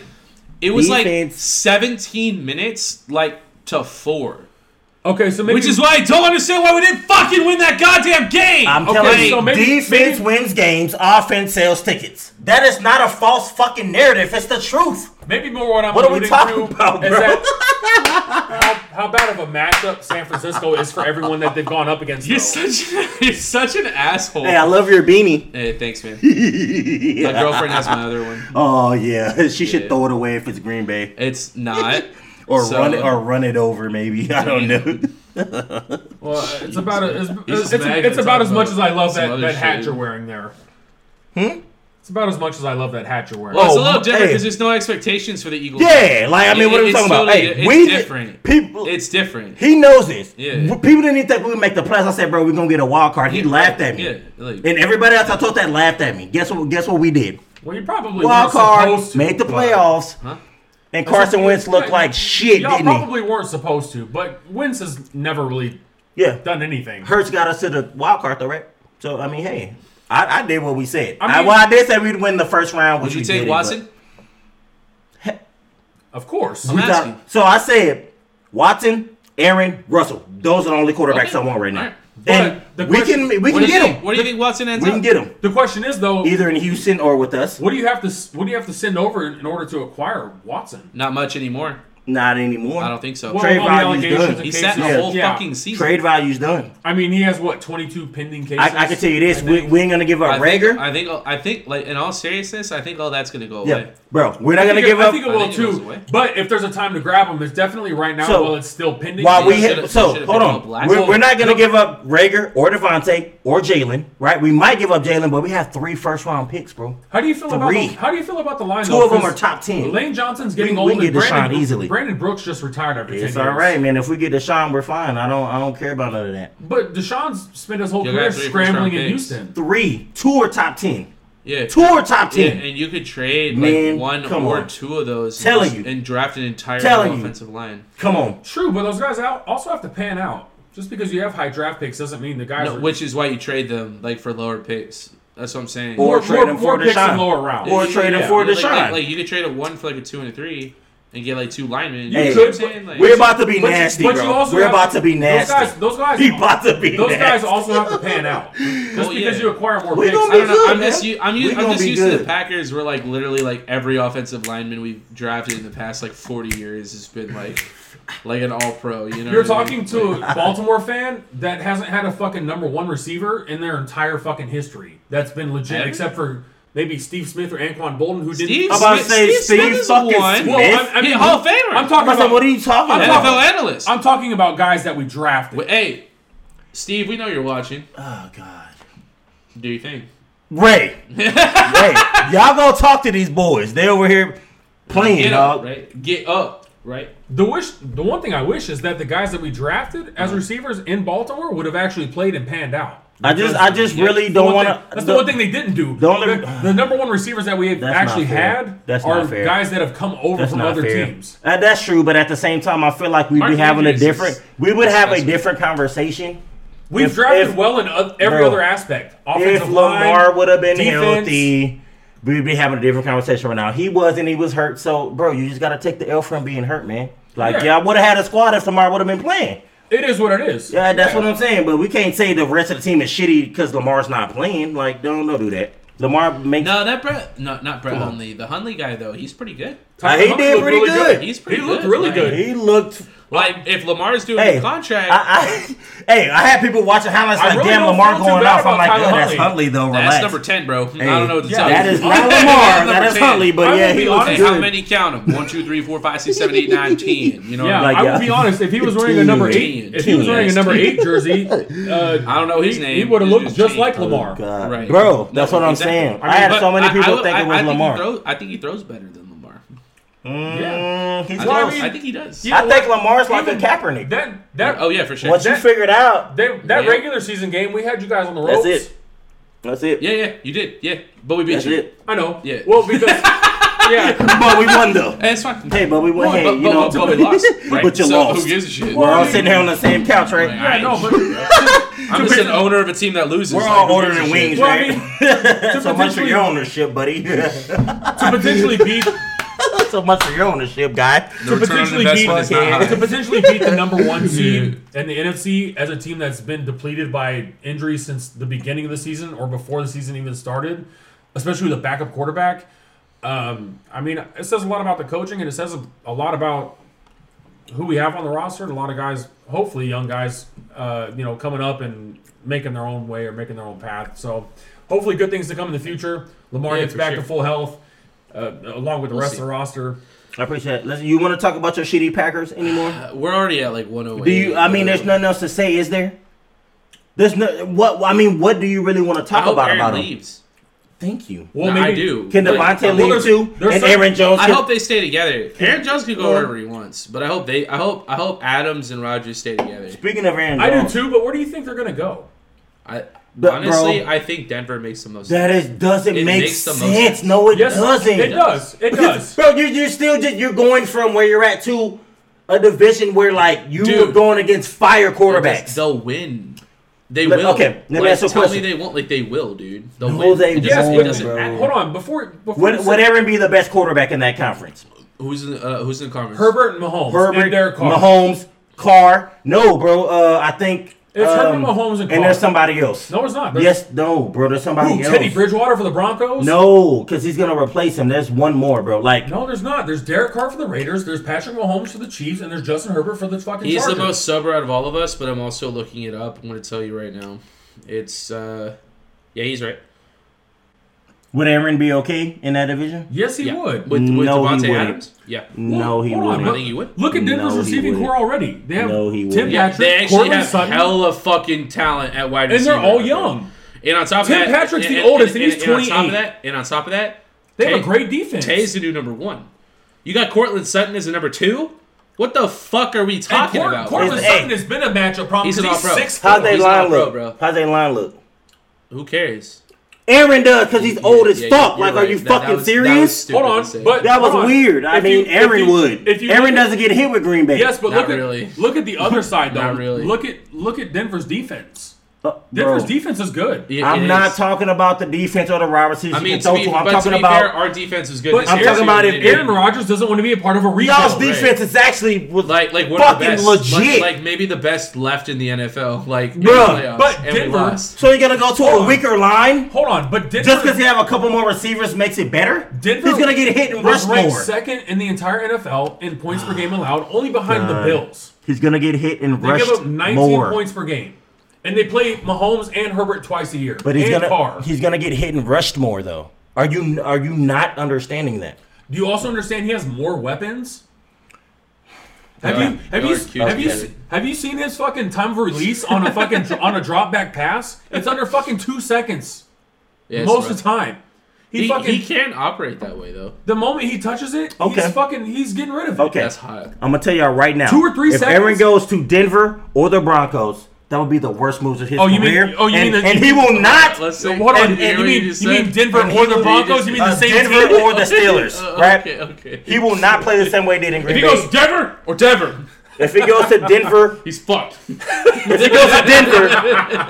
C: it was like
A: Defense.
C: 17 minutes, like to four.
B: okay, so maybe
C: Which is why I don't understand why we didn't fucking win that goddamn game.
A: I'm
B: Okay,
A: telling you,
B: so maybe-
A: defense
B: maybe-
A: wins games, offense sells tickets. That is not a false fucking narrative. It's the truth.
B: maybe more what I'm
A: What are we
B: alluding
A: talking
B: to
A: about,
B: is
A: bro?
B: that how, how bad of a matchup San Francisco is for everyone that they've gone up against.
C: you're
B: though.
C: such you're such an asshole.
A: Hey, I love your beanie.
C: Hey, thanks, man. My girlfriend has my other one.
A: Oh yeah, she
C: Yeah.
A: should throw it away if it's Green Bay,
C: It's not.
A: or
C: So-
A: run it, or run it over. Maybe I don't know.
B: Well, it's about a, it's,
C: just
B: it's, it's,
C: mad
B: it's
C: to
B: about
C: talk
B: as much
C: about
B: as I love
C: some
B: that,
C: other
B: that hat
C: shit.
B: you're wearing there. Hmm. It's about as much as I love that hat you're wearing.
C: Well, it's a
A: Oh,
C: little different
A: hey.
C: because there's no expectations for the Eagles.
A: yeah, like I mean, what are we
C: It's
A: talking about?
C: totally-
A: Hey,
C: it's
A: we
C: different.
A: people.
C: It's different.
A: he knows this.
C: Yeah.
A: W- People didn't even think we would make the playoffs. I said, bro, we're gonna get a wild card. He laughed at me,
C: Yeah, like,
A: and everybody else I told that laughed at me. Guess what? Guess what we did?
B: well, you probably
A: Wild
B: weren't supposed
A: card
B: to.
A: made the
B: but-
A: playoffs,
C: huh?
A: and Carson Wentz looked like shit,
B: Y'all
A: didn't he?
B: probably weren't supposed to, but Wentz has never really
A: Yeah.
B: done anything.
A: Hurts got us to the wild card, though, right? So I mean, hey, I, I did what we said.
B: I
A: I
B: mean-
A: well, I did say we'd win the first round. Which
C: Would
A: we
C: you take
A: didn't,
C: Watson?
B: Of course.
A: but we
C: asking.
A: thought- so I said, Watson, Aaron, Russell. Those are the only quarterbacks
C: Okay.
A: I want right now.
C: All
B: right.
A: And
B: But the
A: we
B: question-
A: can we
C: What
A: can
C: do you
A: get
C: think?
A: them.
C: What do you think Watson ends
A: We
C: up?
A: can get them
B: The question is though,
A: either in Houston or with us.
B: what do you have to s- what do you have to send over in order to acquire Watson?
A: Mm.
C: Not much anymore.
A: Not anymore.
C: I don't think so.
B: Well,
A: Trade
B: all the
A: value's
B: allegations
A: done.
B: and
C: he sat the
B: cases-
C: whole
B: Yeah.
C: fucking season.
A: Trade value's done.
B: I mean, he has what 22 pending cases.
A: I, I can tell you this:
B: I
A: we,
B: think-
A: we ain't gonna give
C: I
A: up
C: think,
A: Rager.
C: I think. I think. Like in all seriousness, I think all that's gonna go away.
A: Yeah, bro, we're
B: I
A: not gonna
B: think it-
A: give
B: I
A: up.
B: think it
C: I
B: will
C: think it goes
B: too.
C: away.
B: But if there's a time to grab him, it's definitely right now
A: So,
B: while it's still pending.
A: While we
C: Yeah,
A: hit,
C: should've-
A: so
C: should've
A: hold
C: picked
A: on,
C: up Black-
A: we're, we're not gonna
B: No.
A: give up Rager or Devontae or Jalen, right? We might give up Jalen, but we have three first round picks, bro.
B: How do you feel about
A: Three.
B: the, how do you feel about the line?
A: Two
B: though?
A: of them
B: 'Cause
A: are top 10.
B: Lane Johnson's getting
A: we
B: old.
A: can get
B: and Brandon,
A: Deshaun easily.
B: Brandon Brooks just retired after
A: It's
B: 10 years.
A: all right, man. If we get Deshaun, we're fine. I don't, I don't care about none of that.
B: But Deshaun's spent his whole
C: You
B: career
C: got three
B: scrambling
C: first-round
B: in
C: picks.
B: Houston.
A: Three, two or top ten,
C: Yeah.
A: two or top
C: Yeah,
A: ten.
C: and you could trade
A: Man,
C: like one
A: come
C: or
A: on.
C: two of those. and
A: Telling you.
C: just- and draft an entire
A: Telling you.
C: offensive line.
A: Come on,
B: True, but those guys out also have to pan out. Just because you have high draft picks doesn't mean the guys
C: No,
B: are
C: which is why you trade them like for lower picks. That's what I'm saying.
A: Or
B: more,
A: trade
B: more,
A: him
B: more
A: for
B: picks
A: Deshaun.
B: in lower rounds.
A: Or
C: Yeah,
A: trade him
C: yeah.
A: for
C: Like- Like,
A: Deshaun.
C: like, you could trade a one for like a two and a three, and get like two linemen.
A: Hey,
C: you know what I'm saying? Like,
A: we're about to be
B: But you-
A: nasty,
B: but you
A: bro.
B: also
A: We're
B: have-
A: about to be
B: Those
A: nasty.
B: guys, those guys,
A: He about to be
B: those guys
A: nasty.
B: also have to pan out. Just
C: Well,
B: because
C: yeah.
B: you acquire more
A: We
B: picks,
A: gonna
C: I don't
A: be
C: know.
A: good,
C: I'm just,
A: man.
C: u- I'm, u-
A: We
C: I'm
A: gonna
C: just
A: be
C: used to the
A: good.
C: Packers where like literally like every offensive lineman we've drafted in the past like 40 years has been like like an all pro. You know,
B: You're
C: what I
B: talking
C: mean?
B: to a Baltimore fan that hasn't had a fucking number one receiver in their entire fucking history. That's been legit,
C: Haven't?
B: except for maybe Steve Smith or Anquan Bolden, who didn't.
C: Steve
A: I'm about to
C: Smith-
A: say
C: Steve
A: Steve,
C: Smith is
A: fucking
C: one.
A: Smith.
B: Well, I'm- I
C: He-
B: mean,
C: Hall of Famer.
B: I'm
A: I'm
B: talking
A: about to say,
B: about
A: what are you talking
B: I'm
A: about?
C: NFL analyst.
B: I'm talking about guys that we drafted.
C: Wait, hey, Steve, we know you're watching.
A: oh god.
C: Do you think?
A: Ray, Ray, y'all go talk to these boys. They over here playing,
C: Get
A: dog.
C: up, right? Get up, right?
B: The wish, the one thing I wish is that the guys that we drafted as
A: Uh-huh.
B: receivers in Baltimore would have actually played and panned out.
A: I just, I just really
B: The
A: don't
B: one
A: want
B: thing-
A: to.
B: That's the, one thing they didn't do. The,
A: the only-
B: the number one receivers that we have
A: That's not
B: actually
A: fair.
B: had
A: That's
B: are
A: not fair.
B: guys that have come over
A: That's
B: from
A: not
B: other
A: fair.
B: teams.
A: Uh, that's true, but at the same time, I feel like we'd
C: Mark
A: be having a
C: Andrews is
A: different. We would have a
C: special.
A: different conversation.
B: We've
A: If-
B: drafted
A: if-
B: well in oth- every
A: bro,
B: other aspect. Offensive
A: If Lamar
B: line,
A: would have been
B: defense.
A: healthy, we'd be having a different conversation right now. He wasn't. He was hurt. So, bro, you just gotta take the L from being hurt, man. Like,
B: Yeah.
A: yeah, I would have had a squad if Lamar would have been playing.
B: It is what it is.
A: Yeah, that's what I'm saying. But we can't say the rest of the team is shitty because Lamar's not playing. Like, don't don't do that. Lamar makes.
C: No, that Brett, no, not Brett Hundley. The Hundley guy though, he's pretty good.
A: Uh, he did pretty good.
C: He's pretty
B: He looked
C: good,
B: really
C: like-
B: good.
A: He looked
C: Like if Lamar's doing
A: Hey,
C: the contract,
A: I, I, hey, I had people watching highlights
C: I
A: like,
C: really
A: damn,
C: don't
A: Lamar
C: feel too
A: going
C: bad
A: off. I'm
C: about
A: like,
C: Tyler
A: yo, that's
C: Huntley.
A: Huntley, though. Relax.
C: that's number ten, bro.
A: Hey,
C: I don't know what to
B: yeah,
C: tell
A: That
C: you.
A: is not
C: That's
A: Lamar. that
C: number
A: is
C: 10.
A: Huntley,
B: I
A: but
B: will
A: yeah,
B: be
A: he
B: honest,
A: was
C: And how
A: good.
C: many count them? One, two, three, four, five, six, seven, eight, nine, ten. You know,
B: Yeah,
A: Like,
B: I
A: yeah.
B: will be honest. If he was wearing a number eight, if he was wearing a number eight jersey, uh,
C: I don't know his
B: he,
C: name.
B: he would have
C: His
B: looked
C: name's
B: just
C: Gene.
B: like Lamar.
A: God.
C: Right.
A: Bro, that's
C: No,
A: what I'm
C: exactly.
A: saying.
B: I
A: I,
B: mean,
A: had
C: But
A: so many
C: I- I
A: people
C: would-
A: think
C: I-
A: it was
C: I think he
A: Lamar.
C: throws- I think he throws better than Lamar.
A: Mm, he's
C: I
B: Well, I
A: close.
C: think-
B: mean,
C: I think he does.
A: I think Lamar's like a
B: Even
A: Kaepernick.
B: That that
C: Oh yeah, for sure.
A: Once you
B: that-
A: figure it out,
B: they, that
C: Yeah.
B: regular season game we had you guys on the ropes.
A: that's it. That's it.
C: Yeah, yeah, you did. Yeah, but we beat
A: That's
C: you.
A: it.
B: I know.
C: Yeah.
B: Well, because yeah,
A: But we won though.
C: Hey, it's fine.
A: Hey, but we won.
C: Well,
A: Hey,
C: but-
A: you
C: but-
A: know,
C: but we lost, right?
A: but you
C: So
A: lost.
C: Who gives a shit?
A: We're all sitting here on the same couch, right?
C: Like,
B: yeah, no, but
C: I'm just an owner of a team that loses.
A: We're
C: Like,
A: all
C: who gives a
A: ordering
C: shit?
A: wings,
B: Well, I
A: right? so much for
B: potentially-
A: your ownership, buddy.
B: to potentially beat
A: so much for your ownership, guy.
B: to potentially beat
A: is not high.
B: to potentially beat the number one seed in the NFC as a team that's been depleted by injuries since the beginning of the season or before the season even started, especially with a backup quarterback. Um, I mean, it says a lot about the coaching and it says a, a lot about who we have on the roster and a lot of guys, hopefully young guys, uh, you know, coming up and making their own way or making their own path. So hopefully good things to come in the future. Lamar
C: Yeah,
B: gets
C: for
B: back
C: sure.
B: to full health. Uh, along with the rest
C: see.
B: of the roster,
A: I appreciate it. Listen, you want to talk about your shitty Packers anymore?
C: We're already at like 108.
A: Do you? I mean, there's
C: Uh,
A: nothing else to say, is there? There's no. What I mean, what do you really want to
C: I
A: talk
C: hope
A: about
C: Aaron
A: about them?
C: leaves.
A: Thank you.
B: well,
C: No,
B: maybe
C: I do.
A: Can
C: But-
A: Devontae
B: well,
A: leave
B: there's-
A: too?
B: there's
A: And
B: some-
A: Aaron Jones.
C: I
A: can-
C: hope they stay together. Aaron Jones could go
A: Well-
C: wherever he wants, but I hope they. I hope. I hope Adams and Rogers stay together.
A: Speaking of Aaron
B: I do
A: Jones,
B: too, but where do you think they're gonna go?
C: I
A: But,
C: honestly,
A: bro,
C: I think Denver makes the most.
A: That is doesn't
C: It
A: make
C: makes the
A: sense.
C: most sense.
A: No, it
B: Yes,
A: doesn't.
B: It does. It does.
A: Bro, you you're still just you're going from where you're at to a division where like you
C: Dude.
A: were going against fire quarterbacks.
C: They'll win. They
A: Let-
C: will.
A: okay, let me
C: Like,
A: ask you a
C: tell
A: question.
C: me they won't. Like they will, dude. They'll
A: No,
C: win.
A: they
C: It just-
B: yes,
A: won't,
C: it
B: but
C: doesn't
A: bro.
C: matter.
B: hold on. Before before you
A: Would,
B: say-
A: would Aaron be the best quarterback in that conference?
C: Who's in, uh, who's in the conference?
B: Herbert and Mahomes
A: Herbert,
B: and Derek Carr.
A: Mahomes, Carr. No, bro. Uh, I think
B: It's
A: um,
B: Herbert, Mahomes, and Carr.
A: there's somebody else.
B: No, it's not. There's-
A: Yes, no, bro. There's somebody
B: Who,
A: else.
B: Teddy Bridgewater for the Broncos.
A: No, because he's gonna replace him. There's one more, bro. Like
B: No, there's not. There's Derek Carr for the Raiders. There's Patrick Mahomes for the Chiefs, and there's Justin Herbert for the fucking.
C: He's
B: Chargers.
C: the most sober out of all of us, but I'm also looking it up. I'm going to tell you right now. It's uh, yeah, he's right.
A: would Aaron be okay in that division?
B: Yes, he
C: Yeah.
B: would.
C: with, with
A: No, he
C: Devontae
A: wouldn't.
C: Adams. Yeah,
A: No, he
B: Hold on,
A: wouldn't.
C: I
B: look-
C: think he would.
B: Look at Denver's
A: No, he
B: receiving
A: wouldn't.
B: core already. They have
A: No, he
B: Tim
A: wouldn't.
C: Yeah,
B: Patrick,
C: they actually
B: Cortland
C: have
B: Sutton,
C: hella fucking talent at wide
B: and
C: receiver,
B: they're all
C: bro.
B: young.
C: And on top of
B: Tim
C: that,
B: Patrick's
C: and,
B: the
C: and-
B: oldest,
C: and,
B: and he's
C: and on top
B: 28.
C: of that, and on top of that,
B: They have a
C: Tay-
B: great defense.
C: Tay's the new number one. You got Cortland Sutton as the number two. What the fuck are we
B: And
C: talking
B: Cort-
C: about?
B: Cortland
A: Hey.
B: Sutton has been a matchup problem.
C: He's an
B: because
C: all-pro.
B: six
A: How'd
B: foot.
A: they
C: He's
A: line
C: not pro,
A: look?
C: bro.
A: How'd they line look?
C: Who cares?
A: Aaron does because he's old as
C: Yeah,
A: fuck.
C: you're
A: Like,
C: right.
A: are you
C: That- that
A: fucking
C: was- that was
A: serious?
C: stupid
B: Hold
C: to
B: on,
C: say.
B: but-
A: That was
B: Hold on.
A: weird. I
B: If you-
A: mean,
B: if
A: Aaron
B: you-
A: would.
B: if you
A: Aaron
B: look at-
A: doesn't get hit with Green Bay.
B: Yes, but look
C: Not really.
B: at look at the other side though.
C: Not really.
B: Look at look at Denver's defense.
A: Uh, bro,
B: Denver's defense is good.
C: It-
A: I'm
C: it
A: not
C: is.
A: talking about the defense or the Robert
C: I mean,
A: can
C: to
A: throw
C: be,
A: to. I'm
C: but
A: talking
C: to be fair,
A: about
C: our defense is good.
B: But
C: this
B: I'm
C: year,
A: talking
C: so
A: about
C: we
A: if
C: did it.
B: Aaron Rodgers doesn't want to be a part of a
A: y'all's
B: rebuild.
C: right.
A: defense is actually was
C: like like one
A: Fucking
C: of the best,
A: legit.
C: Like, like maybe the best left in the NFL. Like, in the
A: Bruh,
C: playoffs,
B: but
C: and we
B: Denver-
C: lost.
A: So you're gonna go to
B: on.
A: a weaker line
B: Hold on, but Denver,
A: just because you have a couple more receivers makes it better?
B: Denver
A: he's gonna get hit and
B: was
A: rush
B: ranked
A: more.
B: second in the entire NFL in points per game allowed, only behind
A: God.
B: the Bills.
A: He's gonna get hit and
B: They
A: rushed
B: give up 19
A: more.
B: points per game, and they play Mahomes and Herbert twice a year.
A: But he's
B: and
A: gonna
B: Carr.
A: he's gonna get hit and rushed more though. Are you are you not understanding that?
B: Do you also understand he has more weapons? Have
C: Yeah.
B: you have you
C: Y'all are cute
B: have you
C: together.
B: have you seen his fucking time of release on a fucking on a drop back pass? It's under fucking two seconds
C: Yes,
B: most
C: bro.
B: of the time. He,
C: He,
B: fucking
C: he can operate that way though.
B: the moment he touches it,
A: Okay.
B: he's fucking he's getting rid of it.
A: Okay.
C: That's hot.
A: I'm gonna tell y'all right now.
B: Two or three
A: If
B: seconds?
A: Aaron goes to Denver or the Broncos, that would be the worst moves of his
B: Oh, you mean-
A: career.
B: oh, you
A: and,
B: mean that-
A: and he will not.
C: Let's see.
B: Hold on,
A: And-
B: you,
A: and
B: mean, you, mean Denver
A: And
B: or
A: he
B: the
A: will-
B: Broncos? You mean the
A: uh,
B: same
A: Denver
B: team?
A: or the Steelers,
B: Uh,
A: right?
C: Uh, Okay, okay.
A: He will not play the same way he did in Green
C: If he
A: Bay.
C: goes Denver or Denver,
A: if he goes to Denver,
C: he's fucked.
A: if he goes to Denver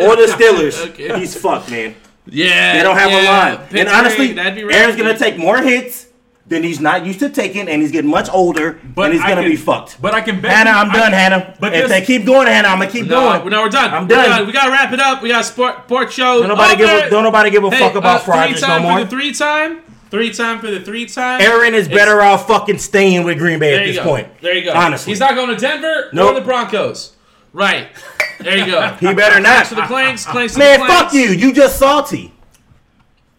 A: or the Steelers,
C: Okay.
A: he's fucked, man.
C: Yeah,
A: They don't have
C: yeah.
A: a line. and
C: Pittsburgh,
A: honestly,
C: that'd be rough,
A: Aaron's gonna
C: dude.
A: take more hits than he's not used to taking, and he's getting much older,
B: But
A: and he's
B: I
A: gonna
B: can-
A: be fucked.
B: But I can bet.
A: Hannah,
B: you-
A: I'm
B: I-
A: done, Hannah.
B: but
A: But if
B: this-
A: they keep going, Hannah, I'm gonna keep
C: No,
A: going.
C: no, we're done.
A: I'm
C: We're
A: done.
C: We gotta wrap it up. We got a sport sports show.
A: Don't nobody
C: over.
A: give a, don't nobody give a
C: Hey,
A: fuck about
C: uh,
A: Fridays
C: three
A: no
C: time
A: more.
C: For the three time, Three time for the three time.
A: Aaron is better off fucking staying with Green Bay
C: There
A: at
C: you
A: this
C: go.
A: point.
C: There you go.
A: Honestly.
C: he's not going to Denver
A: Nope.
C: or the Broncos. Right. There you go.
A: he better not.
C: to the Clanks. Clanks to
A: Man,
C: the Clanks.
A: fuck you. You just salty.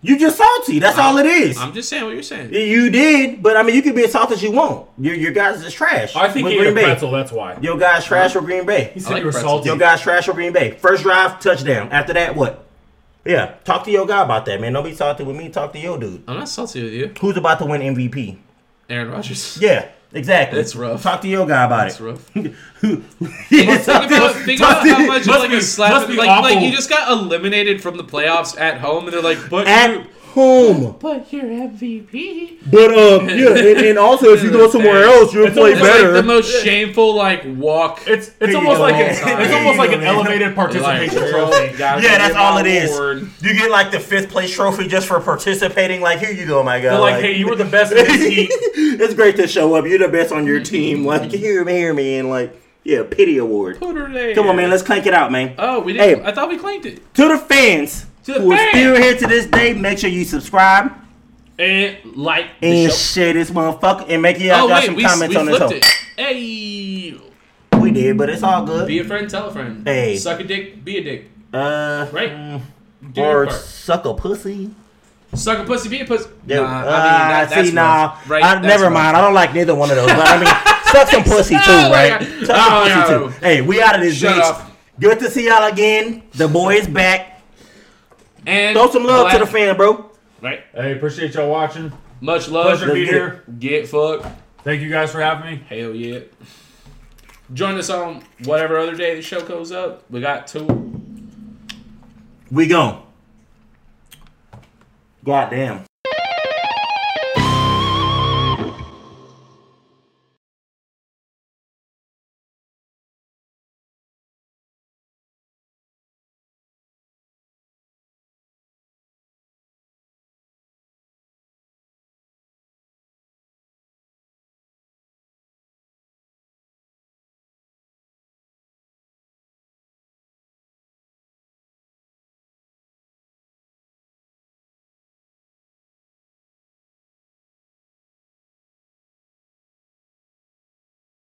A: You just salty. That's all it is.
C: I'm just saying what you're saying.
A: you did, but I mean, you can be as salty as you want. Your, your guys is trash.
B: I think
A: with
B: he ate a
A: Green Bay.
B: pretzel. That's why.
A: Your guys trash for Green Bay.
B: He said
C: like
B: you were
C: pretzel.
B: salty.
A: Your guys trash for Green Bay. First drive, touchdown. After that, what? Yeah, talk to your guy about that, man. Don't be salty with me. Talk to your dude.
C: I'm not salty with you,
A: Who's about to win MVP?
C: Aaron Rodgers.
A: Yeah, exactly.
C: That's rough.
A: Talk to your guy about
C: That's
A: it.
C: rough.
A: Yeah, talk
C: Think
A: to-
C: about, think
A: talk
C: about
A: to-
C: how much
B: must
C: like
B: be-
C: a slap.
B: must
C: in-
B: be
C: Like, like
B: awful.
C: you just got eliminated from the playoffs at home, and they're like, but you-
A: at home.
C: but you're MVP.
A: But um, yeah, and, and also if you go somewhere else, you'll
B: It's
A: play
B: almost
C: It's like
A: better.
C: the most shameful like walk.
B: It's
A: Here
B: it's
A: you
B: almost
A: go.
B: like an,
A: Sorry.
B: it's almost like an
A: Here you go, man.
B: elevated
C: like,
B: participation
C: girl,
B: trophy.
C: gotta
A: yeah,
C: get
A: that's
C: my
A: all it is.
C: award.
A: You get like the fifth place trophy just for participating. Like here you go, my guy.
B: They're like, hey, you were the best in this heat.
A: it's great to show up. You're the best on your team. Like hear me, hear me, and like yeah, pity award.
C: Mm-hmm. Put her there.
A: Come on, man, let's clank it out, man.
C: Oh, we didn't.
A: Hey.
C: I thought we claimed it.
A: to the fans
C: To the
A: who are
C: fans.
A: still here to this day, make sure you subscribe
C: And like the
A: and
C: show.
A: share this motherfucker and make y'all
C: Oh
A: got
C: wait,
A: some
C: we,
A: comments
C: we
A: on this.
C: flipped
A: Hoe.
C: it. Hey,
A: We did, but it's all good.
C: be a friend, tell a friend.
A: Hey.
C: suck a dick, be a dick.
A: uh,
C: Right.
A: mm,
C: Do your
A: Or
C: part.
A: suck a pussy.
C: Suck a pussy, be a pussy.
A: Yeah.
C: Nah, I mean, that,
A: uh,
C: that's
A: see, nah.
C: rough. Right,
A: I,
C: that's
A: never
C: rough.
A: mind. I don't like neither one of those. But I mean, suck some pussy too,
C: Oh my
A: right?
C: God.
A: Suck
C: Oh,
A: some
C: no.
A: pussy too. Hey, we out of this
C: Shut
A: bitch.
C: up.
A: Good to see y'all again. The boy is back.
C: And
A: Throw some love to the
C: black-
A: fan, bro.
C: Right.
B: Hey, appreciate y'all watching.
C: Much love.
B: Pleasure to be
A: Let's get
B: here.
C: Get fucked.
B: Thank you guys for having me.
C: Hell yeah. Join us on whatever other day the show goes up. We got two.
A: We gone. Goddamn.